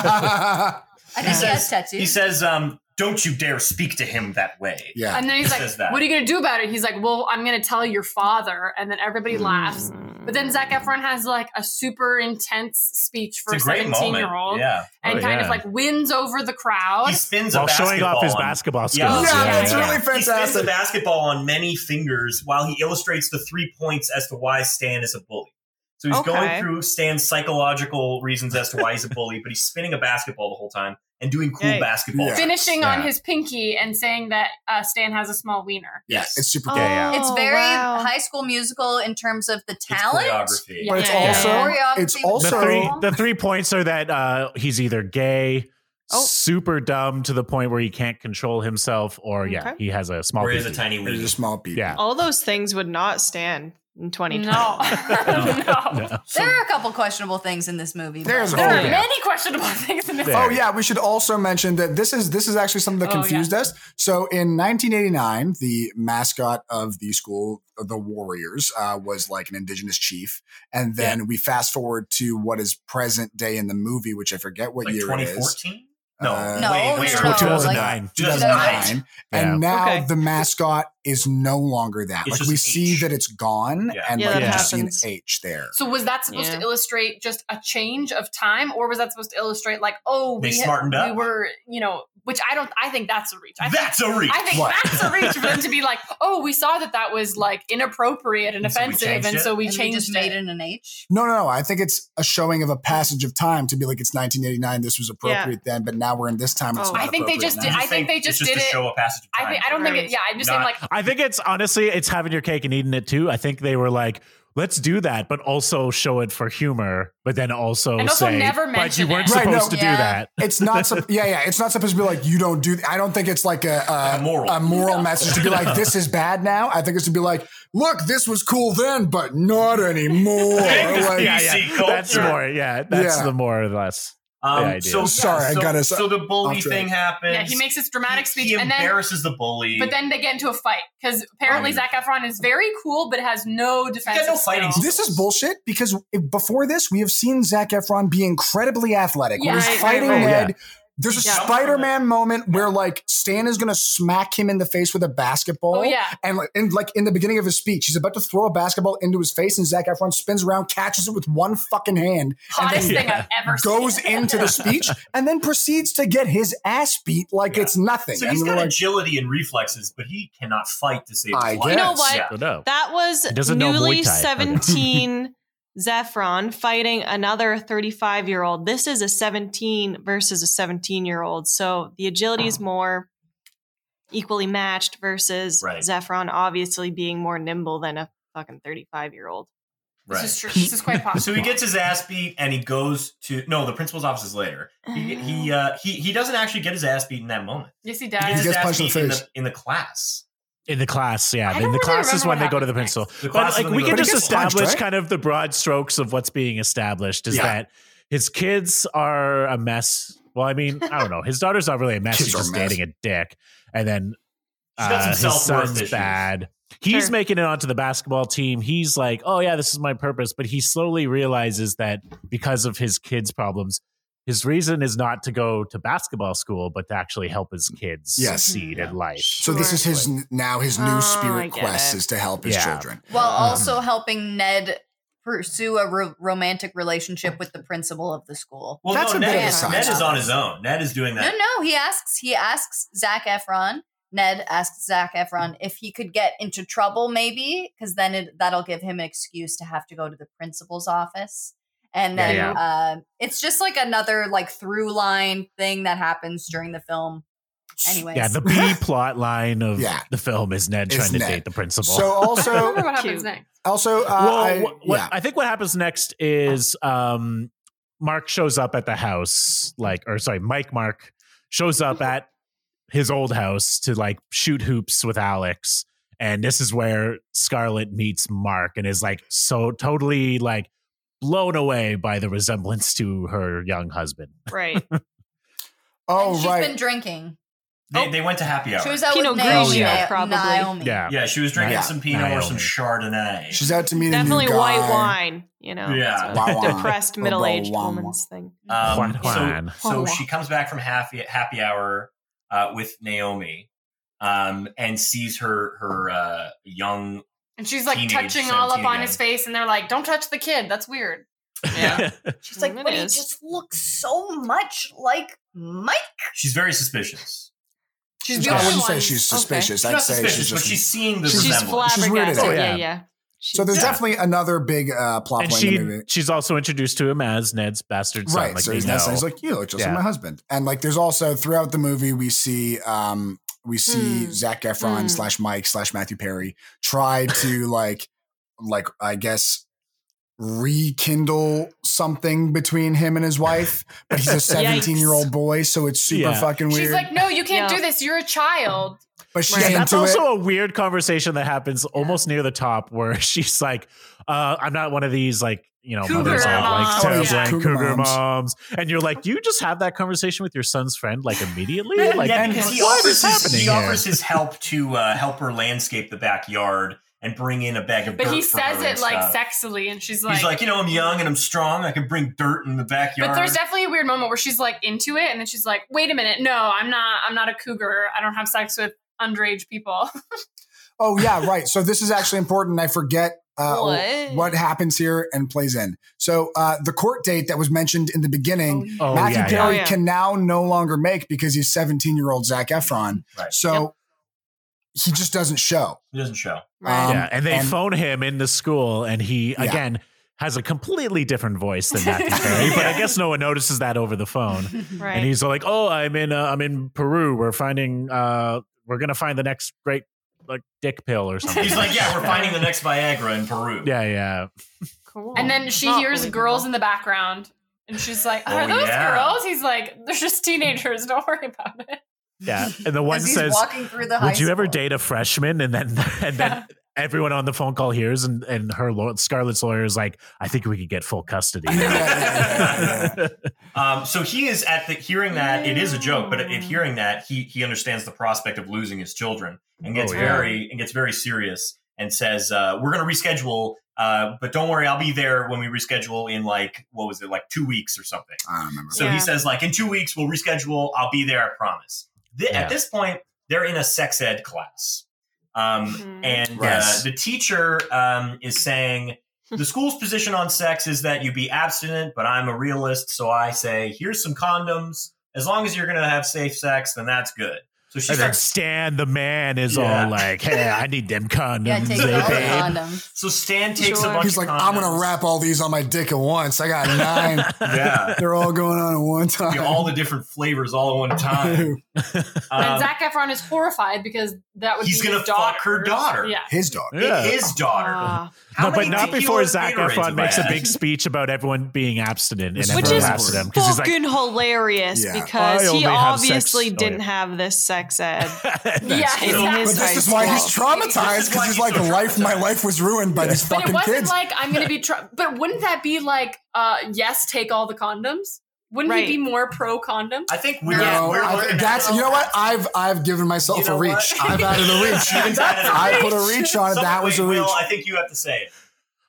I think he has
He
tattoos.
says, um, "Don't you dare speak to him that way."
yeah.
and then he's
Says
like,
that.
"What are you going to do about it?" He's like, "Well, I'm going to tell your father," and then
Hmm.
everybody laughs. But then Zach Efron has like a super intense speech for
It's a
a
great
17 year
moment.
old,
Yeah.
and
Oh,
kind of
yeah.
like wins over the crowd.
He spins a
While showing off his
on-
basketball skills.
Yeah.
yeah,
Yeah,
that's
yeah.
Oh, really
He spins a
fantastic.
basketball on many fingers while he illustrates the three points as to why Stan is a bully. So he's
Okay.
going through Stan's psychological reasons as to why he's a bully, but he's spinning a basketball the whole time and doing cool
Yay.
basketball.
Yeah.
finishing on
Yeah.
his pinky and saying that uh, Stan has a small wiener.
Yes.
It's super
Oh,
cool.
it's very
wow.
high school musical in terms of the
It's
talent.
choreography.
But it's
Yeah, yeah,
also
yeah.
it's
Choreography was
the
also
three the three points are that uh he's either gay
Oh.
super dumb to the point where he can't control himself or yeah
Okay.
he has a small
Where he has a
pinky.
tiny
There's
wiener.
a small people.
yeah
All those things would not stand in 2020.
No. no.
No.
There are a couple questionable things in this movie. but
There's a
There
whole-
are
Yeah.
many questionable things in this.
There.
Oh yeah, we should also mention that this is this is actually something that
Oh, yeah.
confused us. So in 1989, the mascot of the school, the Warriors, uh, was like an indigenous chief, and then we fast forward to what is present day in the movie, which I forget what
like
year it is.
2014? No,
Uh,
No,
way, way
no,
earlier.
no,
2009.
like-
2009.
Yeah.
And now
Okay.
the mascot is no longer that.
It's
like
just
we see
H.
that it's gone,
Yeah.
and
Yeah,
like
that
we just see an
happens.
H there.
So was that supposed
Yeah.
to illustrate just a change of time, or was that supposed to illustrate like, oh,
They
we,
smartened
we
up.
were, you know, which I don't. I think that's a reach. I think,
That's a reach.
I think
What?
that's a reach for them to be like, oh, we saw that that was like inappropriate and
And so we
offensive,
changed
and
it?
so we
and
changed
just made
it.
it an H.
No, no, no. I think it's a showing of a passage of time to be like it's 1989. This was appropriate then, but now we're in this time. It's
Oh.
not
I think they
appropriate
just
now.
did- I think they
it's
just
just
did
to
it-
show a passage of time.
I think I don't think. It, yeah, I'm just saying
Not-
like
I think it's honestly, it's having your cake and eating it too. I think they were like, let's do that, but also show it for humor, but then also,
And also
say,
never
but you
mention
weren't
it." Right,
supposed
no.
to
Yeah.
do that.
It's not. sup- yeah, yeah. It's not supposed to be like you don't do. I don't think it's like a a,
A moral. Um,
moral message to be like this is bad now. I think it's to be like, look, this was cool then, but not anymore. Like,
yeah,
PC
yeah. That's
culture.
more. Yeah, that's
Yeah.
the more or less. the
Um,
idea.
so yeah,
Sorry, I
so,
gotta-
So the bully
off track.
thing happens.
yeah, he makes this dramatic speech,
He
and then
embarrasses the bully.
but then they get into a fight because apparently
Um,
Zac Efron is very cool, but has no defense.
no fighting skills.
This is bullshit because before this, we have seen Zach Efron be incredibly athletic.
Yeah,
when he's
right,
fighting
right, right.
Ned, there's a
Yeah.
Spider Man moment where like Stan is going to smack him in the face with a basketball.
Oh yeah,
And, like- and like in the beginning of his speech, he's about to throw a basketball into his face, and Zach Efron spins around, catches it with one fucking hand,
hottest thing I've ever
goes
seen.
into the speech, and then proceeds to get his ass beat like
Yeah.
it's nothing.
So
and
he's
we're
got
like,
agility and reflexes, but he cannot fight to save his
I
life.
You
know what?
Yeah.
So no.
That was
He doesn't know
newly
Muay Thai. Okay.
17 Zephron fighting another 35 year old. This is a 17 versus a 17 year old. So the agility is more equally matched versus
Right.
Zephron obviously being more nimble than a fucking 35 year old.
Right.
This is true. This is quite possible.
So he gets his ass beat, and he goes to no. The principal's office is later. He he uh, he, he doesn't actually get his ass beat in that moment.
Yes, he
He gets
does.
his
gets
ass
punched in the
beat in
face.
the, in the class.
In the class, yeah.
I
In
don't
the
really
class is
remember
when
what
they go to the
happens
principal.
The
But
class
like
is when they
we
go
can
to
just
the principal.
establish
Right?
kind of the broad strokes of what's being established is
Yeah.
that his kids are a mess. Well, I mean, I don't know. His daughter's not really a mess.
Kids
She's
are a
just
mess.
dating a dick, and then
She's got
uh,
some
his
self-worth
son's
issues.
bad. He's
Sure.
making it onto the basketball team. He's like, oh yeah, this is my purpose. But he slowly realizes that because of his kids' problems, his reason is not to go to basketball school, but to actually help his kids
Yes.
succeed in life.
so this is his now his new
Oh, I
spirit
get
quest
it.
is to help his
Yeah.
children.
While
Um,
also helping Ned pursue a ro- romantic relationship with the principal of the school.
Well,
That's
no,
a
Ned,
bit
of a
is-
side
Ned is
job.
on his own. Ned is doing
No,
that.
no, he asks. He asks Zach Efron. Ned asks Zach Efron if he could get into trouble, maybe, because then it, that'll give him an excuse to have to go to the principal's office. And
Yeah,
then
yeah.
Uh, it's just like another like through line thing that happens during the film. Anyways,
Yeah, the B plot line of
Yeah.
the film is Ned
Is
trying to
Ned.
date the principal.
So
I don't
also,
remember what
Cute.
happens next.
also, uh,
well,
I,
wh- what,
yeah.
I think what happens next is um, Mark shows up at the house, like, or sorry, Mike Mark shows up at his old house to like shoot hoops with Alex. And this is where Scarlett meets Mark and is like so totally like blown away by the resemblance to her young husband.
Right.
And
oh
she's
right,
been drinking.
They, they went to happy hour.
She was out
Pinot
with Naomi.
Grigio, probably.
Naomi.
Yeah.
yeah, she was drinking
Yeah.
some Pinot or some
Naomi.
Chardonnay.
she's out to meet
Definitely
a new guy.
white wine, you know.
Yeah.
It's a
Wah, wah.
depressed
Wah, wah,
middle aged
wah, wah.
woman's thing.
Um,
Juan Juan.
So, so she comes back from happy happy hour uh, with Naomi, um, and sees her her uh, young.
And she's like
Teenage
touching all up
17
on
again.
his face, and they're like, "Don't touch the kid. That's weird."
She's like,
It
but he
is.
just looks so much like Mike.
She's very suspicious.
She's
I
only
wouldn't
one-
say she's suspicious.
She's
I'd
not
say
suspicious,
she's
but
just.
she's seeing the
she's
She's
resemblance.
She's weirded
flabbergasted.
out.
Yeah.
yeah, yeah.
so there's definitely another big uh, plot
and
point
she
in the movie.
she's also introduced to him as Ned's bastard son.
Right.
Like
so
they
he's,
know.
not, he's like, you look just
Yeah.
like my husband. And like, there's also throughout the movie, we see, um, we see
Hmm.
Zach Efron
Hmm.
slash Mike slash Matthew Perry try to like, like, I guess rekindle something between him and his wife, but he's a 17 year old boy, so it's super
Yeah.
fucking weird.
She's like, no, you can't
Yeah.
do this. You're a child.
but she's
Right.
into
That's
it.
also a weird conversation that happens almost near the top where she's like, uh, I'm not one of these like, you know,
Cougar
mothers that
moms.
like, like,
Yeah.
like
Cougar
cougar,
moms.
moms. And you're like, you just have that conversation with your son's friend like immediately? Like,
yeah,
and
because he
what
offers
is
his,
happening
he
here?
offers his help to uh, help her landscape the backyard and bring in a bag of
But
dirt.
he
for
says
her
it
and
like
stuff.
sexily, and she's
He's like, you know, I'm young and I'm strong. I can bring dirt in the backyard.
But there's definitely a weird moment where she's like into it, and then she's like, "Wait a minute, no, I'm not. I'm not a cougar. I don't have sex with underage people."
Oh yeah, right. So this is actually important. I forget uh,
What?
what? happens here and plays in. So uh, the court date that was mentioned in the beginning,
Oh,
Matthew
yeah, yeah.
Perry
Oh, yeah.
can now no longer make because he's 17 year old Zach Efron.
Right.
So he just doesn't show.
it doesn't show.
Right.
yeah, and they
and-
phone him in the school, and he
Yeah.
again has a completely different voice than Matthew Perry. But I guess no one notices that over the phone.
Right.
And he's like, "Oh, I'm in, uh, I'm in Peru. We're finding, uh, we're gonna find the next great like dick pill or something."
He's like, yeah, we're finding the next Viagra in Peru.
Yeah, yeah.
cool.
and then she
Not
hears
believable.
girls in the background, and she's like, "Are
Oh,
those
yeah.
girls?" He's like, "They're just teenagers. Don't worry about it."
Yeah. And the one
As he's
says,
walking through the high
"Would you ever
school.
date a freshman?" And then and then everyone on the phone call hears, and and her law- Scarlett's lawyer is like, "I think we could get full custody."
Yeah, yeah, yeah, yeah, yeah.
Um, so he is at the hearing that it is a joke, but at, at hearing that he he understands the prospect of losing his children and gets
Oh, yeah.
very and gets very serious and says, uh, "We're going to reschedule, uh, but don't worry, I'll be there when we reschedule in like what was it, like two weeks or something."
I don't remember.
So
Yeah.
he says, like, in two weeks, we'll reschedule. I'll be there, I promise. Th-
Yeah.
At this point, they're in a sex ed class. Um,
Mhm.
And
Yes.
uh, the teacher um, is saying, the school's position on sex is that you be abstinent, but I'm a realist. So I say, here's some condoms. As long as you're going to have safe sex, then that's good. So she
And then
starts
Stan, the man, is
Yeah.
all like, "Hey, I need them condoms,
Yeah, take
eh,
all the
babe?"
condoms.
So Stan takes
Sure.
a bunch
He's
of
like,
condoms.
I'm gonna wrap all these on my dick at once. I got nine.
Yeah.
They're all going on at one time.
You know, all the different flavors all at one time.
and
Um,
Zach Efron is horrified because that would
He's
be
gonna
his daughter.
fuck her daughter.
Yeah,
His dog.
Yeah.
His daughter.
uh,
Ah.
How
No, but
many
not
tequila
before Zach
Gatorades
Efron
have
makes
I
a
had?
big speech about everyone being abstinent and
Which
everyone
is
laughs at him because he's like,
Fucking hilarious
Yeah.
because
I only
he
have sex-
obviously
oh, yeah.
didn't have this sex ed.
yeah.
That's-
in
exactly.
But
his
this is
high
why he's
school.
traumatized
This is why
because he's
he's
like,
so
life, my
traumatized.
life was ruined by these
But it
fucking
wasn't
kids.
like I'm gonna be. Tr- but wouldn't that be like, uh, yes, take all the condoms? Wouldn't
Right.
he be more pro condoms?
I think we're,
No,
we're
I-
learning
that's
how to-
you know what I've I've given myself
You know
a reach.
what?
I've added a reach.
You've added a
I
reach.
put a reach on it.
Someone-
That was a
wait, Will,
reach.
I think you have to say it.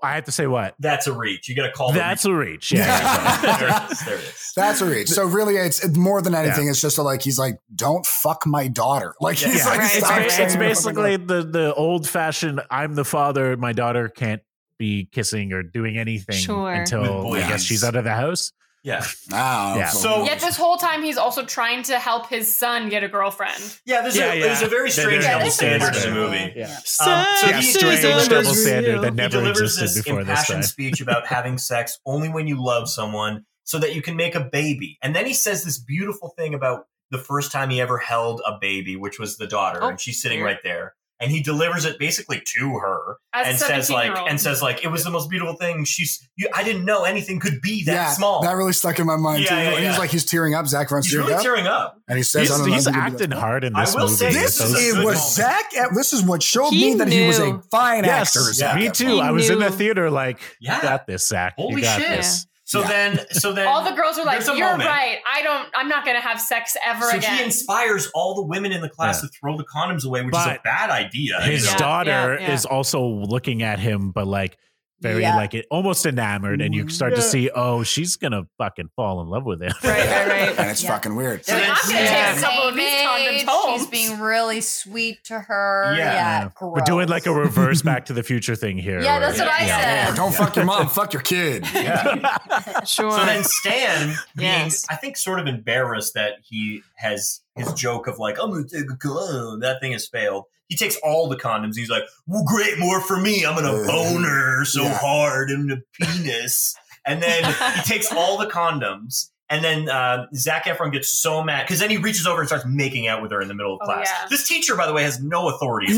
I have to say what?
That's a reach. You got to call the
That's a reach. Yeah.
reach.
Yeah.
there it is. There it is.
That's a reach. So really, it's it's more than anything. It's just a, like he's like, don't fuck my daughter. Like
Yeah.
he's
Yeah.
like,
Right.
It's,
stop
ba-
saying
it's
fucking
basically
daughter.
the, the old fashioned I'm the father, my daughter can't be kissing or doing anything
Sure.
With
until
boys.
I guess she's out of the house.
Yeah.
Wow.
Yeah.
So-
Yet this whole time he's also trying to help his son get a girlfriend.
Yeah, there's,
Yeah,
a,
yeah.
there's a very
There-
strange
there's
double
a
standard in the
standard.
movie.
Yeah.
Um, so
yeah,
he-
strange
Sexism
double
is real.
standard that
He
never
he delivers
existed
this
before this
impassioned
time.
speech about having sex only when you love someone so that you can make a baby. And then he says this beautiful thing about the first time he ever held a baby, which was the daughter,
Oh,
and she's sitting
dear.
right there. And he delivers it basically to her
As
and
a
says
17
like
year old.
and says like it was the most beautiful thing. She's you, I didn't know anything could be that
yeah,
small.
That really stuck in my mind
Yeah,
too.
yeah,
he's
yeah.
like, he's tearing up. Zach runs
He's
tearing
really
up,
tearing up.
and he says,
He's,
I don't know.
he's
if you can do
acting
that.
hard in
I
this
will
movie.
say
This
It's
This is a
is
good
it was
moment.
Zach. This is what showed
He
me that he was a
knew.
fine
Yes,
actor. Zach
me
Efron.
too.
He
I was in the
knew.
theater, like,
Yeah.
you got this, Zach.
Holy
you got
shit.
this.
So
Yeah.
then so then
All the girls are like,
there's a
"You're
moment."
right. I don't. I'm not gonna have sex ever
so he
again."
inspires all the women in the class
Yeah.
to throw the condoms away, which is a
But
bad idea.
His
you know?
Yeah,
daughter
yeah, yeah.
is also looking at him, but like very
Yeah.
like it, almost enamored, and you start to see, oh, she's gonna fucking fall in love with him.
Right, right, right.
and it's
Yeah.
fucking weird.
So
Like,
then
I'm gonna
he-
take a
Yeah.
couple of these
Same
condoms
age,
home.
She's being really sweet to her.
Yeah.
Yeah,
Yeah. We're doing like a
gross.
reverse Back to the Future thing here.
Yeah, that's
where-
what I
Yeah,
said.
don't fuck your mom. Fuck your kid.
Yeah.
Sure.
So then Stan being,
Yes.
I think, sort of embarrassed that he has his joke of like, I'm gonna take a condom. That thing has failed. He takes all the condoms. He's like, well, great, more for me. I'm gonna bone her so
Yeah.
hard in the penis. And then he takes all the condoms And then uh, Zach Efron gets so mad because then he reaches over and starts making out with her in the middle of
Oh,
class.
yeah.
This teacher, by the way, has no authority.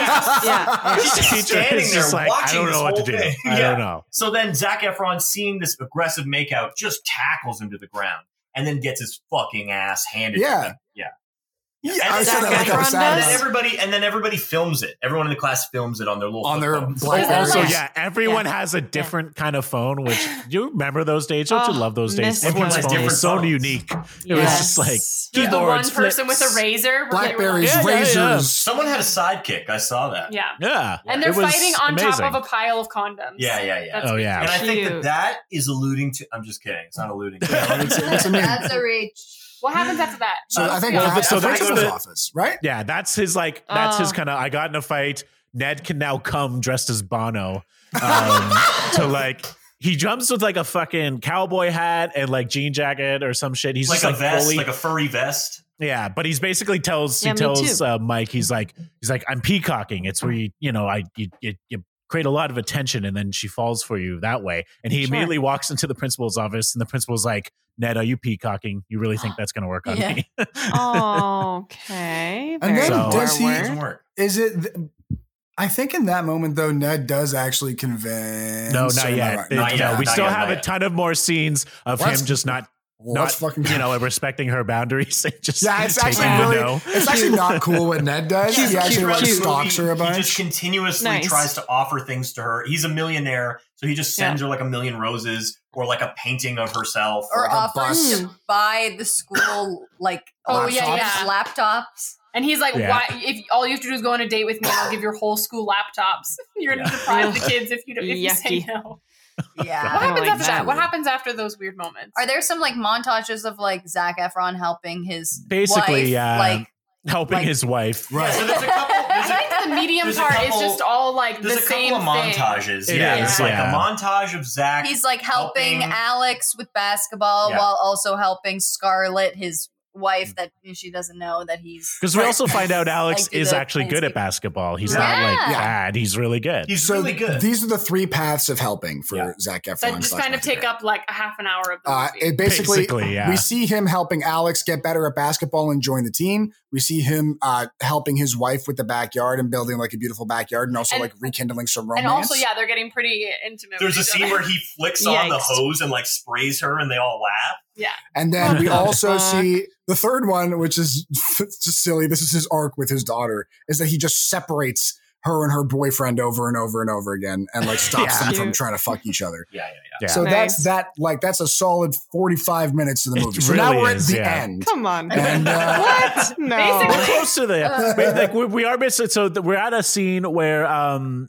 yeah.
He's just
Teacher
standing
is
there
just like, I
watching
don't
this
know what to
whole
do.
thing.
I
Yeah.
don't know.
So then Zach Efron, seeing this aggressive makeout, just tackles him to the ground and then gets his fucking ass handed
Yeah.
to him. Yeah.
Yeah, I said
Zac
that like I was
Efron
sad
And
does?
then
about it.
everybody and then everybody films it. Everyone in the class films it on their little
on their
flip phones.
black
Is that
Also,
like-
yeah, everyone has a different kind of phone, which you remember those days. Don't
Oh,
you love those days?
miss
Everyone's
those.
phone was so
Different phones.
unique. It was just like
Just the one
Lawrence
person with a
flips.
razor. where they were like-
Blackberries,
Yeah, yeah, yeah.
razors.
Someone had a sidekick. I saw that.
Yeah.
Yeah.
And they're
It was
fighting on
amazing.
top of a pile of condoms.
Yeah, yeah, yeah.
That's
Oh, yeah.
and I think that
Cute.
that is alluding to. I'm just kidding. It's not alluding. to
It's- it's a meme.
That's a reach.
What happens after that?
So I think
Yeah.
Well,
that's
so
that's
that's
his
the-
office, right?
Yeah, that's his like that's his
Oh.
kind of I got in a fight. Ned can now come dressed as Bono. Um, to like he jumps with like a fucking cowboy hat and like jean jacket or some shit. He's
like
just
a
like
vest,
fully
like a furry vest.
yeah. But he's basically tells
Yeah,
he
me
tells
too.
uh, Mike he's like he's like I'm peacocking. It's where you you know I you you, you create a lot of attention and then she falls for you that way. And he
Sure.
immediately walks into the principal's office and the principal's like Ned, are you peacocking? You really think that's gonna work on
Yeah.
me?
okay.
And
very
then
does he-
It
forward.
doesn't work.
Is it? th- I think in that moment though, Ned does actually convince.
No,
or
not
am I
yet.
right?
They-
Not
no,
yet,
we
not
still
yet,
have
not
a
yet.
ton of more scenes of
Let's-
him just not,
Well, let's
not,
fucking
you know, respecting her boundaries and just
Yeah, it's
taking
actually
the
really.
no.
It's actually not cool what Ned does.
Yeah,
he actually
throughout
like
the
stalks
movie,
her a
He
bunch.
just continuously
Nice.
tries to offer things to her. He's a millionaire, so he just sends her like a million roses or like a painting of herself.
Or
Like a
offers
bus.
to buy the school like
Oh,
yeah,
yeah.
laptops.
And he's like,
Yeah.
"Why? If all you have to do is go on a date with me, and I'll give your whole school laptops. You're gonna
Yeah.
deprive the kids if you don't, if you say
Yucky.
no." What
Yeah.
don't
happens
like
after that?
that.
What happens after those weird moments?
Are there some like montages of like Zach Efron helping his
Basically,
wife,
yeah.
like
helping
Like-
his wife.
Yeah,
Right.
so there's a couple. There's
I
a,
think the medium
There's a
part
couple-
is just all like the
there's a
same
couple of
thing.
montages.
It
yeah,
is,
it's like
yeah.
a montage of Zach.
he's like helping,
helping-
Alex with basketball
Yeah. Mm.
while also helping Scarlett, his wife that she doesn't know that he's
Because we also find out Alex
Like, do
is
the
actually good at
landscape.
basketball. He's
Yeah.
not like
Yeah.
bad. He's really good.
he's
So
really good.
these are the three paths of helping for
Yeah.
Zach Efron.
that just
slash
kind of
Matthew
take
Perry.
up like a half an hour of the
Uh,
movie.
it basically,
Basically, yeah.
we see him helping Alex get better at basketball and join the team. We see him uh, helping his wife with the backyard and building like a beautiful backyard, and also
And-
like rekindling some romance.
and also, yeah, they're getting pretty intimate.
There's a
with each
scene
other.
where he flicks on the
Yikes.
hose and like sprays her, and they all laugh.
And then we also
Fuck.
see the third one, which is just silly. This is his arc with his daughter, is that he just separates her and her boyfriend over and over and over again, and like stops
Yeah.
them from
Cute.
trying to fuck each other.
Yeah, yeah,
Yeah.
So
Nice.
that's that. Like that's a solid forty-five minutes of the
It
movie. so now
really
we're
is,
at the
yeah.
end.
Come on.
And, uh,
what? No.
We're
Basically-
close to
Uh.
the. but, like we, we are missing. So th- we're at a scene where um,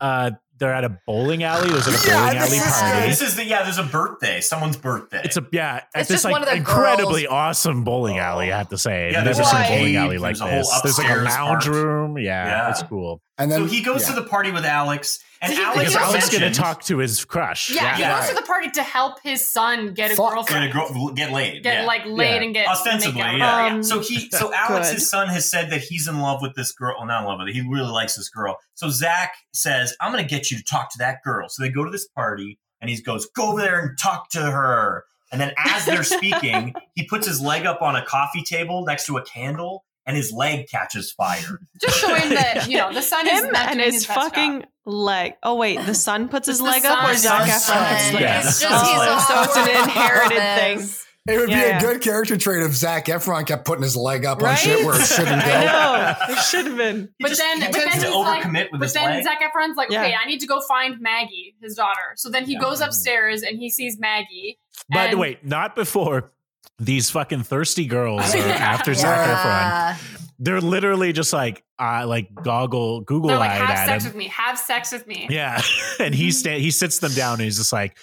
uh, they're at a bowling alley. There's a
Yeah,
bowling
this
alley
is
party.
good.
This is the yeah. There's a birthday. Someone's birthday.
It's a yeah. It's,
It's
just
just
like
one of the
incredibly
girls-
awesome bowling alley. I have to say,
Yeah,
never
there's
seen a
like-
bowling alley like
there's a whole
this. There's like a
upstairs
lounge
part.
room. Yeah,
Yeah.
it's cool
And then
so he goes
yeah.
to the party with Alex, and
Did he-
Alex
because Alex
mentioned-
going to talk to his crush.
yeah,
Yeah.
he goes to the party to help his son get a
Fuck.
Gonna
girlfriend,
grow, get laid.
get
yeah.
like laid
Yeah.
and get
Ostensibly,
make out.
yeah.
Um,
so he, so Alex,
good.
his son, has said that he's in love with this girl. Well, not in love with it. He really likes this girl. So Zach says, "I'm going to get you to talk to that girl." So they go to this party, and he goes, "Go over there and talk to her." And then as they're speaking, he puts his leg up on a coffee table next to a candle, and his leg catches fire.
just showing that you know the son is
Him
not
and
doing
his
best job.
fucking leg. Oh wait, the son puts his
It's the
leg up, or
son.
Zac
Son's
Efron puts his
son.
leg
Yeah,
up.
that's
It's
just
just
his
he's
so it's an
awful.
inherited thing.
It would be
Yeah.
a good character trait if Zach Efron kept putting his leg up on
Right?
shit where it shouldn't
I
go.
know. It should have been.
He
But
just-
then-
he
but
tends
then
to
he's like-
overcommit with
But
his
then
leg.
Zac Efron's like,
Yeah.
okay, I need to go find Maggie, his daughter. So then he
Yeah.
goes
Mm.
upstairs and he sees Maggie.
But
And-
wait, not before these fucking thirsty girls are
Yeah.
after Zac Efron.
Yeah.
They're literally just like uh, like goggle Google
They're like,
eyed
have
at
sex
him.
with me. Have sex with me. Mm-hmm.
Yeah. and he sta- he sits them down and he's just like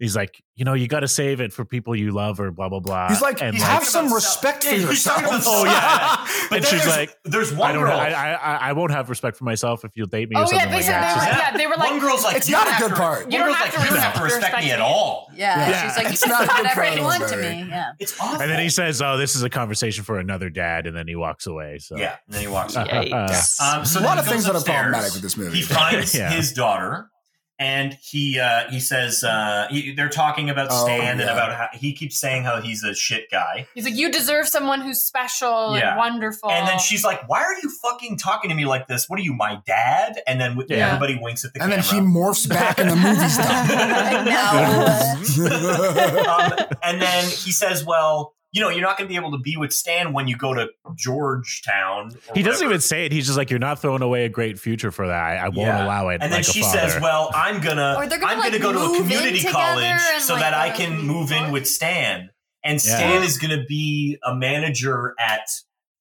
he's like, you know, you gotta save it for people you love or blah blah blah.
He's like,
and
he's
have
talking
some
about
respect
self-
for
Yeah, he's
yourself.
talking about Oh, yeah. But
And
then
she's
there's-
like,
"There's one
I don't know.
girl."
I, I I- I won't have respect for myself if you'll date me
Oh
or
yeah,
something
they
like
said
that.
they were.
It's just-
Yeah, they were like.
one girl's like,
It's
"You don't
not a
have
good
to-
part.
One
You don't
girl's
have
like,
to
"You don't
respect
have to respect me
me."
at all."
Yeah.
Yeah.
She's like,
It's
you
not
can do
a good
whatever you
problem,
want to
baby.
me. Yeah.
It's awful.
And then he says, "Oh, this is a conversation for another dad," and then he walks away. So
"Yeah." And then he walks.
Uh,
away.
uh,
Yikes.
Um, so
a lot
then
of
he
things
goes
that are
upstairs.
problematic with this movie.
He finds
Yeah.
his daughter, and he uh, he says uh, he, they're talking about
Oh,
Stan and
yeah.
about how he keeps saying how he's a shit guy,
He's like, you deserve someone who's special
Yeah.
and wonderful.
and then she's like, "Why are you fucking talking to me like this? What are you, my dad?" And then w-
Yeah.
everybody winks at the
and then
camera.
he morphs back and the movie's
Oh,
done.
um, and then he says, "Well, you know, you're not going to be able to be with Stan when you go to Georgetown." or
He doesn't
whatever."
even say it. He's just like, "You're not throwing away a great future for that. I, I won't
Yeah.
allow it."
And then
like
she
a father.
says, "Well, I'm gonna,
Or they're gonna,
I'm
like,
gonna go to a
move in
community
together
college
and,
so
like,
that I
go to
can
community
move in
college."
with Stan, and
Yeah.
Stan is gonna be a manager at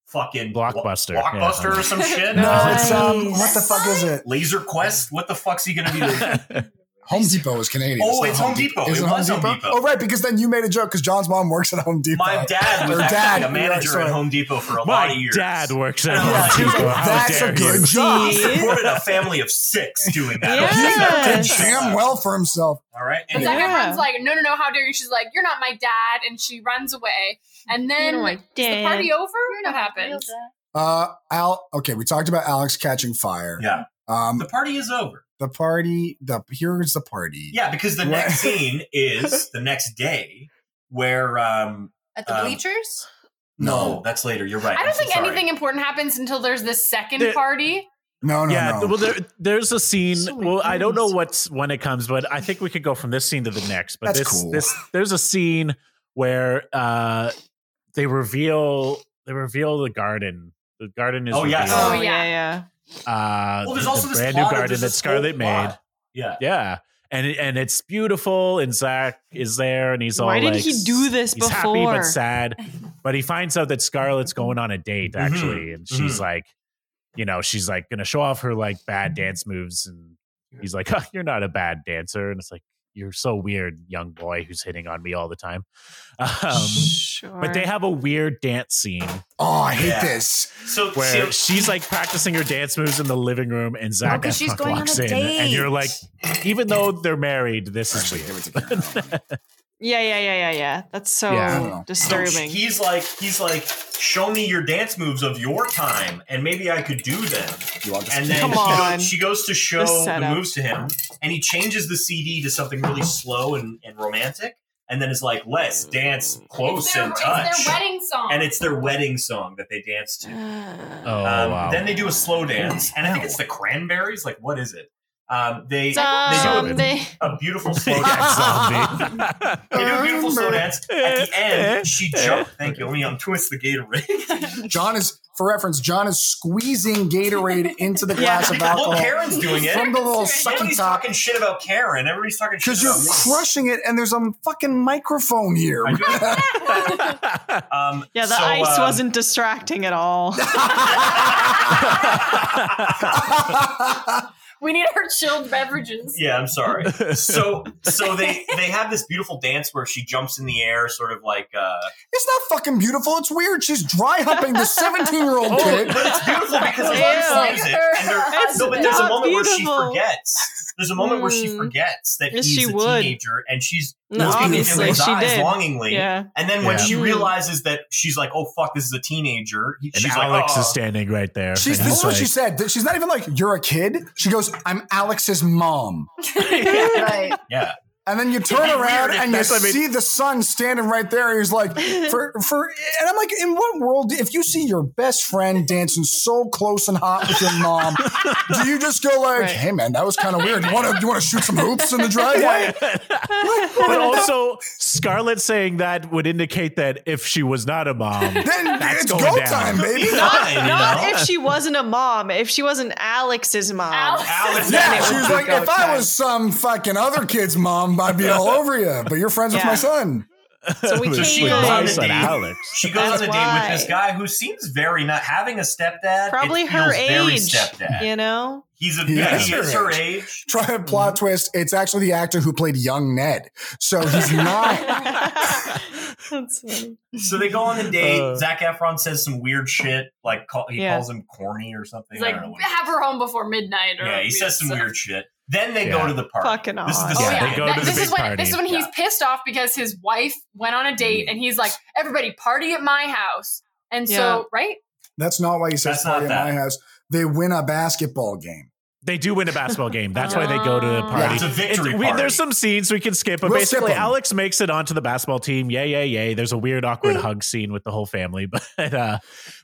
fucking
Blockbuster.
Blockbuster
Yeah.
or some shit.
no, it's um,
Nice.
what the fuck is it?
Laser Quest. What the fuck's he gonna be? doing?
Home Depot is Canadian.
Oh,
not
it's Home Depot.
Is
It was Home Depot.
Oh, right, because then you made a joke because John's mom works at Home Depot.
My dad was
Or
actually
dad,
a manager
right,
at
sorry.
Home Depot for a lot of
My
years.
dad works at
Yeah,
Home
dude,
Depot. How
that's
dare
a good
you.
job.
He supported a family of six doing that.
Yeah.
Did damn well for himself.
All right.
But
And
Zac
Yeah.
Efron's like, no, no, no, how dare you? She's like, you're not my dad, and she runs away. And then
You're my
is the
dad.
party over? What happened?
Uh, Al. Okay, we talked about Alex catching fire.
yeah,
Um,
the party is over.
the party. The here's the party.
Yeah, because the
What?
next scene is the next day where um
At the
Um,
bleachers?
no,
No.
that's later. You're right.
I
I'm
don't
so
think
sorry.
anything important happens until there's this second
The-
party.
No, no,
yeah,
no.
well, there, there's a scene.
So many
well, I don't know
things.
what's when it comes, but I think we could go from this scene to the next. But
That's
this,
cool.
this, there's a scene where uh, they reveal they reveal the garden. The garden is
Oh, yes.
revealed.
Oh,
Oh,
yeah.
yeah, yeah.
Uh,
Well, there's
the,
also
the
this
brand
plot
new
of
garden
this
that Scarlet
whole
made.
plot. Yeah.
Yeah. And, it- and it's beautiful, and Zach is there, and he's all
Why did
like,
he do this
he's happy but
before?
sad. But he finds out that Scarlett's going on a date actually, and she's like, you know, she's like gonna show off her like bad dance moves, and he's like, "Huh, "You're not a bad dancer," and it's like, "You're so weird, young boy, who's hitting on me all the time." Um,
sure.
but they have a weird dance scene
oh, I hate
Yeah.
this.
So
where
so-
she's like practicing her dance moves in the living room, and Zach
'cause she's
Efron
going on
walks
a
in,
date.
and you're like, even though they're married, this is
Actually,
weird.
give it to Karen. I don't know.
yeah, yeah, yeah, yeah, yeah. That's so
Yeah.
Oh.
so
disturbing.
he's like he's like show me your dance moves of your time and maybe I could do them.
You want this?
And then
Come
she,
on.
Goes, she goes to show the,
setup.
moves to him, and he changes the CD to something really slow and, and romantic, and then is like, "Let's dance
Mm.
close
It's their,
and
it's
touch,"
their wedding song.
and it's their wedding song that they dance to.
Oh
Uh,
Um,
wow!
Then they do a slow dance, and I think it's the Cranberries. Like, what is it? Um, they
um,
they do
they-
a beautiful slow dance.
Yeah, zombie.
They do a beautiful slow dance. At the end, she jumps. Thank you. Let me untwist the Gatorade.
John is, for reference, John is squeezing Gatorade into the glass of
well,
alcohol
Karen's doing it.
from the little sucking
Everybody's
top
talking shit about Karen. Everybody's talking shit
because you're
about me.
crushing it, and there's a fucking microphone here.
I do. Um,
yeah, the
so,
ice
um,
wasn't distracting at all.
we need our chilled beverages.
Yeah, I'm sorry. So, so they they have this beautiful dance where she jumps in the air, sort of like. Uh,
It's not fucking beautiful. It's weird. She's dry humping the 17 year old kid.
but it's beautiful because they
Ew.
love music, and there,
It's
no, but there's a
not
moment where
beautiful.
she forgets. There's a moment where she
Mm.
forgets that
Yes,
he's
she
a
would.
teenager, and she's
No,
looking
obviously,
into his
she
eyes
did.
longingly.
Yeah.
And then when
Yeah.
she
Mm.
realizes that she's like, "Oh fuck, this is a teenager," he-
And
she's
Alex
like, oh.
is standing right there.
She's, this
and he's
is what
like,
she said. That- She's not even like, You're a kid. She goes, I'm Alex's mom.
Right.
"Yeah,
And then you turn
It'd be
around
weird if
and you
that's what I mean.
see the son standing right there. And he's like, for, for, and I'm like, in what world, if you see your best friend dancing so close and hot with your mom, do you just go like,
Right.
hey man, that was kind of weird. You want to, you want to shoot some hoops in the driveway?
But also, Scarlett saying that would indicate that if she was not a mom,
Then
That's
it's
going
go
down.
time, baby.
fine, you know?
Not if she wasn't a mom. If she wasn't Alex's mom.
Alex.
Alex,
Yeah,
Then it
she
would
was
be
like,
go
if I
time.
was some fucking other kid's mom, I'd be all over you. But you're friends with
Yeah.
my son.
So we
But
can't
she
go
goes
on
on
the date.
Alex.
She goes
That's
on a date
why.
with this guy who seems very not having a stepdad. it
Probably her
feels Very
age.
stepdad.
You know?
He's a
He
yeah,
is
he
her
is her age.
Try a plot
Mm-hmm.
twist. It's actually the actor who played young Ned. So he's not.
That's funny.
So they go on the date.
Uh.
Zach Efron says some weird shit, like call, he
Yeah.
calls him corny or something.
He's
I
like,
don't know what he-
have her home before midnight. Or
yeah, he says some weird shit. Then they go
Yeah.
to the party.
Fucking
This is the
odd.
Oh
second
yeah,
they go
date.
to the
this
big
is when
party.
this is when he's pissed off because his wife went
Mm-hmm.
on a date and he's like, "Everybody party at my house." And so,
Yeah.
right?
That's not why he says
That's
party
not
at my
that.
house. They win a basketball game.
They do win a basketball game. That's why they go to the
Oh.
party.
Yeah,
it's a victory
we-
party.
there's some scenes we can skip, but
We'll skip
basically,
'em.
Alex makes it onto the basketball team. Yay, yay, yay! There's a weird, awkward hug scene with the whole family, but uh, but
Yeah,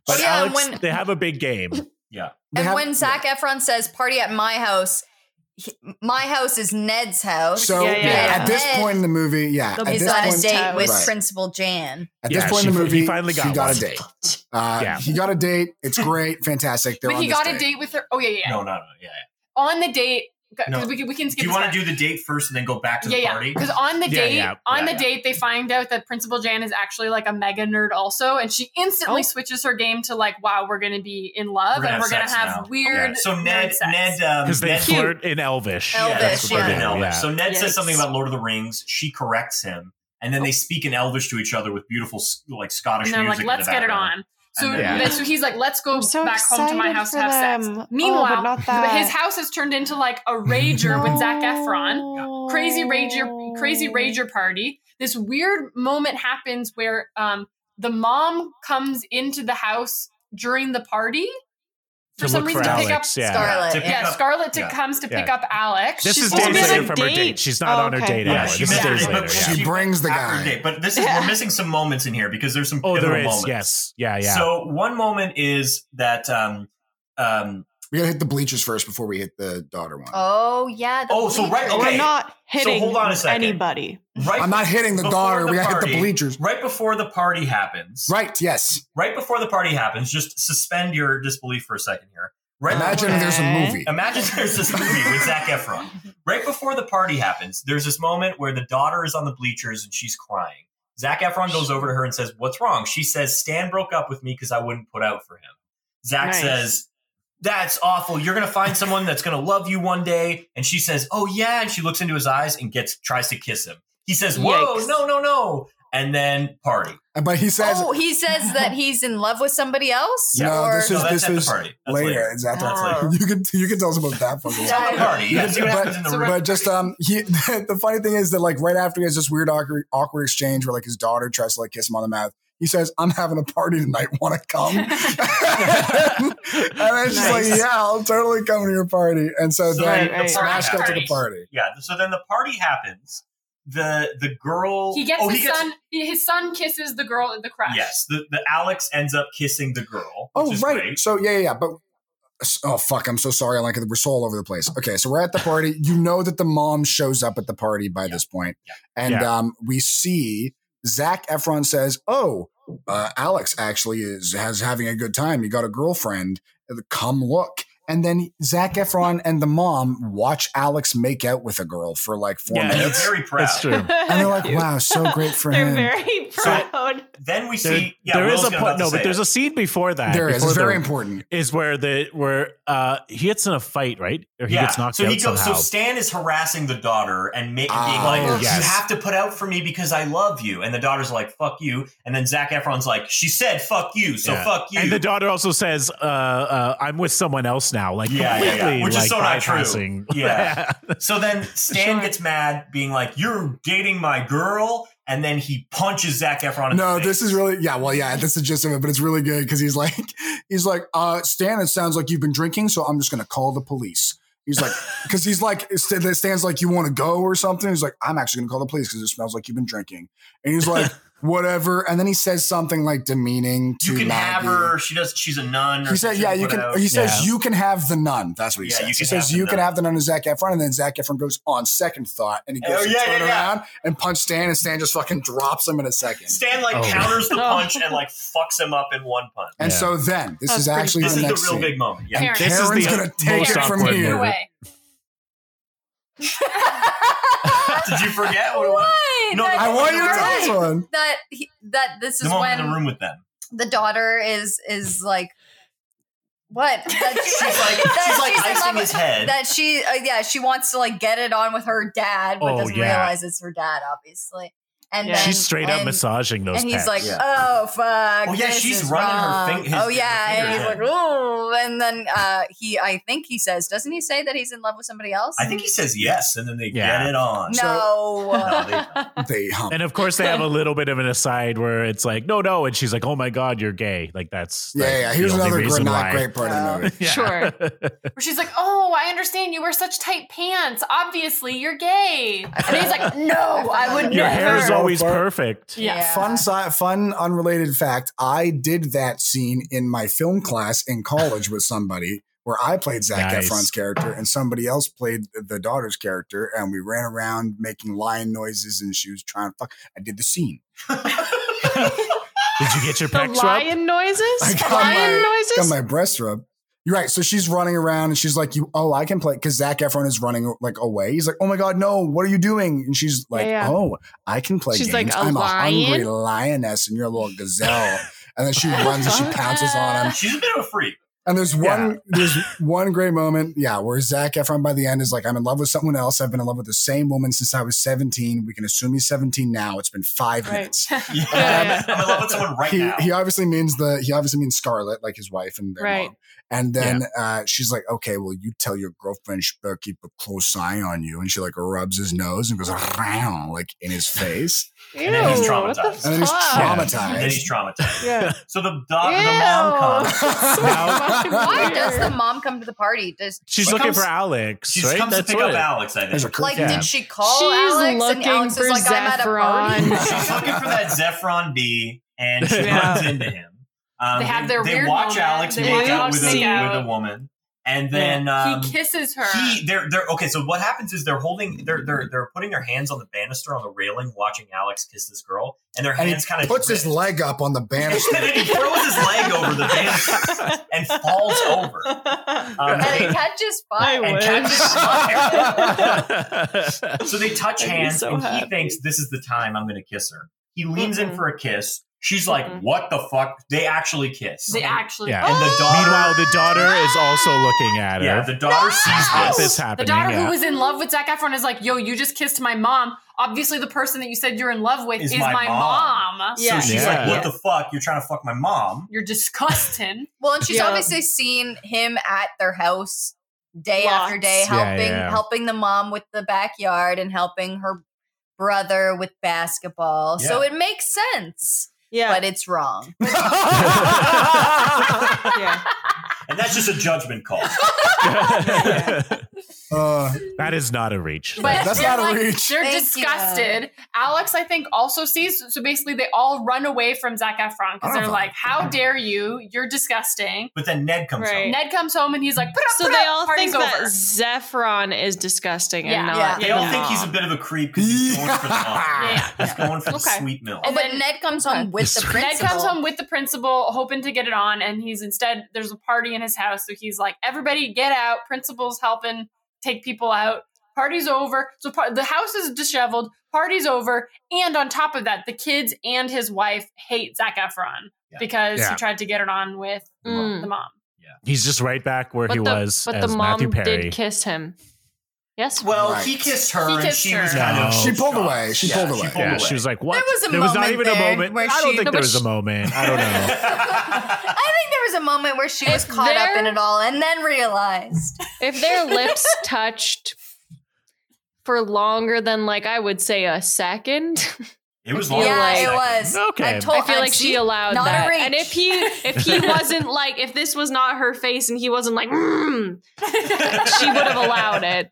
and
Alex,
when-
they have a big game.
yeah.
They
and
have-
when Zach Efron says "party at my house," he- my house is Ned's house.
So
Yeah,
yeah,
yeah, yeah.
at this
Ned
point in the movie, yeah,
The
at
is
this
on a
point,
date
house.
with
Right.
Principal Jan.
at
Yeah,
this point
she-
in the movie,
he finally got
he got
one.
a date. Uh,
Yeah.
he got a date. It's great, fantastic. They're
but
on
he
this
got a date with her. Oh yeah, yeah. yeah.
No, no, no. Yeah.
On the date, because
No.
we can we can skip.
Do you
this
want
part.
to do the date first and then go back to the
yeah,
party?
yeah. Because on the
Yeah,
date,
yeah,
yeah,
on the
yeah.
date, they find out that Principal Jan is actually like a mega nerd also, and she instantly
Oh.
switches her game to like, wow, we're gonna be in love,
We're gonna
and
have
we're gonna
sex
have
now.
weird.
So
nerd
Ned,
sex.
Ned, um,
because they
Ned-
flirt in Elvish.
Yeah, that's
Elvish,
what they
yeah.
do, Elvish. So Ned
Yikes.
says something about Lord of the Rings. She corrects him, and then they speak in Elvish to each other with beautiful, like Scottish
and they're
music.
like,
in
let's
the
get it
background.
on. So,
And then-
then- so he's like, let's go
I'm so
back home to my
excited
house to
for them.
have
Oh,
sex.
but
Meanwhile,
not
but
that.
his house has turned into like a rager with Zach Efron. Crazy rager, crazy
Oh.
rager party. This weird moment happens where um, the mom comes into the house during the party for
To
some
look
reason
for
to pick up.
Alex, yeah.
Scarlet.
To pick
Yeah,
up-
Scarlett to
yeah.
comes to
Yeah.
pick up Alex.
This is
supposed to
days
be on
later
a
from her
date.
date. She's not
Oh,
on her
okay.
date
Yeah,
hour. This
she
is
missed
days
it,
later.
but
Yeah.
She brings the
After
guy.
date. But this is
Yeah.
we're missing some moments in here because there's some
Oh,
pivotal
there is.
moments.
Yes. Yeah. Yeah.
So one moment is that um um
We gotta hit the bleachers first before we hit the daughter one.
Oh yeah. the
Oh, so right-
bleachers.
We're
okay.
not hitting
hold on a second.
anybody.
right
I'm not hitting the
before
daughter.
the
we gotta hit
party.
the bleachers.
right before the party happens.
Right. Yes.
Right before the party happens, just suspend your disbelief for a second here. Right
Imagine
Okay.
there's a movie.
Imagine there's this movie with Zach Efron. Right before the party happens, there's this moment where the daughter is on the bleachers and she's crying. Zach Efron goes over to her and says, What's wrong? She says, Stan broke up with me because I wouldn't put out for him. Zach
Nice.
says, That's awful. You're going to find someone that's going to love you one day. And she says, Oh, yeah. And she looks into his eyes and gets tries to kiss him. He says, Whoa,
Yikes.
no, no, no. And then party.
But he says
oh, he says that he's in love with somebody else.
Yeah. No,
Or-
this
No,
is-
that's at
is
the party. That's
later.
later.
Exactly.
That's
Oh.
later.
You can you can tell us about that fucking.
It's at the party.
You
Yeah,
can-
see what
but-
happens in the room.
But just um, he, the funny thing is that like right after he has this weird awkward, awkward exchange where like his daughter tries to like kiss him on the mouth. He says, "I'm having a party tonight. Want to come?" and then she's
Nice.
like, "Yeah, I'll totally come to your party." And so,
So
then
Right, right.
it's uh, smashed up to the party.
Yeah. So then the party happens. The the girl
He gets
oh,
his
he gets
son. he- his son kisses the girl in the crush.
yes. The, the Alex ends up kissing the girl.
Oh,
which is
right.
great.
So yeah, yeah, yeah. But oh fuck, I'm so sorry. I like we're so all over the place. Okay, so we're at the party. You know that the mom shows up at the party by this point,
Yeah.
and
Yeah.
um, we see Zach Efron says, "Oh, uh, Alex actually is has having a good time. You got a girlfriend. Uh, Come look." And then Zach Efron and the mom watch Alex make out with a girl for like four
Yeah.
And they're
minutes,
very proud.
it's true.
and they're like, "Wow, so great for
They're
him."
very
So-
proud.
Then we
There-
see yeah,
there
Will's
is a
gonna
point.
about to
No,
say
but there's
it.
a scene before that.
there is.
before
It's very
the-
important.
Is where the where uh he gets in a fight, right? Or he
yeah.
gets knocked
so
out
he goes,
somehow.
So Stan is harassing the daughter and ma-
Ah,
being like,
yes.
"You have to put out for me because I love you," and the daughter's like, "Fuck you," and then Zach Efron's like, "She said fuck you, so
Yeah.
fuck you."
And the daughter also says, uh, uh, "I'm with someone else now." Like
Yeah, yeah, yeah.
completely,
Which is
like,
so not true.
bypassing-
Yeah. So then Stan
Sure.
gets mad, being like, "You're dating my girl," and then he punches Zach Efron. In
No,
the face.
this is really yeah. Well, yeah, that's the gist of it, but it's really good because he's like, he's like, uh, Stan, it sounds like you've been drinking, so I'm just gonna call the police. He's like, because he's like, St- Stan's like, you want to go or something? He's like, I'm actually gonna call the police because it smells like you've been drinking. And he's like, whatever. And then he says something like demeaning to
you can
Maggie.
have her. She does. She's a nun. Or
He said,
she
"Yeah, you
put
can."
out-
He says,
Yeah.
"You can have the nun." That's what he
Yeah,
says.
you
He
can
says,
have the
"You can
nun.
have the nun." And Zac Efron, and then Zac Efron goes on second thought, and he goes
Oh,
to
yeah,
turn
yeah, yeah.
around and punch Stan, and Stan just fucking drops him in a second.
Stan like
Oh.
counters the
Oh.
punch and like fucks him up in one punch.
And
Yeah.
so then this
That's
is
pretty-
actually
This
the
is the real
next scene.
big moment. Yeah.
Parents.
This
Karen's
is the
gonna take
most
it from
awkward
here.
movie.
Away.
Did you forget what it was?
Why?
No,
That-
I want you to
you're
tell
right.
us one.
that he, that this
The
is
moment
when
in the room with them.
the daughter is is like what that
She's like,
that
she's like
she's in
icing
love
his
with-
head.
that she uh, yeah she wants to like get it on with her dad but
Oh,
doesn't
yeah.
realize it's her dad obviously And
Yeah.
then,
She's straight up
and-
massaging those.
And he's
pecs.
like,
Yeah.
oh fuck.
Oh, yeah,
this
she's
is
running her
wrong."
fing- his-
Oh
her
yeah, and he's
fingers
like,
in.
ooh. And then uh, he, I think he says, doesn't he say that he's in love with somebody else?
I think he says yes, and then they
Yeah.
get it on.
no.
They hump.
and of course they have a little bit of an aside where it's like, no, no, and she's like, oh my god, you're gay. Like that's
yeah,
like,
yeah, yeah.
the
Here's
only
another gr-
reason
not
why.
great part of the movie.
Yeah.
Sure.
Where she's like, "Oh, I understand. You wear such tight pants. Obviously, you're gay." And he's like, "No, I would
Your hair is
never."
always perfect.
Yeah.
Fun si- fun unrelated fact. I did that scene in my film class in college with somebody where I played Zach
Nice.
Efron's character and somebody else played the daughter's character and we ran around making lion noises and she was trying to fuck. I did the scene.
Did you get your
The
pecs rubbed?
lion
I
noises?
got
Lion
my- Got
noises?
my breast rubbed. You're right. So she's running around and she's like, "You, oh, I can play." Because Zach Efron is running like away. He's like, "Oh my god, no! What are you doing?" And she's like,
Yeah.
"Oh, I can play
She's like,
games.
"A
I'm a
lion?"
hungry lioness, and you're a little gazelle." and then she runs and she pounces on him.
She's a bit of a freak.
And there's
Yeah.
one there's one great moment, yeah, where Zach Efron by the end is like, I'm in love with someone else. I've been in love with the same woman since I was 17. We can assume he's 17 now. It's been five
Right.
minutes.
Yeah.
Yeah.
I'm in love with someone right
He,
now.
he obviously means the he obviously means Scarlett, like his wife and their
Right.
mom. And then uh, she's like, Okay, well, you tell your girlfriend she better keep a close eye on you. And she like rubs his nose and goes "Row," like in his face.
Ew,
And then he's
what the
traumatized.
And then he's
fuck?
and then he's
traumatized.
traumatized.
Yeah.
So the, do- the mom comes.
Why
Why
does the mom come to the party? Does
She's
She
looking
comes-
for Alex,
She
right?
comes to
That's
pick
what.
up Alex, I
There's a
think.
cur-
like
Yeah.
did she call
She's
Alex?
looking
and Alex
for
is like, I'm at a party.
Zaffron.
She's looking for that Zephron B, and she
Yeah.
runs into him. Um,
They have their
They
weird
watch
moment.
Alex
They
make
watch
out
Alex
with a,
make
out.
with a woman, and then um,
he kisses her.
He, they're, they're okay. So what happens is they're holding, they're they're they're putting their hands on the banister on the railing, watching Alex kiss this girl, and their
And
hands kind
he
of
puts his leg up on the banister.
and he throws his leg over the banister and falls over. Um,
and it catches fire.
I
and
wish.
catches fire. So they touch
I'd be
hands,
so
and he
happy.
thinks this is the time I'm going to kiss her. He leans
Mhm.
in for a kiss. She's like,
Mhm.
"What the fuck?" They actually kiss.
they actually. Oh,
Yeah.
and the daughter,
Meanwhile, the daughter is also looking at her.
yeah, the daughter
at
sees
this
this.
happening.
The daughter
yeah.
who was in love with Zac Efron is like, "Yo, you just kissed my mom. Obviously, the person that you said you're in love with is,
Is
my,
my
mom.
mom."
Yeah.
So she's
Yeah.
like, "What the fuck? You're trying to fuck my mom."
You're disgusting."
Well, and she's
Yeah.
obviously seen him at their house day after
Lots.
day,
Yeah,
helping
yeah.
helping the mom with the backyard and helping her brother with basketball. So
Yeah.
it makes sense,
Yeah.
but it's wrong.
yeah.
And that's just a judgment call.
Uh,
that is not a reach.
But
That's
they're
not a
like-
reach.
They're
Thank you.
disgusted. Alex, I think, also sees. So basically, they all run away from Zac Efron
I don't
because they're
know.
like, "How dare you? You're disgusting."
But then Ned comes
Right.
right.
Ned comes home and he's like, "Put up,
So
put
they
up,
all
party's
think that
over."
Zephron is disgusting
Yeah.
and not.
Yeah.
They
the
all think he's a
mom.
bit of a creep because he's going for the mom.
Yeah.
He's going for the
Okay.
sweet milk.
Oh,
And
but
then-
Ned comes home with the
Ned
Ned
principal.
comes home with the principal, hoping to get it on, and he's instead there's a party in his house, so he's like, "Everybody, get out!" Principal's helping take people out. Party's over, so par- the house is disheveled. Party's over, and on top of that, the kids and his wife hate Zac Efron
Yeah.
because
Yeah.
he tried to get it on with
Mm.
the mom.
He's just right back where
But
he
the,
was
but
as
the mom
Matthew Perry.
did kiss him. Yes.
Well,
Right.
he kissed her
He
and
kissed
she
her.
was kind of.
No.
She pulled
shocked.
away. She
Yeah,
pulled away.
yeah, she was like, "What?"
There was a
not
moment
even
there
a moment.
where
I don't
she-
think
No,
there
but
was a
she-
moment. I don't
I
know.
think there was a moment where she was
If
caught up in
there-
it all and then realized.
If their lips touched for longer than like I would say a second,
it was
Yeah,
long.
yeah, it
like-
was.
Okay.
I told
I feel
I
like
see,
she allowed
not a
that.
reach.
And if he if he wasn't like if this was not her face and he wasn't like mm, she would have allowed it.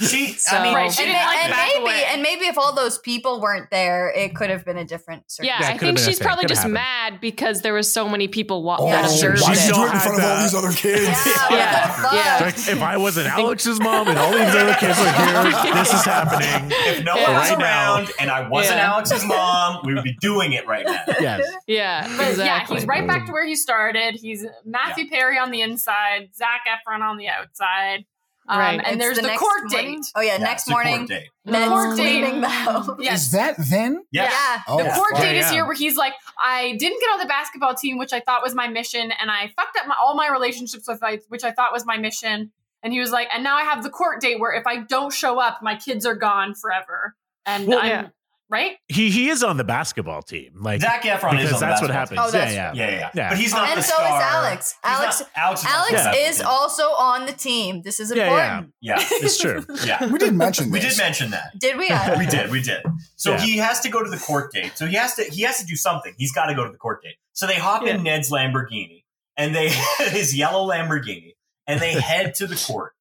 She,
So-
I mean,
Right,
she
she
And,
didn't
may-
like,
and
back
maybe,
away.
and maybe if all those people weren't there, it could have been a different.
Yeah,
Yeah, it
I
could've
think
been a
she's
thing.
probably
Could've
just
happened.
mad because there was so many people wa-
Oh,
that
why
observed
did
she's
you do
it.
so-
it in front of all these other kids?
Yeah,
Yeah.
what the
Yeah.
fuck?
Like, if I wasn't Alex's mom and all these other kids are here, this is happening.
If no
Yeah.
one was
Right now.
around and I wasn't
Yeah.
Alex's mom, we would be doing it right now.
Yes.
Yeah,
But
exactly.
yeah, he's right back to where he started. He's Matthew Perry on the inside, Zach Efron on the outside. Um,
Right.
It's
And there's the,
next
court
morning.
date.
Oh yeah,
Yeah,
next
it's a court
morning.
date.
Ned's
Court date.
cleaning the house.
Yes.
Is that then?
Yeah.
Yeah.
Oh,
The
Court
fuck.
date is
yeah.
here where he's like, I didn't get on the basketball team, which I thought was my mission, and I fucked up my, all my relationships with my, which I thought was my mission. And he was like, and now I have the court date where if I don't show up, my kids are gone forever, and
Well,
I'm
yeah.
right?
He he is on the basketball team. Like
Zac Efron
because
is on the
that's what
basketball
happens.
Oh, that's
yeah, yeah.
Yeah, yeah,
Yeah.
yeah. But he's not
and
the
so
star.
is Alex.
He's not-
Alex
Alex, not
Alex
the star.
is also on the team. This is
Yeah,
important.
yeah.
Yeah,
It's true.
yeah.
We did mention
We
this.
did mention that.
Did we? I don't
We
know.
did. We did. So
Yeah.
he has to go to the court date. So he has to. He has to do something. He's got to go to the court date. So they hop in Ned's Lamborghini and they his yellow Lamborghini and they head to the court.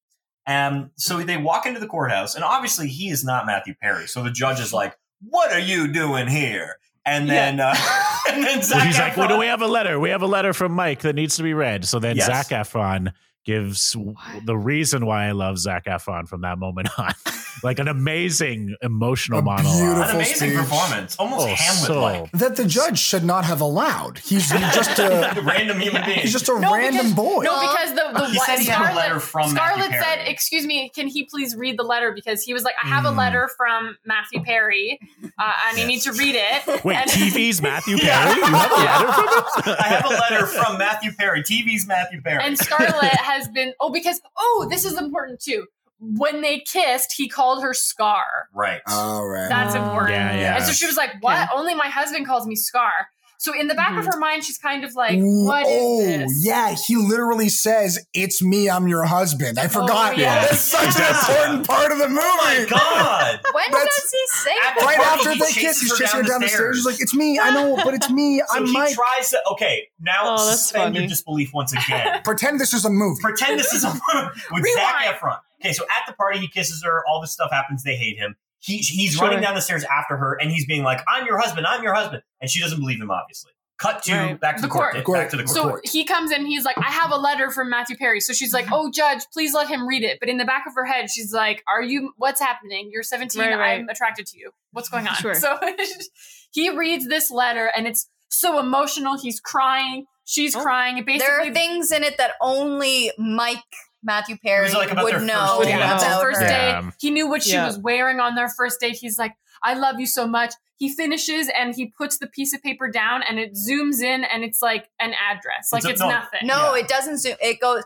Um. So they walk into the courthouse and obviously he is not Matthew Perry. So the judge is like, "What are you doing here?" And then uh, and then Zac
he's like, well, do
Efron-
we have a letter? We have a letter from Mike that needs to be read. So then
Yes.
Zac Efron gives w- the reason why I love Zac Efron from that moment on. like an amazing emotional
A
monologue.
beautiful-
an amazing
speech.
performance, almost
Oh,
Hamlet-like.
that the judge should not have allowed. He's just
uh,
a
Random human being.
he's just a
No,
random
because-
boy.
No, because the the
He
what-
said he had a letter from Matthew
Scarlett
Perry. Hmm.
said, "Excuse me, can he please read the letter?" Because he was like, "I have a letter from Matthew Perry, uh, and you need to read it."
Wait,
and
TV's Matthew
Yeah.
Perry? You have a letter from him?
I have a letter from Matthew Perry. TV's Matthew Perry.
And Scarlett has been oh because oh this is important too. When they kissed, he called her Scar.
right.
All right.
That's
Oh.
important.
Yeah, yeah.
And so she was like, "What? Only my husband calls me Scar." So in the back of her mind, she's kind of like,
Mm-hmm. Ooh,
"What is
oh,
this?"
yeah. He literally says, It's me, I'm your husband. I forgot.
Oh, yeah.
That's such
Yeah.
an important part of the movie.
oh my God.
When
That's-
does he say
At the
that?
Right
party,
after
he
they
chases
kiss, he's
her
chasing her down the stairs. He's like, It's me, I know, but it's me.
So
I'm
he
Mike.
tries to. Okay, now
Oh, that's
suspend your
funny.
disbelief once again.
Pretend this is a movie.
Pretend this is a with
Rewind.
Zac Efron. Okay, so at the party, he kisses her. All this stuff happens. They hate him. He, he's
Sure.
running down the stairs after her, and he's being like, "I'm your husband. I'm your husband," and she doesn't believe him. Obviously, cut to
Right.
back to the,
The
court.
court.
date, Back to the court.
So he comes in, he's like, I have a letter from Matthew Perry. So she's
Mm-hmm.
like, Oh, judge, please let him read it. But in the back of her head, she's like, Are you, what's happening? You're 17.
Right, right.
I'm attracted to you. What's going on?
Sure.
So he reads this letter and it's so emotional. He's crying. She's crying. It basically,
There are things in it that only Mike Matthew Perry
like, about
would
their
know
first
date.
about
About their
her.
first
Yeah.
date.
Yeah.
He knew what she
Yeah.
was wearing on their first date. He's like, I love you so much. He finishes and he puts the piece of paper down and it zooms in and it's like an address. Like
a-
it's,
no.
nothing.
No,
Yeah.
it doesn't zoom. It goes.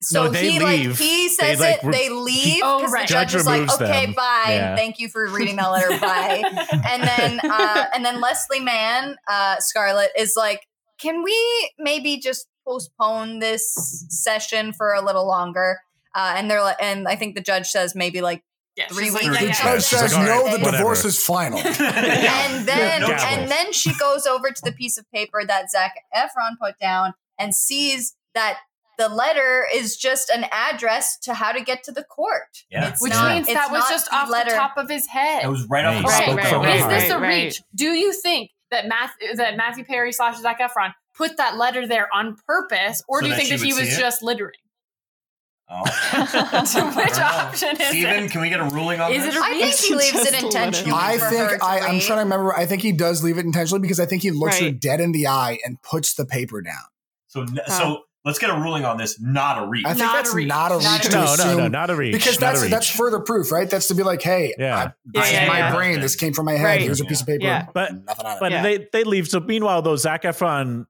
So
No, they
he
leave.
like he says
They, like,
it.
re-
they leave
Oh,
because
right.
the judge,
Judge
is like,
removes
"Okay,
them.
bye.
Yeah.
Thank you for reading that letter. bye." And then uh, and then Leslie Mann, uh, Scarlett is like, "Can we maybe just postpone this session for a little longer?" Uh, and they're like, and I think the judge says maybe like
Yeah, she's
Three
like,
weeks.
"Yeah, yeah,
The
She's
yeah."
judge says,
Like,
No, the
whatever.
divorce is final.
Yeah.
and then
No
and
trouble.
then she goes over to the piece of paper that Zach Efron put down and sees that the letter is just an address to how to get to the court.
Yeah.
It's
Which
not-
means
it's
that was
not
just
the
off
letter.
the top of his head.
Oh,
It was right off the
Right,
top of
right,
the
right,
phone.
Is this a
Right, right.
reach? Do you think that Math that Matthew Perry slash Zac Efron put that letter there on purpose, or
So
do you
that
think
she
that he
would
was
see it?
just littering?
Oh.
So Which option is
Steven, can we get a ruling on
it? Is
this?
it a
I think
reach?
he leaves
Just
it
the
intentionally.
letter.
I
for her
think
to
I, I'm
leave.
trying to remember. I think he does leave it intentionally because I think he looks her
Right.
dead in the eye and puts the paper down.
so so let's get a ruling on this. Not a reach.
I think
Not
that's
a reach.
not a reach.
Not a
to
No, no,
assume-
no, not a reach.
because
not
that's
a reach.
that's further proof, right? That's to be like, hey,
Yeah.
I,
Yeah,
this
yeah,
is my
yeah.
brain. This came from my head.
Right.
Here's a piece of paper.
Yeah.
But
nothing on it.
But
Yeah.
they they leave. So meanwhile, though, Zach Efron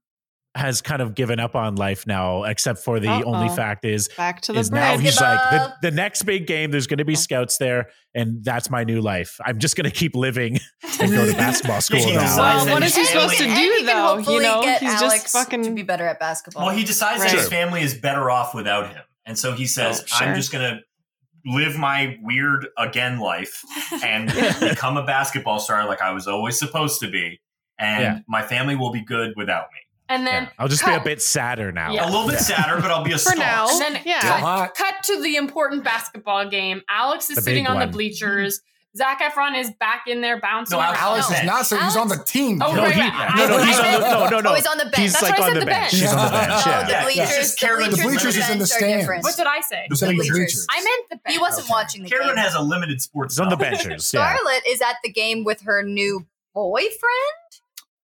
has kind of given up on life now, except for the
Uh-oh.
only fact is
Back to the
is now
bridge.
he's like the,
Basketball.
the next big game. There's
Oh.
going to be scouts there, and that's my new life. I'm just going to keep living and go to basketball school
Yeah,
now.
Well,
what is he
And-
supposed to
and
do,
he can
though? You
hopefully
know,
get
he's just
Alex
fucking-
to be better at basketball.
Well, he decides
Right.
that his
Sure.
family is better off without him. And so he says,
Oh, sure.
I'm just going to live my weird again life and become a basketball star like I was always supposed to be. And
Yeah.
my family will be good without me.
And then
Yeah. I'll just
cut.
be a bit sadder now.
Yeah.
A little bit sadder, but I'll be a star.
for now.
And then
yeah.
cut,
Hot.
cut to the important basketball game. Alex is
The
sitting
big
on the
one.
bleachers. Zach Efron is back in there bouncing.
No,
around.
Alex is
Bench.
not. So he's
Alex-
on the team.
Oh,
No,
right,
he,
right.
no, no,
I-
he's on the no, no, no.
Oh, he's on the bench.
He's
That's
why
like
I
on
said
the
the
bench.
bench.
He's on the bench.
No,
Yeah.
the
Yeah, yeah.
bleachers.
It's just
the
Karen-
bleachers,
The
bleachers is in the
bench are
stands.
different.
What did I say?
You're saying
The
the
bleachers.
bleachers.
I meant the bench.
He wasn't
Okay.
watching the
Karen
game.
has a limited sports.
He's on the
knowledge.
benchers. Yeah.
Scarlett is at the game with her new boyfriend,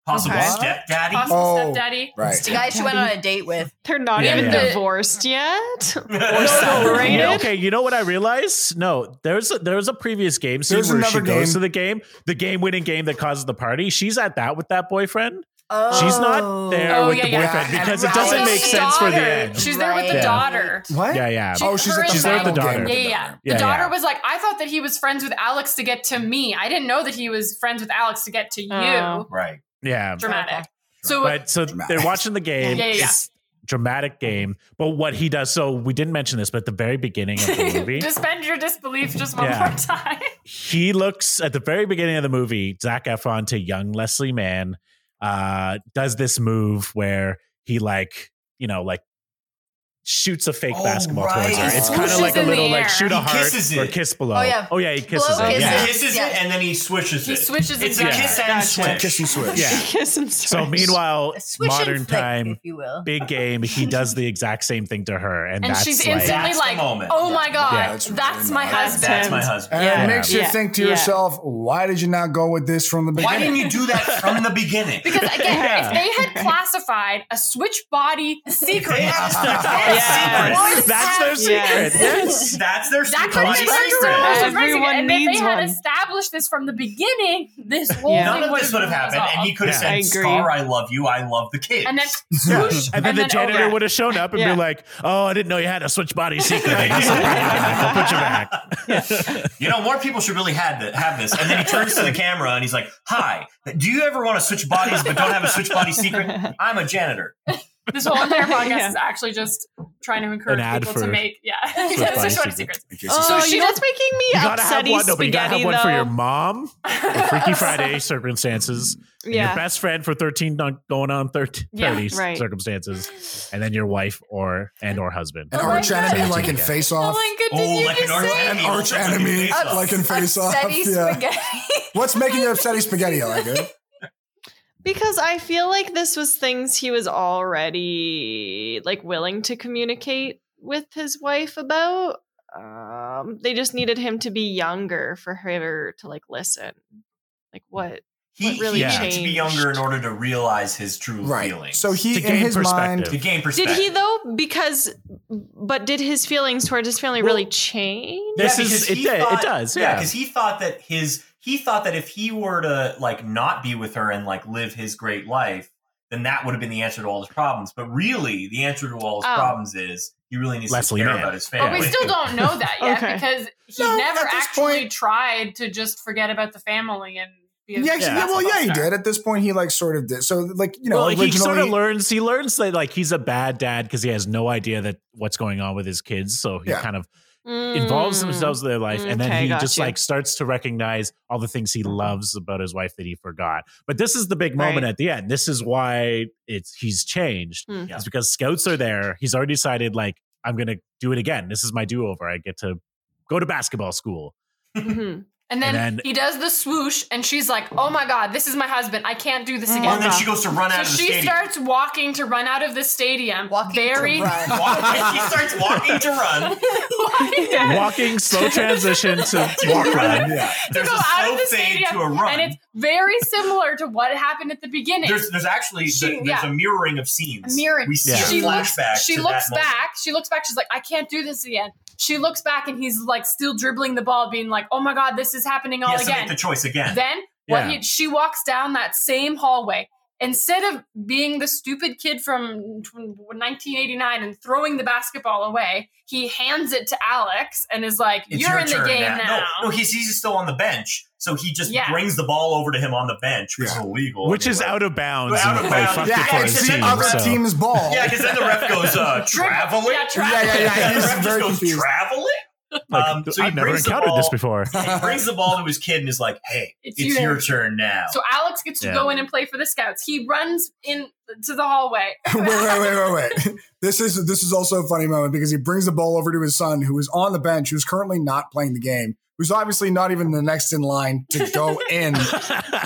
Possible
Okay.
stepdaddy.
Possible
Oh.
stepdaddy.
Right.
the guy she went on a date with.
They're not
Yeah,
even
yeah.
divorced yet.
No, no, no,
separated?
yeah, okay, you know what I realized? No, there's a, there was a previous game scene
There's
where she
another game.
goes to the game, the game winning game that causes the party. She's at that with that boyfriend,
Oh.
She's not there
Oh,
with
yeah,
the
yeah.
boyfriend because it
Right.
doesn't
She's
make sense for the
daughter.
end.
She's there with the
Right.
daughter.
What?
Yeah, yeah.
Oh, she's
her
at the
and
she's at the battle
daughter.
game.
Yeah, yeah, yeah. The
Yeah,
daughter
yeah.
was like, I thought that he was friends with Alex to get to me. I didn't know that he was friends with Alex to get to you.
Oh.
Right.
Yeah.
Dramatic.
Okay.
So
But so
Dramatic.
they're watching the game.
Yeah, yeah, yeah.
It's dramatic game. But what he does, so we didn't mention this, but at the very beginning of the movie,
Suspend your disbelief just one
Yeah.
more time.
he looks at the very beginning of the movie, Zach Efron to young Leslie Mann, uh, does this move where he like, you know, like shoots a fake
Oh,
basketball
right.
towards her. It's
He
kind of
swooshes
like a
in the
little like
air.
shoot a
He
heart
kisses
or
it.
kiss below.
Oh, yeah.
Oh yeah, he kisses
Blow
it.
kisses.
Yeah.
He kisses
Yeah.
it and then he swishes
He
it.
swishes
It's
it
a
back.
kiss and swish.
Kiss and switch.
Yeah.
Kiss and
So
stretch.
meanwhile,
A swish and
modern
flick,
time,
if you will.
big game, he does the exact same thing to her. And,
And
that's
she's
like,
instantly
That's the
like,
moment.
oh
Yeah.
my God,
Yeah,
that's,
that's really
my
nice.
husband.
That's my husband.
And
Yeah.
it makes you
Yeah.
think to
Yeah.
yourself, why did you not go with this from the beginning?
Why didn't you do that from the beginning?
Because again,
Yeah.
if they had classified a switch body secret,
Yes, that's
Yes.
their secret.
That's their
Yes.
secret. Yes.
That's their
That
secret.
could have been
Everyone
so much
needs
of reason.
one.
And if they had established this from the beginning, this whole
Yeah.
None
thing
of this would have happened, and he could have
Yeah.
said,
I agree.
"Scar, I love you. I love the kid."
And then,
Yeah.
swoosh,
And then the janitor
over.
would have shown up and
oh, Yeah.
be like, "Oh, I didn't know you had a switch body secret. I'll put you back."
you know, more people should really had th- have this. And then he turns to the camera and he's like, "Hi, do you ever want to switch bodies but don't have a switch body secret? I'm a janitor."
This whole entire podcast
Yeah.
is actually just trying to
An
encourage
ad
people to
for-
make yeah,
Body
switch body
Secret.
secrets.
In case
Oh,
So she
you know what's
just-
making me
You gotta have
upsetty
one. No, but you gotta
spaghetti
have one for your
though?
mom, for Freaky Friday circumstances, and your
Yeah.
best friend for thirteen not going on thirty
Yeah,
30
right.
circumstances, and then your wife or and or husband.
an
Oh my
arch enemy
God.
like in Face
Oh
Off.
my goodness!
Oh,
you
like
just
an
said-
organ.
an arch enemy
Face Off.
like in Face Off.
Upsetty
Yeah.
spaghetti.
What's making you upsetty spaghetti? I like it.
Because I feel like this was things he was already like willing to communicate with his wife about. Um, they just needed him to be younger for her to like listen. Like what?
He,
What really
he needed to be
changed?
younger in order to realize his true
Right.
feelings.
So he
To
in
gain
his mind
perspective.
to gain
Did
perspective,
he though? Because, but did his feelings towards his family
Well-
really change?
Yeah,
This is-
because
it
he
did- it
thought-
does,
Yeah,
yeah.
because he thought that his he thought that if he were to like not be with her and like live his great life, then that would have been the answer to all his problems. But really, the answer to all his
Oh.
problems is he really needs
Leslie
to care
Mann.
about his
But
family.
we still don't know that yet
Okay.
because he
No,
never
at this
actually
point-
tried to just forget about the family and be a
Yeah, actually, yeah, well, yeah, he
star.
did. At this point, he like sort of did. So, like you know,
well,
originally,
he sort of learns. He learns that like he's a bad dad because he has no idea that what's going on with his kids. So he
Yeah.
kind of involves
Mm-hmm.
themselves in their life and then
Mm. Okay,
he
got
just
you. Mm-hmm.
like starts to recognize all the things he loves about his wife that he forgot but this is the big moment
Right.
at the end this is why it's he's changed
Hmm.
Yeah.
it's because scouts are there he's already decided like i'm gonna do it again this is my do-over i get to go to basketball school
Mhm.
And then,
And then-
he does the swoosh, and she's like, "Oh my god, this is my husband. I can't do this
Well,
Mm.
and
again."
then she goes to run out
So
of the
she
stadium.
starts walking to run out of the stadium.
Walking to
very
run.
Walk- she starts walking to run.
Walking down-
walking slow transition to walk run
yeah,
There's
go
a
out of
slow
the
fade
stadium,
to a run.
and it's very similar to what happened at the beginning.
there's there's actually
She-
there's
yeah.
a mirroring of scenes.
A mirroring.
We see
Yeah.
a
She looks-
flashback.
she
to
looks
that moment.
back. She looks back. She's like, I can't do this again. She looks back, and he's like still dribbling the ball, being like, Oh my god, this is happening all
He has to
again.
make the choice again.
Then what
Yeah.
he, she walks down that same hallway. Instead of being the stupid kid from tw- 1989 and throwing the basketball away, he hands it to Alex and is like,
It's
"You're
your
in the
turn
game now."
No, no, he's he's still on the bench, so he just
Yeah.
brings the ball over to him on the bench, which
Yeah.
is illegal,
which is
anyway.
out of bounds
Out
and
of
play
bounds.
fucked
Yeah,
up for
it's
his
just
team,
other
so-
team's ball.
Yeah, because then the ref goes uh, traveling.
Yeah, tra-
yeah, yeah. yeah.
the
He's
ref
very
just goes
confused.
traveling.
like,
Um, so he
i've never
brings the
encountered this
ball-
before
And he brings the ball to his kid and is like, "Hey,
It's
it's,
you.
your turn now."
So Alex gets to
Yeah.
go in and play for the Scouts. He runs in to the hallway.
wait, wait, wait, wait, wait. This is this is also a funny moment because he brings the ball over to his son, who is on the bench, who's currently not playing the game, who's obviously not even the next in line to go in.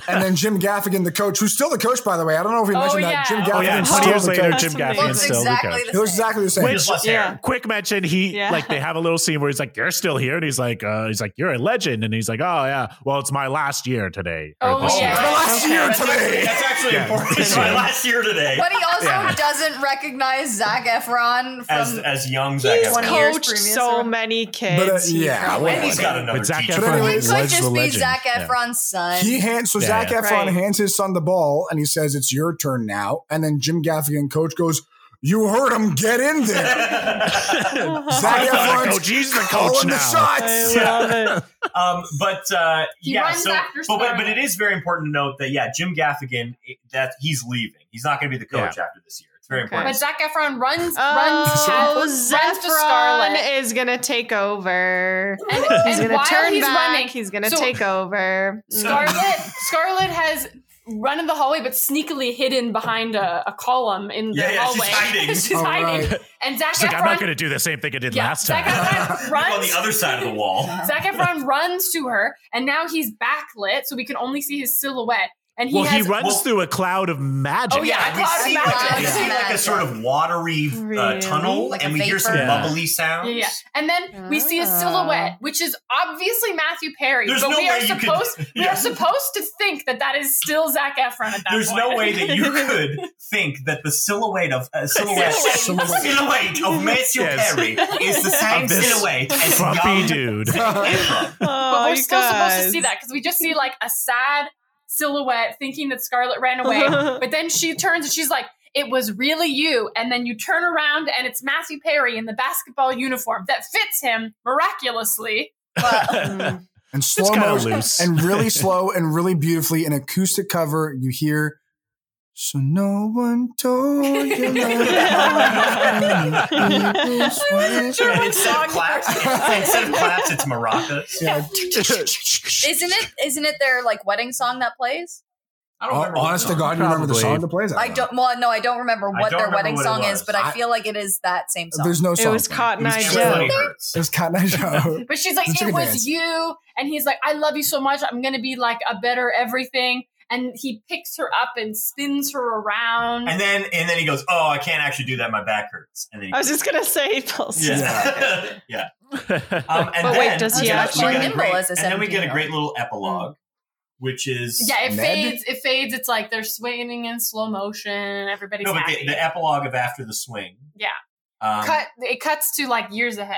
And then Jim Gaffigan, the coach, who's still the coach, by the way. I don't know if we
Oh,
mentioned
yeah.
that. Jim
oh
Gaffigan's
yeah 20
still
years
the
later
coach.
jim
That's
gaffigan's
amazing.
Looks
still the coach
exactly
He
the
looks
same.
exactly the same.
He just lost hair.
Yeah.
quick mention he
Yeah.
like they have a little scene where he's like you're still here, and he's like, uh, he's like, you're a legend, and he's like, oh yeah, well, it's my last year today. or
Oh,
this
yeah.
year."
Last year
That's actually-
today.
That's actually
Yeah.
important. It's
Yeah.
my last year today.
But he also
Yeah.
doesn't recognize Zach Efron from.
As as young Zac
He's
Efron.
co- years
coached
previous
so
or-
many kids. He
uh, yeah,
probably-
well,
And he's got another
But Zac
teacher.
Efron-
he
He
could
was
just
the
be
legend.
Zach
Yeah.
Efron's son.
He hands so
Yeah,
Zach
yeah.
Efron
Right.
hands his son the ball, and he says, "It's your turn now." And then Jim Gaffigan, coach, goes, "You heard him. Get in there." Zach
I'm not a
Efron's
coach. He's the
calling
coach
the
now.
shots.
I love it.
um, but uh,
He
yeah,
runs
so
after
but, but
Scarlett.
but it is very important to note that yeah, Jim Gaffigan it- that he's leaving. He's not going to be the coach after this year. It's very
Okay.
important.
But Zac Efron runs, runs,
Oh,
runs, runs to Scarlet.
Zephron is gonna take over.
And,
He's
and
gonna
while
turn
he's
back.
running,
he's gonna
so-
take over. Mm.
Scarlet Scarlet has run in the hallway, but sneakily hidden behind a, a column in the
Yeah, yeah, she's
hallway.
hiding.
She's
All
hiding.
right.
And Zac
She's like,
Efron.
I'm not going to do the same thing I did
yeah,
last
Zac
time.
Efron
Look
runs
on the other side of the wall.
Zac Efron runs to her, and now he's backlit, so we can only see his silhouette. And he
well, he
has
runs
well-
through a cloud of magic.
Oh, yeah. I
we
thought
see
about
like, a,
it.
we see like a sort of watery uh,
Really?
tunnel,
Like a
and we hear some
vapor? Yeah.
bubbly sounds.
Yeah, yeah. And then we see a
Ah.
silhouette, which is obviously Matthew Perry.
There's
but
no
we are
way you could-
supposed we
Yeah.
are supposed to think that that is still Zach Efron at that
There's
point.
no way that you could think that the silhouette of uh, silhouette,
Silhouette.
silhouette. of Matthew
Yes.
Perry is the same
Of this
silhouette as
Frumpy
young
dude.
Efron.
but
Oh,
we're
you
still supposed to
guys.
see that because we just see like a sad silhouette thinking that Scarlett ran away. but then she turns and she's like, it was really you. And then you turn around and it's Matthew Perry in the basketball uniform that fits him miraculously.
Mm.
And
it's
slow
kind of
motion,
loose.
and really slow, and really beautifully, an acoustic cover. You hear. So no one told you.
sure.
Like
And instead of claps, instead of claps, it's maracas.
yeah,
Isn't it? Isn't it their like wedding song that plays?
I don't remember.
honest to God, you remember the
Probably.
song that plays?
I don't. Well, no, I don't remember
I
what
don't
their
remember
wedding
what it
song is,
was.
but I,
I-
feel like it is that same song.
There's no
It
song.
was Cotton Eye
Everybody
Joe.
hurts.
It was Cotton Eye Joe.
But she's like,
Let's take
it
a
was
dance.
you. And he's like, I love you so much. I'm going to be like a better everything. And he picks her up and spins her around.
And then and then he goes, "Oh, I can't actually do that. My back hurts." And then he
I was just gonna say, Pulse.
yeah. yeah. Um, and
But
then,
wait, does he
we get-
actually-
we get a
Nimble
great-
as a
and then we get a
17-year-old.
great little
Mm.
epilogue, which is
yeah, it
Ned?
fades. It fades. It's like they're swinging in slow motion. Everybody's
no, but
happy.
the, the epilogue of after the swing.
Yeah.
Um,
Cut. It cuts to like years ahead.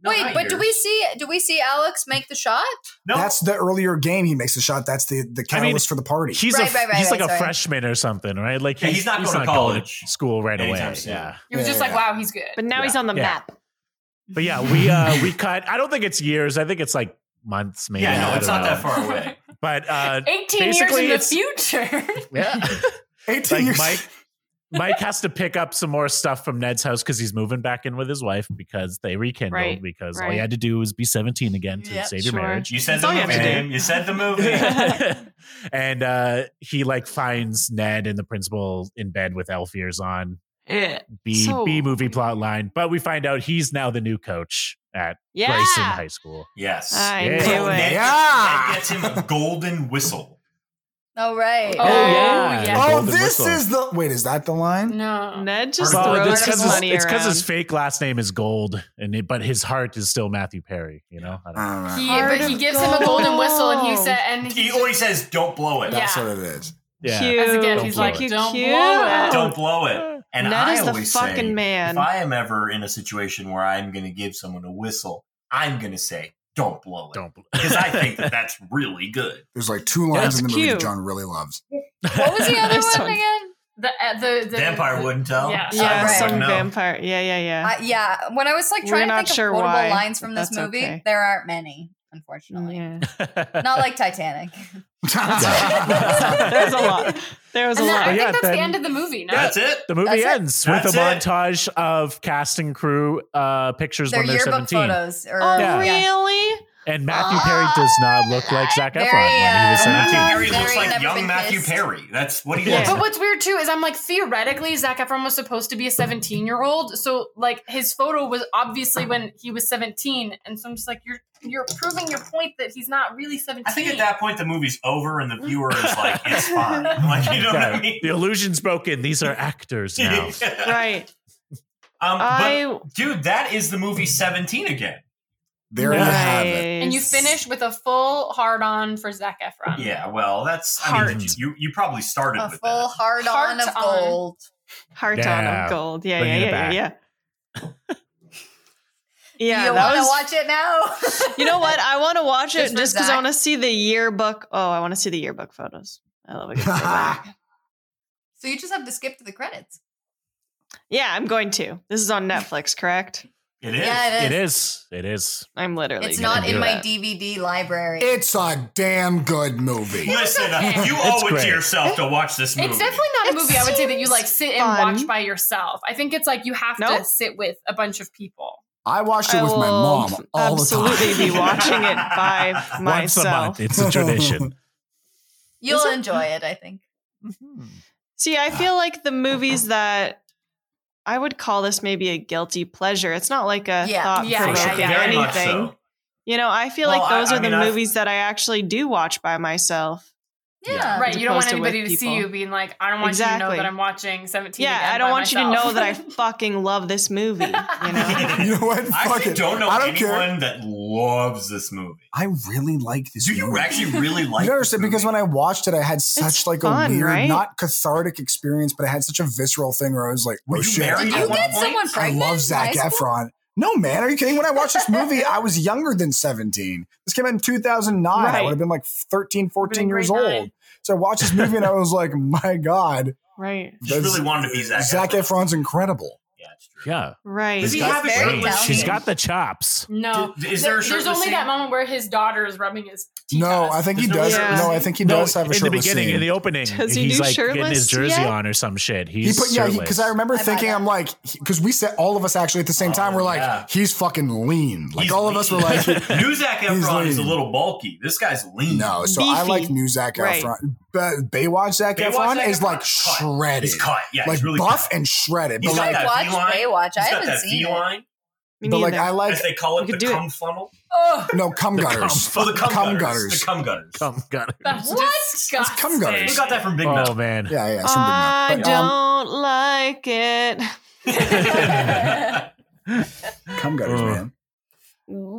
no,
Wait,
not
but do
yours.
we see? Do we see Alex make the shot?
No,
That's the earlier game he makes the shot. That's the, the
I
catalyst
mean,
for the party.
He's
Right,
a,
right, right,
he's
right,
like a
sorry.
freshman or something, right? Like
Yeah, he's not going to
going
college
school right
anytime
away.
soon.
Yeah.
It was
Yeah,
just
yeah,
like, wow, he's good.
But now he's on the
Yeah.
map.
But yeah, we uh we cut. I don't think it's years. I think it's like months, maybe.
yeah,
I
no, it's
don't
not
know.
that far away.
But uh,
18 years
Basically,
in the
it's-
future.
yeah,
18
like
years.
Mike. Mike has to pick up some more stuff from Ned's house because he's moving back in with his wife because they rekindled.
Right,
because all
right.
you had to do was be 17 again to
Yep,
save your
sure.
marriage.
You said
That's
the
all you have
movie
to do.
name. You said the movie.
and uh, he like finds Ned and the principal in bed with elf ears on. B
So-
B movie plot line, but we find out he's now the new coach at
Yeah.
Bryson High School.
yes.
I
Yeah.
knew
So
it.
Ned,
Yeah.
Ned gets him a golden whistle.
Oh right.
Oh, yeah.
yeah.
Oh,
Golden
this
whistle.
is the. Wait, is that the line?
No.
Ned just
Well,
Well,
throws
it's
his
because
money
it's
around.
because his fake last name is Gold, and it, but his heart is still Matthew Perry. You know,
Uh,
I don't know.
I don't
He,
know.
Heart
but he
of
gives him a golden
gold.
whistle and he said, and
He
he,
always says, "Don't blow it.
Yeah.
That's what it is.
yeah,
Cute.
As again,
he's
Cute,
like,
cute,
don't blow
cute.
it.
Don't blow
Eh,
it." And
Ned
I
is the
always
fucking
say,
man.
if I am ever in a situation where I'm going to give someone a whistle, I'm going to say, "Don't blow it,"
don't. bl-
because I think that that's really good.
There's like two lines
That's
in the movie
cute.
that John really loves.
What was the other
This
one
one.
again?
The, uh, the, the
Vampire wouldn't tell.
Yeah.
yeah,
Right.
some
No.
vampire. Yeah, yeah, yeah.
Uh, yeah, when I was like
We're
trying to
not
think
sure
of quotable
why,
lines from
but
this
that's
movie,
okay.
there aren't many, unfortunately.
Yeah.
Not like Titanic.
Yeah.
There's a lot. There was a
And
lot. Oh,
that, I think
Yeah,
that's
then-
the end of the movie. No?
That's it.
The movie
That's it.
ends with
That's
a
it.
montage of cast and crew uh, pictures
Their
when they're
yearbook
17.
photos. Ah, Or,
Oh,
Yeah.
really?
And Matthew Perry does not look like Zach Efron
Very,
when he was
uh,
17.
Matthew Perry
Very
looks like
never
young
been
Matthew
kissed.
Perry. That's what he
Yeah.
looks
But
like.
what's weird too is I'm like theoretically Zach Efron was supposed to be a 17 year old, so like his photo was obviously when he was 17, and so I'm just like you're you're proving your point that he's not really 17.
I think at that point the movie's over and the viewer is like, it's fine. Like you know what I
Yeah.
mean?
The illusion's broken. These are actors now.
Yeah.
Right.
Um,
I
but dude, that is the movie Seventeen again.
There you have it.
And you finish with a full hard on for Zach Efron.
Yeah, well, that's I mean,
Heart.
you you probably started
A
with
full
that.
hard on
Heart
of
on.
gold.
Heart on
Yeah.
of gold. Yeah,
Bringing
yeah,
it
yeah, yeah,
back.
yeah. Yeah,
you
that
want to
was.
watch it now?
You know what? I want to watch
Just
it
for
just because I
Zach.
want to see the yearbook. Oh, I want to see the yearbook photos. I love a good yearbook.
so you just have to skip to the credits.
Yeah, I'm going to. This is on Netflix, correct?
It is.
Yeah,
It is. It is.
I'm literally.
It's
gonna
not
do
in my
that.
DVD library.
It's a damn good movie.
Listen, uh,
okay.
you
It's
owe it
great.
to yourself to watch this movie.
It's definitely not a
It
movie I would say that you
seems
like sit
fun.
and watch by yourself. I think it's like you have
No?
to sit with a bunch of people.
I watched it
I
with my
will
mom all the time.
absolutely be watching it by
Once a
myself.
month. It's a tradition.
You'll enjoy it, I think.
See, I feel like the movies that I would call this maybe a guilty pleasure. It's not like a
Yeah.
thought
Yeah, yeah,
provoking
yeah.
or
Very much
anything.
so.
You know, I feel
Well,
like
I-
those
I
are the
mean, I've-
movies that I actually do watch by myself.
Yeah.
Yeah.
right. You don't
opposed
want
to with
anybody to see
people.
you being like, I don't want you to know
Exactly.
that I'm watching 17.
yeah,
Again
I don't
by
want you to
myself."
know that I fucking love this movie. You know,
You know what?
I
Fuck
actually
it.
don't know
I don't care.
anyone that loves this movie.
I really like this
Do you
movie.
actually really like?
you know what I'm
this
saying? because
movie?
when I watched it, I had such like a
fun,
weird,
right?
not cathartic experience, but I had such a visceral thing where I was like,
Were
"Oh
you
shit!"
married
Did
I
you
want
get
points.
someone
I
pregnant?
love
in
Zach
high school?
Efron. No, man, are you kidding? When I watched this movie, I was younger than 17. This came out in 2009. I
Right.
would have been like 13, 14
Been
years
grade
old.
nine.
So I watched this movie and I was like, my God,
right,
She really wanted to be Zac
Zach
Efron.
Efron's incredible.
yeah, it's true.
Yeah.
right.
Does he
He's
have a
very
shirtless
talented.
scene?
She's got the chops.
No.
D- is there a
There's
shirtless
only
scene?
that moment where his daughter is rubbing his.
No,
teacups.
I think he
There's no
does.
shirtless
No, I
scene?
think he does have a
in the
shirtless
beginning,
scene.
in the opening,
Does he
he's
do
like getting his
shirtless
jersey
yet?
on or some shit.
he
He's
put yeah,
shirtless.
because I remember
buy
thinking
that.
I'm like because we said all of us actually at the same
Oh,
time we're like
yeah.
he's fucking lean. Like
He's
all of us were
lean.
like
New Zac
He's
Efron is a
lean.
little bulky. This guy's lean.
no. So I
Beefy.
like new Zac
Right.
Efron, but Baywatch Zac
Baywatch
Efron
Zac
is
Efron
like
is cut.
shredded,
he's cut. Yeah,
like
he's really
buff
cut.
and shredded.
He's
but
got
like,
that
Watch
V-line.
Baywatch. I
He's got
haven't
that
seen it.
V-line,
Me
but like
neither.
I like
as they call
We
it, the
could do it.
cum funnel.
Ugh,
no cum
The
gutters.
Oh, the cum,
Cum
gutters.
gutters.
The cum gutters.
Come, got it.
that's
What?
disgusting.
cum
We
gutters.
got that from Big
Oh
Mouth.
man,
Yeah, yeah. it's from Big Mouth.
I
But,
Oh,
um,
don't like it.
cum gutters,
Ugh.
man.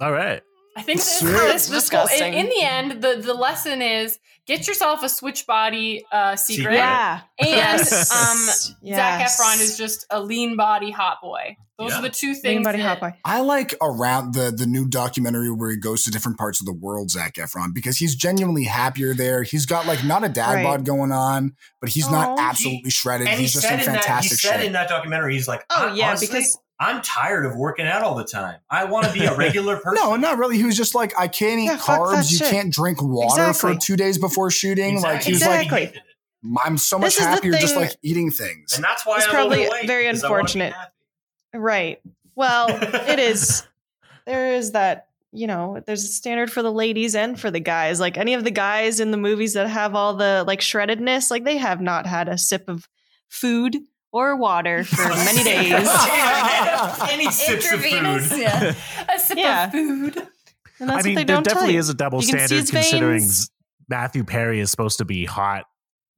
all right.
I think this,
Sure.
this, this whole- in,
Disgusting.
in the end, the, the lesson is get yourself a switch body uh, secret.
Secret.
Yeah.
And um,
yes.
Zac Efron is just a lean body hot boy. Those
Yeah.
are the two things.
anybody
that-
hot boy.
I like around the the new documentary where he goes to different parts of the world, Zach Efron, because he's genuinely happier there. He's got like not a dad
Right.
bod going on, but he's
Aw.
not absolutely shredded.
And he
He's just in
said in that he
fantastic
said in
shape.
that documentary, he's like,
Oh,
I-
yeah,
honestly,
because-
I'm tired of working out all the time. I want to be a regular person.
No, not really. He was just like, I can't eat
Yeah, fuck
carbs.
that
You
shit.
can't drink water
Exactly.
for two days before shooting. Like he was
Exactly.
like,
like, I'm so much
This is the
happier just
thing-
like eating things.
and that's why
It's
I'm
probably
overweight,
very
'cause I wanna be
unfortunate.
happy.
Right. Well, it is. There is that. You know, there's a standard for the ladies and for the guys. Like any of the guys in the movies that have all the like shreddedness, like they have not had a sip of food or water for many days.
Any sips of
Intravenous.
food.
Yeah.
a sip
Yeah.
of food.
And that's
I mean,
what they
there
don't tell
definitely
you.
is a double
You can see
standard
his
considering
veins.
Matthew Perry is supposed to be hot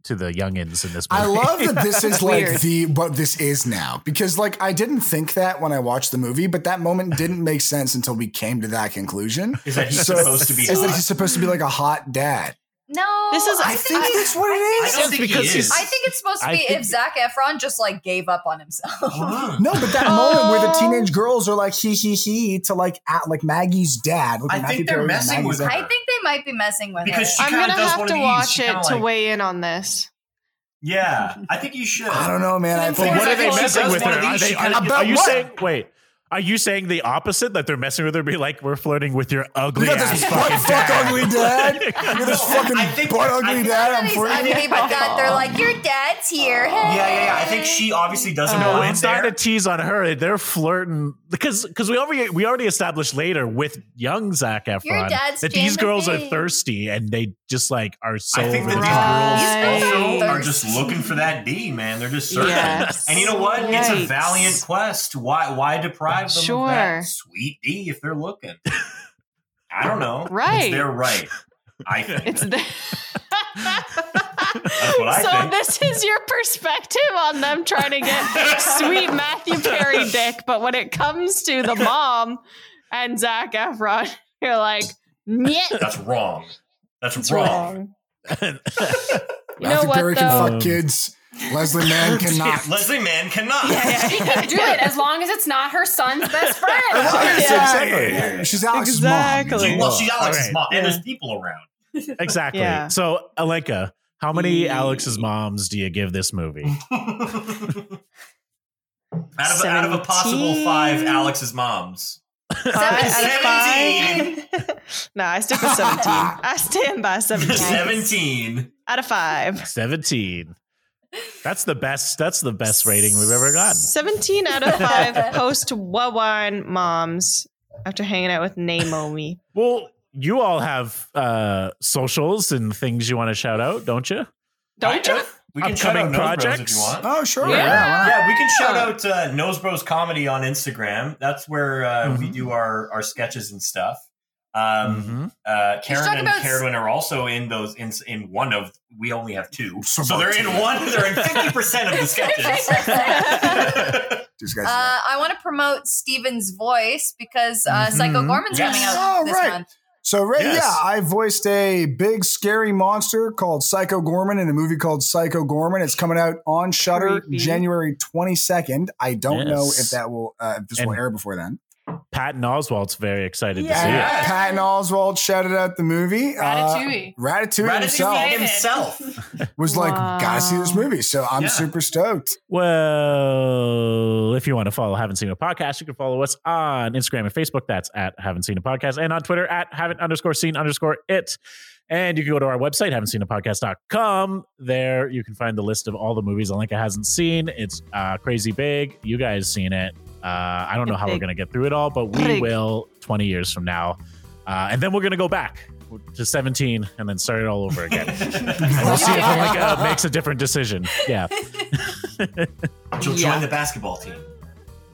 to the youngins in this movie.
I love that this is like
Weird.
the what this is now because like I didn't think that when I watched the movie, but that moment didn't make sense until we came to that conclusion.
Is that he's
So-
supposed to be
Is that
hot?
he's supposed to be like a hot dad?
No,
This is-
I, think that's what
I
it is.
don't think
because
he is.
I think it's supposed to
I
be
think-
if Zach Efron just like gave up on himself.
Ah.
No, but that
Oh.
moment where the teenage girls are like he he he to like at like Maggie's dad. Like
I
Matthew
think they're
Perry's
messing
Maggie's
with
dad.
I think they might be messing with
Because
it.
she
I'm
kinda
gonna
does
have
one
to
of these.
watch
She
it
kinda
to
like-
weigh in on this.
Yeah, I think you should.
I don't know, man. I
But
think
But what are they
Yeah, well, she
messing
does
with
one
her?
of these,
Are,
she
they, are,
kinda-
are you
About what?
saying wait? Are you saying the opposite that they're messing with her? Be like, we're flirting with your ugly
you got
ass
this butt
fucking
fuck
dad.
ugly dad. You got this
No,
fucking
I think-
butt
I
ugly
think-
dad. I'm
Everybody's
flirting.
ugly, but that they're like, your dad's here.
Yeah,
Hey.
yeah, yeah. I think she obviously doesn't
Oh.
No,
know
it's
it's
not
there.
a tease on her. They're flirting because because we already we already established later with young Zach Efron
dad's
that these
jammin'
girls are
me.
thirsty and they just like are so.
I think
over
that
the
Right.
top.
these girls
Right.
also are just looking for that D, man. They're just searching.
Yes.
And you know what? It's a
Yikes.
valiant quest. Why why deprive them of
Sure.
that sweet D if they're looking? I don't know.
Right.
It's their right. I think.
It's the
That's what I
so
think.
this is your perspective on them trying to get sweet Matthew Perry dick, but when it comes to the mom and Zach Efron, you're like, yeah,
That's wrong. That's
it's
wrong.
wrong. You know
Matthew
what?
Perry can
Though?
Um,
fuck kids. Leslie Mann cannot.
Leslie Mann cannot.
She can do it as long as it's not her son's best friend.
Yes,
Yeah.
exactly. She's Alex's
Exactly.
mom.
Well, she's
All
Alex's
right.
mom, and
Yeah.
there's people around.
exactly.
Yeah.
So, Alenka, how many
Yeah.
Alex's moms do you give this movie?
out, of, out of a possible five Alex's moms.
Five out of
Seventeen.
five. nah, I stick with 17. I stand by 17.
17.
Out of five.
17. That's the best. That's the best rating we've ever gotten.
17 out of five post Wawan moms after hanging out with Naomi.
Well, you all have uh, socials and things you want to shout out, don't you?
Don't you?
We can
Upcoming
shout out Nose Bros if
projects?
you want.
Oh, sure.
Yeah.
Yeah. why not?
Yeah, we can shout out uh, Nose Bros Comedy on Instagram. That's where uh, we
Mhm.
do our, our sketches and stuff.
Mhm.
Um, uh,
You should talk
Karen and
about-
Carolyn are also in those in, in one of. We only have two, so,
So
they're
much.
in one. They're in fifty percent of the sketches.
These guys.
Uh, I want to promote Steven's voice because uh, Psycho
Mhm.
Gorman's
Mm-hmm. Yes.
coming out
Oh,
this
right.
month.
so, right,
yes.
yeah, I voiced a big scary monster called Psycho Gorman in a movie called Psycho Gorman. It's coming out on Shutter
Creepy.
January 22nd. I don't know
Yes.
if that will uh, if this will
And-
air before then.
Patton Oswald's very excited to see it.
Yeah.
And Patton Oswald shouted out the movie. Uh,
Ratatouille.
Ratatouille,
Ratatouille
himself
himself.
was like,
Wow.
gotta see this movie. So I'm
Yeah.
super stoked.
Well, if you want to follow Haven't Seen a Podcast, you can follow us on Instagram and Facebook. That's at Haven't Seen a Podcast. And on Twitter at Haven't underscore seen underscore it. And you can go to our website, haven't seen a podcast.com. There you can find the list of all the movies Alenka hasn't seen. It's uh, crazy big. You guys seen it. Uh, I don't know how we're
Big.
going to get through it all, but we
Big.
will 20 years from now. Uh, and then we're going to go back to 17 and then start it all over again. and we'll see if Alenka makes a different decision. Yeah.
She'll
Yeah.
join the basketball team.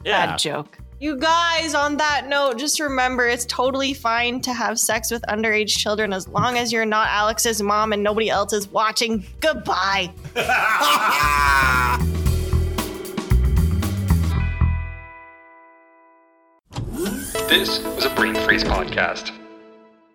Yeah.
joke. You guys, on that note, just remember it's totally fine to have sex with underage children as long as you're not Alex's mom and nobody else is watching. Goodbye.
This was a Brain Freeze podcast.